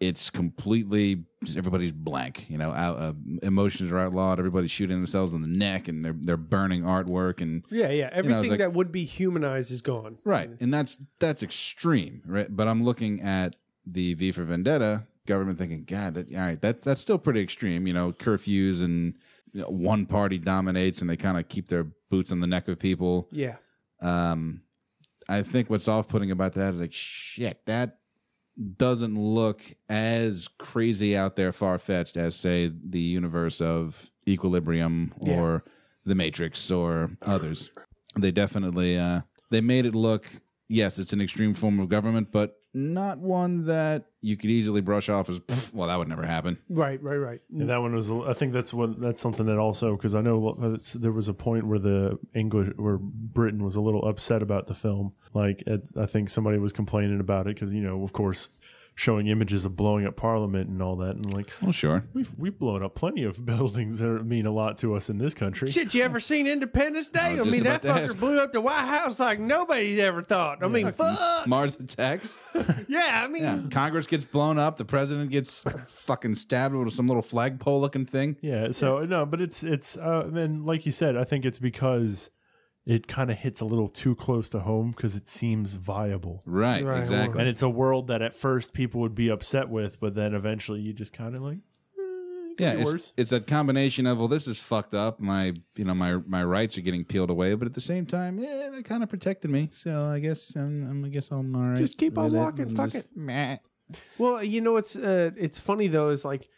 [SPEAKER 1] it's completely just everybody's blank. You know, out, uh, emotions are outlawed. Everybody's shooting themselves in the neck and they're they're burning artwork and
[SPEAKER 2] yeah, yeah. Everything
[SPEAKER 1] like-
[SPEAKER 2] that would be humanized is gone.
[SPEAKER 1] Right. And that's that's extreme, right? But I'm looking at the V for Vendetta government thinking, God, that, all right, that's that's still pretty extreme, you know, curfews and you know, one party dominates and they kind of keep their boots on the neck of people.
[SPEAKER 2] Yeah,
[SPEAKER 1] Um I think what's off-putting about that is like shit, that doesn't look as crazy out there far-fetched as say the universe of Equilibrium
[SPEAKER 2] Yeah.
[SPEAKER 1] or The Matrix or others they definitely uh, they made it look yes it's an extreme form of government but not one that you could easily brush off as "Pff, well that would never happen
[SPEAKER 2] right, right, right.
[SPEAKER 3] And that one was I think that's what that's something that also because I know uh, it's- there was a point where the English where Britain was a little upset about the film. Like at, I think somebody was complaining about it because you know of course showing images of blowing up Parliament and all that and like
[SPEAKER 1] well sure
[SPEAKER 3] We've we've blown up plenty of [LAUGHS] buildings that mean a lot to us in this country.
[SPEAKER 2] Shit, you ever seen Independence Day? I,
[SPEAKER 1] was
[SPEAKER 2] mean, that
[SPEAKER 1] just about
[SPEAKER 2] fucker
[SPEAKER 1] to ask.
[SPEAKER 2] blew up the White House like nobody's ever thought. I mean, fuck.
[SPEAKER 1] mars attacks
[SPEAKER 2] Yeah, I mean,
[SPEAKER 1] yeah. congress gets blown up the president gets fucking stabbed with some little flagpole looking thing
[SPEAKER 3] Yeah. So no, but it's it's uh, and like you said, I think it's because it kind of hits a little too close to home because it seems viable,
[SPEAKER 1] right,
[SPEAKER 2] Right,
[SPEAKER 1] exactly
[SPEAKER 3] and it's a world that at first people would be upset with, but then eventually you just kind of like, eh, it could
[SPEAKER 1] yeah
[SPEAKER 3] be
[SPEAKER 1] it's,
[SPEAKER 3] worse.
[SPEAKER 1] it's that combination of well this is fucked up my you know my my rights are getting peeled away but at the same time eh, yeah they kind of protected me so i guess i'm, I'm i guess i'm all right
[SPEAKER 2] Just keep on
[SPEAKER 1] with it.
[SPEAKER 2] walking,
[SPEAKER 1] I'm
[SPEAKER 2] fuck
[SPEAKER 1] just, meh.
[SPEAKER 2] Well, you know it's uh, it's funny though is like,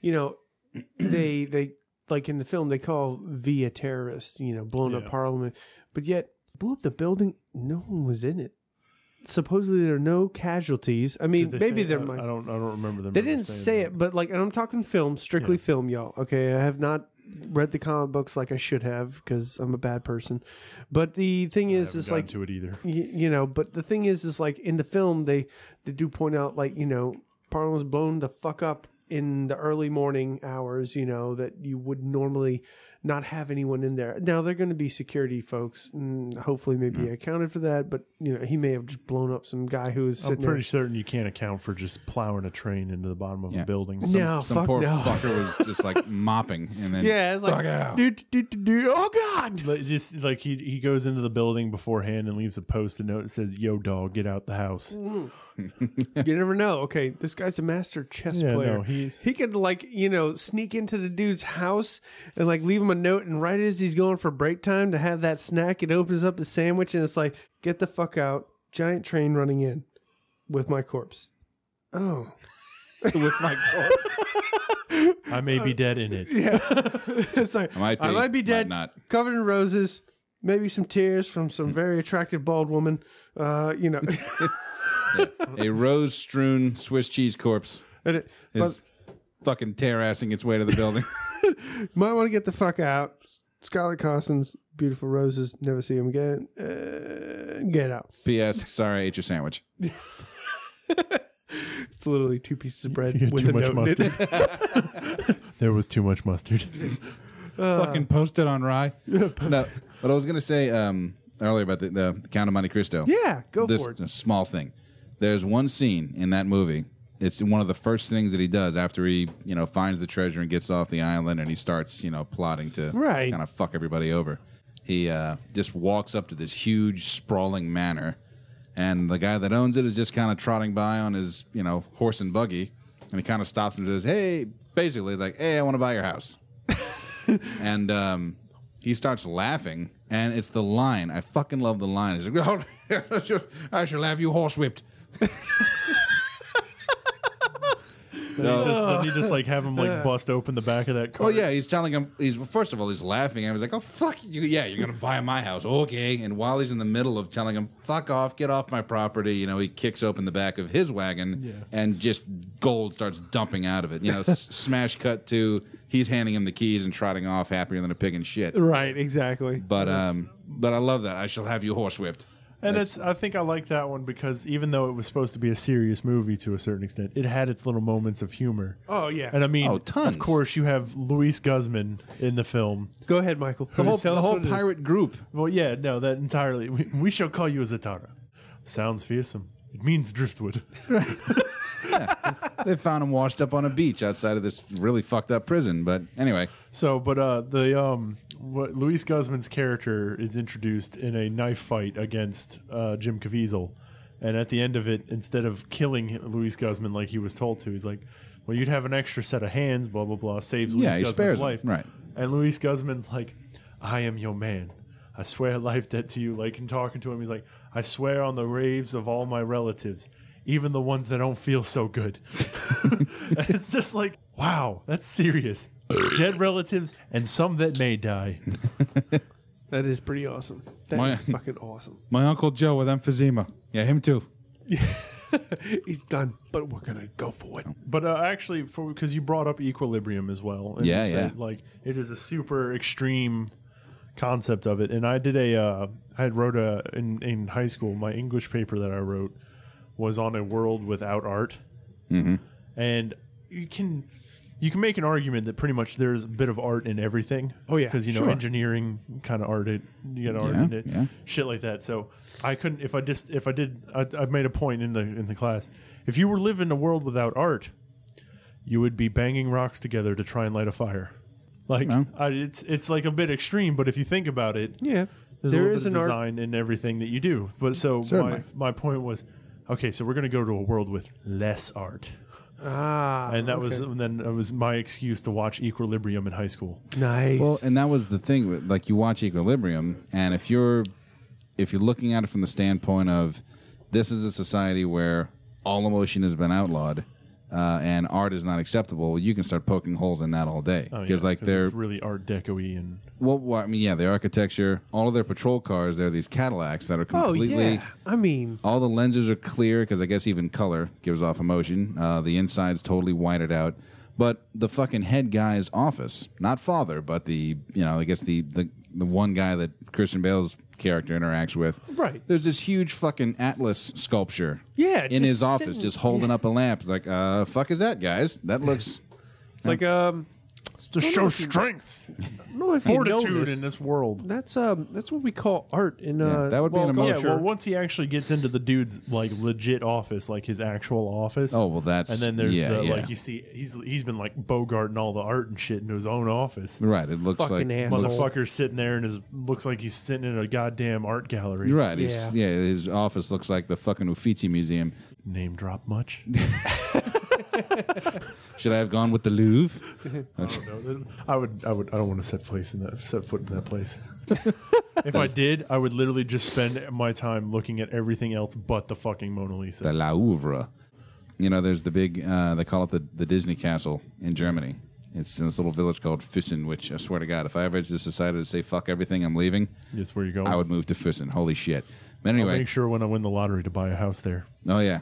[SPEAKER 2] you know, [CLEARS THROAT] they they like in the film they call V a terrorist, you know, blowing up
[SPEAKER 3] Yeah.
[SPEAKER 2] Parliament, but yet blew up the building. No one was in it. supposedly there are no casualties. I mean,
[SPEAKER 3] Did they
[SPEAKER 2] maybe
[SPEAKER 3] say-
[SPEAKER 2] there
[SPEAKER 3] I,
[SPEAKER 2] might.
[SPEAKER 3] I don't. I don't remember them.
[SPEAKER 2] They
[SPEAKER 3] ever
[SPEAKER 2] didn't
[SPEAKER 3] saying
[SPEAKER 2] say
[SPEAKER 3] that.
[SPEAKER 2] it, but like, and I'm talking film, strictly film, y'all. Okay, I have not read the comic books like I should have because I'm a bad person. But the thing is,
[SPEAKER 3] Haven't
[SPEAKER 2] is
[SPEAKER 3] gotten
[SPEAKER 2] like,
[SPEAKER 3] to it
[SPEAKER 2] [LAUGHS]
[SPEAKER 3] either.
[SPEAKER 2] y- you know but the thing is is like in the film they they do point out like you know parlin was blown the fuck up in the early morning hours you know that you would normally not have anyone in there now they're going to be security folks and hopefully maybe accounted for that but you know he may have just blown up some guy who was
[SPEAKER 3] I'm
[SPEAKER 2] sitting
[SPEAKER 3] pretty certain you can't account for just plowing a train into the bottom of
[SPEAKER 6] Yeah.
[SPEAKER 3] a building.
[SPEAKER 2] there. no
[SPEAKER 6] Some
[SPEAKER 2] Oh, fuck
[SPEAKER 6] poor
[SPEAKER 2] no
[SPEAKER 6] fucker
[SPEAKER 2] [LAUGHS]
[SPEAKER 6] was just like mopping and then
[SPEAKER 2] yeah it's like do, do, do, do. oh god
[SPEAKER 3] Like, just like he he goes into the building beforehand and leaves a post-it note that says, "Yo, dog, get out the
[SPEAKER 2] [LAUGHS]
[SPEAKER 3] house."
[SPEAKER 2] You never know. Okay, this guy's a master chess
[SPEAKER 3] Yeah,
[SPEAKER 2] player.
[SPEAKER 3] no, he's-
[SPEAKER 2] he could like you know sneak into the dude's house and like leave him a note, and right as he's going for break time to have that snack, it opens up his sandwich, and it's like, get the fuck out! Giant train running in with my corpse. Oh, [LAUGHS]
[SPEAKER 6] with my corpse.
[SPEAKER 3] [LAUGHS] I may
[SPEAKER 2] Uh,
[SPEAKER 3] be dead in it.
[SPEAKER 2] it's like
[SPEAKER 6] I might be, might
[SPEAKER 2] dead,
[SPEAKER 6] not.
[SPEAKER 2] covered in roses, maybe some tears from some very attractive bald woman. Uh, you know, [LAUGHS]
[SPEAKER 6] A rose strewn Swiss cheese corpse
[SPEAKER 2] and it- but-
[SPEAKER 6] is fucking tear assing its way to
[SPEAKER 2] [LAUGHS]
[SPEAKER 6] the building.
[SPEAKER 2] Might want to get the fuck out. Scarlet Carson's beautiful roses. Never see him again. Uh, get out.
[SPEAKER 6] P.S. Sorry, I ate your sandwich.
[SPEAKER 2] It's literally two pieces of
[SPEAKER 3] [LAUGHS]
[SPEAKER 2] bread
[SPEAKER 3] Yeah,
[SPEAKER 2] with
[SPEAKER 3] too
[SPEAKER 2] a
[SPEAKER 3] much
[SPEAKER 2] note in
[SPEAKER 3] mustard.
[SPEAKER 2] it.
[SPEAKER 3] there was too much [LAUGHS] mustard.
[SPEAKER 2] Uh.
[SPEAKER 6] fucking post it on rye. no, but I was gonna say um, earlier about the, the Count of Monte Cristo.
[SPEAKER 2] [LAUGHS] Yeah, go
[SPEAKER 6] this
[SPEAKER 2] for it.
[SPEAKER 6] small thing. There's one scene in that movie. It's one of the first things that he does after he, you know, finds the treasure and gets off the island, and he starts, you know, plotting to
[SPEAKER 2] Right.
[SPEAKER 6] kind of fuck everybody over. He uh, just walks up to this huge, sprawling manor, and the guy that owns it is just kind of trotting by on his, you know, horse and buggy, and he kind of stops and says, "Hey," basically like, "Hey, I want to buy your house." and um, he starts laughing, and it's the line. I fucking love the line. He's like, [LAUGHS] "Oh, I shall- I shall have you [LAUGHS] horsewhipped.
[SPEAKER 3] Then he just, then you just like have him like bust open the back of that car.
[SPEAKER 6] Oh yeah, he's telling him. He's first of all, he's laughing. I was like, "Oh fuck you! Yeah, you're gonna buy my house, okay?" And while he's in the middle of telling him, "Fuck off, get off my property," you know, he kicks open the back of his wagon, and just gold starts dumping out of it. You know, s- [LAUGHS] smash cut to he's handing him the keys and trotting off happier than a pig in shit.
[SPEAKER 2] Right, exactly.
[SPEAKER 6] But um, but I love that. I shall have you horsewhipped.
[SPEAKER 3] And it's I think I like that one because even though it was supposed to be a serious movie to a certain extent, it had its little moments of humor.
[SPEAKER 2] Oh, yeah.
[SPEAKER 3] And I mean,
[SPEAKER 6] Oh, tons.
[SPEAKER 3] of course, you have Luis Guzman in the film.
[SPEAKER 2] Go ahead, Michael.
[SPEAKER 6] The whole,
[SPEAKER 2] Tell
[SPEAKER 6] the
[SPEAKER 2] us
[SPEAKER 6] whole
[SPEAKER 2] what it is.
[SPEAKER 6] pirate group.
[SPEAKER 3] Well, yeah, no, that entirely. We, we shall call you a Zatara. Sounds fearsome. It means driftwood.
[SPEAKER 6] They found him washed up on a beach outside of this really fucked up prison. But anyway,
[SPEAKER 3] So, but uh, the um, what Luis Guzman's character is introduced in a knife fight against uh, Jim Caviezel, and at the end of it, instead of killing Luis Guzman like he was told to, he's like, "Well, you'd have an extra set of hands." Blah blah blah. Saves Luis
[SPEAKER 6] Yeah, he
[SPEAKER 3] Guzman's
[SPEAKER 6] spares him,
[SPEAKER 3] life,
[SPEAKER 6] right.
[SPEAKER 3] And Luis Guzman's like, "I am your man." I swear life debt to you. Like, and talking to him, he's like, "I swear on the graves of all my relatives, even the ones that don't feel so good." [LAUGHS] And it's just like, wow, that's serious. Dead relatives and some that may die.
[SPEAKER 2] That is pretty awesome. That is
[SPEAKER 6] My-
[SPEAKER 2] fucking awesome.
[SPEAKER 6] my uncle Joe with emphysema. Yeah, him too.
[SPEAKER 2] He's done, but we're gonna go for it.
[SPEAKER 6] Oh.
[SPEAKER 3] But uh, actually, for because you brought up equilibrium as well, and
[SPEAKER 6] Yeah,
[SPEAKER 3] you
[SPEAKER 6] yeah.
[SPEAKER 3] like it is a super extreme concept of it. And I did a, uh, I had wrote a in in high school. My English paper that I wrote was on a world without art, and you can. You can make an argument that pretty much there's a bit of art in everything.
[SPEAKER 2] Oh, yeah,
[SPEAKER 3] because you know
[SPEAKER 6] sure.
[SPEAKER 3] engineering kind of art it, you got art
[SPEAKER 6] Yeah,
[SPEAKER 3] in it,
[SPEAKER 6] yeah.
[SPEAKER 3] shit like that. So I couldn't if I just if I did I, I made a point in the in the class. If you were living in a world without art, you would be banging rocks together to try and light a fire. Like I, it's it's like a bit extreme, but if you think about it,
[SPEAKER 2] Yeah,
[SPEAKER 3] there's a
[SPEAKER 2] there
[SPEAKER 3] little
[SPEAKER 2] is
[SPEAKER 3] bit
[SPEAKER 2] an
[SPEAKER 3] of
[SPEAKER 2] art.
[SPEAKER 3] design in everything that you do. But so
[SPEAKER 6] Certainly.
[SPEAKER 3] my my point was, okay, so we're gonna go to a world with less art.
[SPEAKER 2] Ah,
[SPEAKER 3] And that was
[SPEAKER 2] okay.
[SPEAKER 3] and then it was my excuse to watch Equilibrium in high school.
[SPEAKER 2] nice.
[SPEAKER 6] Well, and that was the thing. with- Like you watch Equilibrium, and if you're if you're looking at it from the standpoint of this is a society where all emotion has been outlawed,
[SPEAKER 1] uh, and art is not acceptable, you can start poking holes in that all day
[SPEAKER 3] Oh, yeah,
[SPEAKER 1] because like they're
[SPEAKER 3] it's really art decoy and
[SPEAKER 1] well, well, I mean, yeah, the architecture, all of their patrol cars, they're these Cadillacs that are
[SPEAKER 2] Oh
[SPEAKER 1] completely.
[SPEAKER 2] yeah, I mean,
[SPEAKER 1] All the lenses are clear because I guess even color gives off emotion. Uh, the inside's totally whited out. But the fucking head guy's office, not father, but the, you know, I guess the, the, the one guy that Christian Bale's character interacts with.
[SPEAKER 2] Right.
[SPEAKER 1] There's this huge fucking Atlas sculpture.
[SPEAKER 2] Yeah,
[SPEAKER 1] In
[SPEAKER 2] just
[SPEAKER 1] his office,
[SPEAKER 2] sitting-
[SPEAKER 1] just holding up a lamp. It's like, uh, fuck is that, guys? That looks.
[SPEAKER 2] it's like um,
[SPEAKER 3] to show strength,
[SPEAKER 2] I don't know if you know
[SPEAKER 3] fortitude
[SPEAKER 2] this.
[SPEAKER 3] in this world.
[SPEAKER 2] That's um, that's what we call art in uh,
[SPEAKER 1] Yeah, that would be an
[SPEAKER 3] Well,
[SPEAKER 1] emotion.
[SPEAKER 3] yeah, well, once he actually gets into the dude's like legit office, like his actual office.
[SPEAKER 1] Oh, well, that's-
[SPEAKER 3] and then there's
[SPEAKER 1] yeah,
[SPEAKER 3] the
[SPEAKER 1] yeah.
[SPEAKER 3] like you see he's he's been like bogarting all the art and shit into his own office.
[SPEAKER 1] right. It looks
[SPEAKER 2] Fucking
[SPEAKER 1] like.
[SPEAKER 2] asshole.
[SPEAKER 3] Motherfucker sitting there and is looks like he's sitting in a goddamn art gallery.
[SPEAKER 1] Right. He's, yeah. His office looks like the fucking Uffizi Museum.
[SPEAKER 3] Name drop much?
[SPEAKER 1] Should I have gone with the Louvre?
[SPEAKER 3] No, I would. I would. I don't want to set place in that. Set foot in that [LAUGHS] place. if I did, I would literally just spend my time looking at everything else but the fucking Mona
[SPEAKER 1] the
[SPEAKER 3] Lisa.
[SPEAKER 1] Louvre. You know, there's the big, uh, they call it the, the Disney Castle in Germany. It's in this little village called Füssen, which I swear to God, if I ever just decided to say fuck everything, I'm leaving,
[SPEAKER 3] That's where you go.
[SPEAKER 1] I would move to Füssen. Holy shit. But
[SPEAKER 3] I'll
[SPEAKER 1] anyway,
[SPEAKER 3] make sure when I win the lottery to buy a house there.
[SPEAKER 1] oh yeah,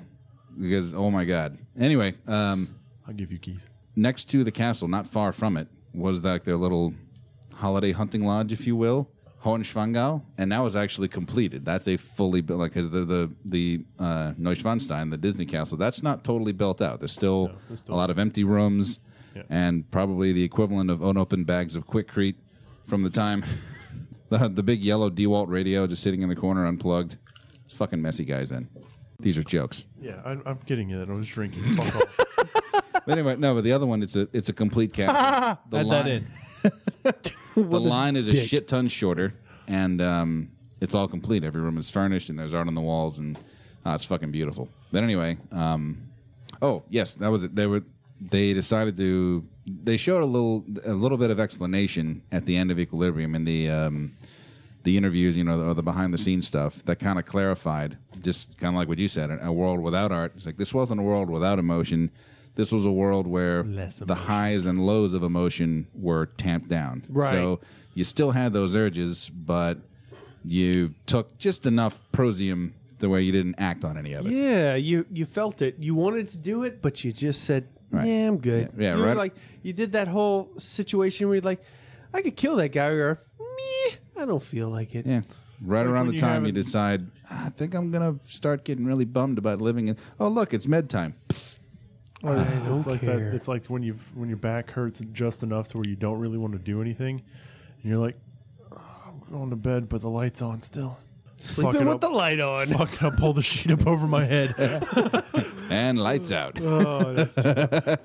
[SPEAKER 1] because oh my God. Anyway, um,
[SPEAKER 3] I'll give you keys.
[SPEAKER 1] next to the castle, not far from it, was like their little holiday hunting lodge, if you will, Hohenschwangau, and that was actually completed. That's a fully built, like, because the the the uh, Neuschwanstein, the Disney castle, that's not totally built out. There's still, a lot of empty rooms, and probably the equivalent of unopened bags of quickcrete from the time. [LAUGHS] The, the big yellow Dewalt radio just sitting in the corner unplugged. It's fucking messy, guys, then. These are jokes.
[SPEAKER 3] Yeah, I, I'm kidding you. That I was drinking. [LAUGHS] Fuck off.
[SPEAKER 1] But anyway, no, but the other one, it's a it's a [LAUGHS] complete cat. the
[SPEAKER 9] Add that in.
[SPEAKER 1] [LAUGHS]
[SPEAKER 9] [LAUGHS]
[SPEAKER 1] the line is a shit ton shorter, and um, it's all complete. Every room is furnished, and there's art on the walls, and uh, it's fucking beautiful. But anyway, um, oh yes, that was it. They were they decided to they showed a little a little bit of explanation at the end of Equilibrium in the um, the interviews, you know, or the behind the scenes stuff that kind of clarified, just kind of like what you said, a world without art. It's like this wasn't a world without emotion. This was a world where the highs and lows of emotion were tamped down.
[SPEAKER 2] Right.
[SPEAKER 1] So you still had those urges, but you took just enough prosium the way you didn't act on any of it.
[SPEAKER 2] yeah, you you felt it. You wanted to do it, but you just said,
[SPEAKER 1] Right.
[SPEAKER 2] "Yeah, I'm good."
[SPEAKER 1] Yeah, yeah,
[SPEAKER 2] you were
[SPEAKER 1] right.
[SPEAKER 2] Like you did that whole situation where you're like, "I could kill that guy," or "Me, I don't feel like it."
[SPEAKER 1] Yeah. Right
[SPEAKER 3] like
[SPEAKER 1] around
[SPEAKER 3] when
[SPEAKER 1] the
[SPEAKER 3] you
[SPEAKER 1] time you
[SPEAKER 3] haven't-
[SPEAKER 1] decide, "Ah, I think I'm going to start getting really bummed about living in. Oh, look, it's med time. Psst.
[SPEAKER 3] Well, it's,
[SPEAKER 2] don't
[SPEAKER 3] it's like
[SPEAKER 2] care.
[SPEAKER 3] that. It's like when you when your back hurts just enough to where you don't really want to do anything, and you're like, "Oh, I'm going to bed, but the light's on still. [LAUGHS]
[SPEAKER 2] Sleeping with the light on.
[SPEAKER 3] Fuck! I pull the sheet up over my [LAUGHS] head.
[SPEAKER 1] And lights
[SPEAKER 3] [LAUGHS]
[SPEAKER 1] out.
[SPEAKER 3] oh, that's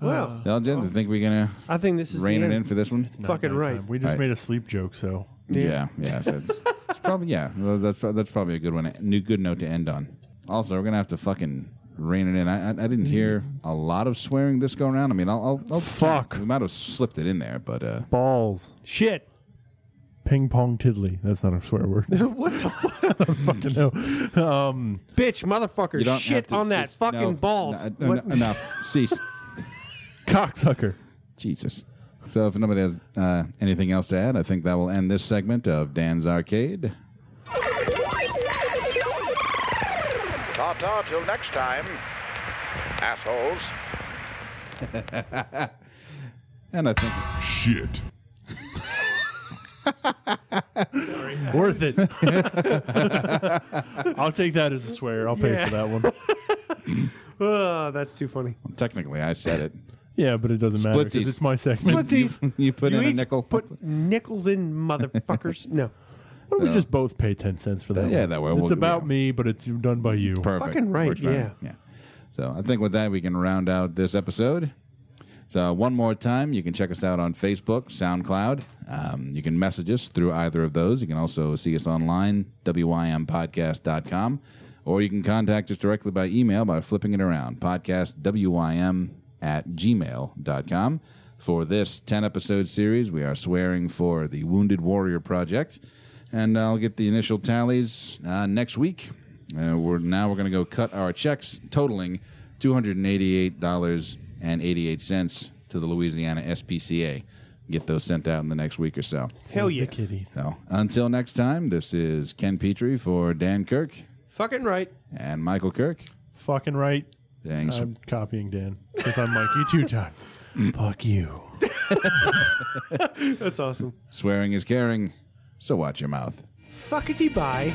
[SPEAKER 2] Well,
[SPEAKER 1] Well, Jen, I think we're going to
[SPEAKER 2] I think this is
[SPEAKER 1] rein
[SPEAKER 2] the
[SPEAKER 1] it
[SPEAKER 2] end.
[SPEAKER 1] in for this one.
[SPEAKER 2] Fucking right.
[SPEAKER 3] We just
[SPEAKER 1] Right.
[SPEAKER 3] made a sleep joke, so
[SPEAKER 1] Yeah, yeah. so it's, it's probably yeah. well, That's prob- that's probably a good one. New good note to end on. Also, we're gonna have to fucking rein it in. I I, I didn't hear a lot of swearing this go around. I mean, I'll, I'll, I'll
[SPEAKER 3] Fuck.
[SPEAKER 1] We might have slipped it in there, but uh,
[SPEAKER 3] balls,
[SPEAKER 2] Shit. [LAUGHS]
[SPEAKER 3] ping pong tiddly. That's not a swear word.
[SPEAKER 2] What the fuck?
[SPEAKER 3] Fucking Um, no.
[SPEAKER 2] bitch, motherfucker?
[SPEAKER 1] you don't have
[SPEAKER 2] Shit
[SPEAKER 1] to
[SPEAKER 2] on that
[SPEAKER 1] just-
[SPEAKER 2] fucking
[SPEAKER 1] no,
[SPEAKER 2] balls.
[SPEAKER 1] no, no,
[SPEAKER 2] What-
[SPEAKER 1] enough. Cease.
[SPEAKER 3] [LAUGHS] Cocksucker.
[SPEAKER 1] Jesus. So if nobody has uh, anything else to add, I think that will end this segment of Dan's Arcade.
[SPEAKER 7] Ta ta till next time, assholes.
[SPEAKER 1] And I think
[SPEAKER 4] Shit.
[SPEAKER 3] Worth it. [LAUGHS] I'll take that as a swear. I'll pay for that one.
[SPEAKER 2] Ugh, Ah, that's too funny.
[SPEAKER 1] technically I said it.
[SPEAKER 3] [LAUGHS] Yeah, but it doesn't matter
[SPEAKER 1] Splitsies.
[SPEAKER 3] because it's my segment.
[SPEAKER 2] Splitsies.
[SPEAKER 1] [LAUGHS] you put
[SPEAKER 2] You
[SPEAKER 1] in a
[SPEAKER 2] each
[SPEAKER 1] nickel.
[SPEAKER 2] Put nickels in,
[SPEAKER 1] [LAUGHS]
[SPEAKER 2] motherfuckers. no.
[SPEAKER 3] Why don't we just both pay ten cents for that?
[SPEAKER 1] Yeah,
[SPEAKER 3] one?
[SPEAKER 1] that way
[SPEAKER 3] It's
[SPEAKER 1] we'll-
[SPEAKER 3] about
[SPEAKER 1] yeah.
[SPEAKER 3] me, but it's done by you.
[SPEAKER 1] Perfect.
[SPEAKER 2] Fucking right,
[SPEAKER 1] Works fine.
[SPEAKER 2] yeah.
[SPEAKER 1] Yeah. So I think with that we can round out this episode. So one more time, you can check us out on Facebook, SoundCloud. Um, you can message us through either of those. You can also see us online, wympodcast.com, or you can contact us directly by email by flipping it around, podcast wym at gmail.com. For this 10 episode series, we are swearing for the Wounded Warrior Project. And I'll get the initial tallies uh, next week. Uh, we're now we're going to go cut our checks totaling
[SPEAKER 6] $288.88 to the Louisiana SPCA. Get those sent out in the next week or so.
[SPEAKER 2] Hell yeah.
[SPEAKER 3] The kitties.
[SPEAKER 6] So until next time, this is Ken Petrie for Dan Kirk
[SPEAKER 2] Fucking right.
[SPEAKER 6] and Michael Kirk.
[SPEAKER 3] Fucking right.
[SPEAKER 6] Thanks.
[SPEAKER 3] I'm copying Dan because I'm like you two
[SPEAKER 1] [LAUGHS]
[SPEAKER 3] times. Fuck you.
[SPEAKER 2] That's awesome.
[SPEAKER 6] Swearing is caring, so watch your mouth.
[SPEAKER 2] Fuckity bye.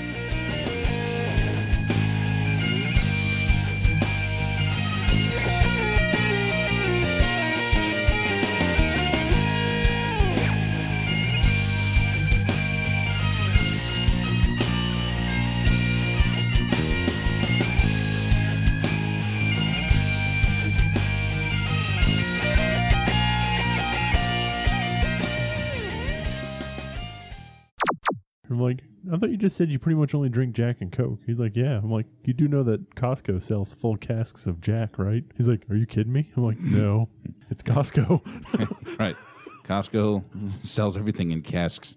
[SPEAKER 3] I'm like, I thought you just said you pretty much only drink Jack and Coke. He's like, yeah. I'm like, you do know that Costco sells full casks of Jack, right? He's like, are you kidding me? I'm like, no, it's Costco.
[SPEAKER 6] Right. Costco sells everything in casks.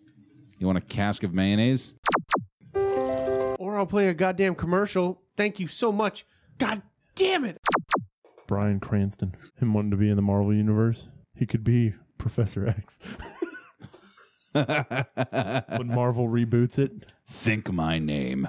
[SPEAKER 6] You want a cask of mayonnaise?
[SPEAKER 2] Or I'll play a goddamn commercial. Thank you so much. God damn it.
[SPEAKER 3] Brian Cranston, him wanting to be in the Marvel universe, he could be Professor X. when Marvel reboots it,
[SPEAKER 6] Think my name.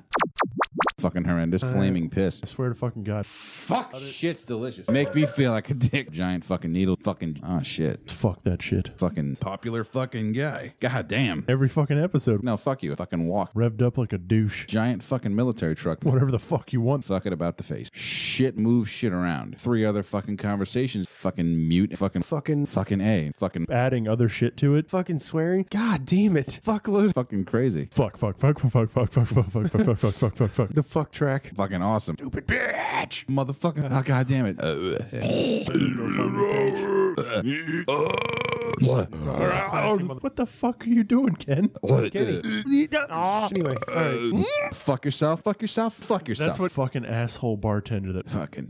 [SPEAKER 6] Fucking horrendous.
[SPEAKER 3] Uh,
[SPEAKER 6] Flaming piss.
[SPEAKER 3] I swear to fucking God,
[SPEAKER 6] Fuck shit's delicious. Make me feel like a dick. Giant fucking needle. Fucking oh shit.
[SPEAKER 3] fuck that shit.
[SPEAKER 6] Fucking popular fucking guy. God damn.
[SPEAKER 3] Every fucking episode,
[SPEAKER 6] No, fuck you. Fucking walk.
[SPEAKER 3] revved up like a douche.
[SPEAKER 6] Giant fucking military truck.
[SPEAKER 3] Whatever the fuck you want.
[SPEAKER 6] Fuck it about the face. Shit moves shit around. Three other fucking conversations. Fucking mute. Fucking
[SPEAKER 2] Fucking
[SPEAKER 6] fucking A. Fucking
[SPEAKER 3] Adding other shit to it.
[SPEAKER 2] fucking swearing. God damn it. Fuckload.
[SPEAKER 6] fucking crazy.
[SPEAKER 3] Fuck, fuck, fuck, fuck, fuck, fuck, fuck, fuck, fuck, fuck, fuck, fuck, fuck, fuck, fuck.
[SPEAKER 2] The fuck track.
[SPEAKER 6] Fucking awesome. Stupid bitch. Motherfucker. Oh, God damn it.
[SPEAKER 3] Oh, What the fuck are you doing, Ken?
[SPEAKER 2] [LAUGHS] Anyway. all right.
[SPEAKER 6] Fuck yourself. Fuck yourself. Fuck yourself.
[SPEAKER 3] That's what fucking asshole bartender that
[SPEAKER 6] fucking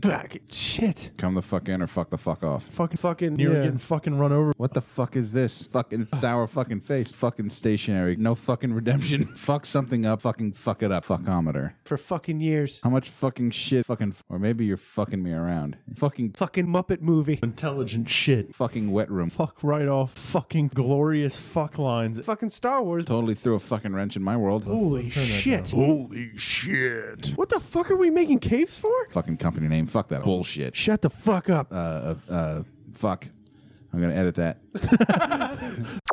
[SPEAKER 2] Shit.
[SPEAKER 6] come the fuck in or fuck the fuck off.
[SPEAKER 3] fucking
[SPEAKER 2] Fucking.
[SPEAKER 3] you were
[SPEAKER 2] yeah.
[SPEAKER 3] getting fucking run over.
[SPEAKER 6] What the fuck is this? Fucking sour fucking face. Fucking stationary. No fucking redemption. [LAUGHS] fuck something up. Fucking fuck it up. Fuckometer.
[SPEAKER 2] for fucking years.
[SPEAKER 6] How much fucking shit fucking or maybe you're fucking me around. Fucking
[SPEAKER 2] Fucking Muppet movie.
[SPEAKER 3] Intelligent shit.
[SPEAKER 6] fucking wet room.
[SPEAKER 3] Fuck right off. Fucking glorious fuck lines.
[SPEAKER 2] Fucking Star Wars.
[SPEAKER 6] Totally threw a fucking wrench in my world.
[SPEAKER 2] Holy shit. Holy shit. What the fuck are we making caves for?
[SPEAKER 6] Fucking company name. Fuck that bullshit.
[SPEAKER 2] Shut the fuck up.
[SPEAKER 6] uh, uh, fuck. I'm gonna edit that.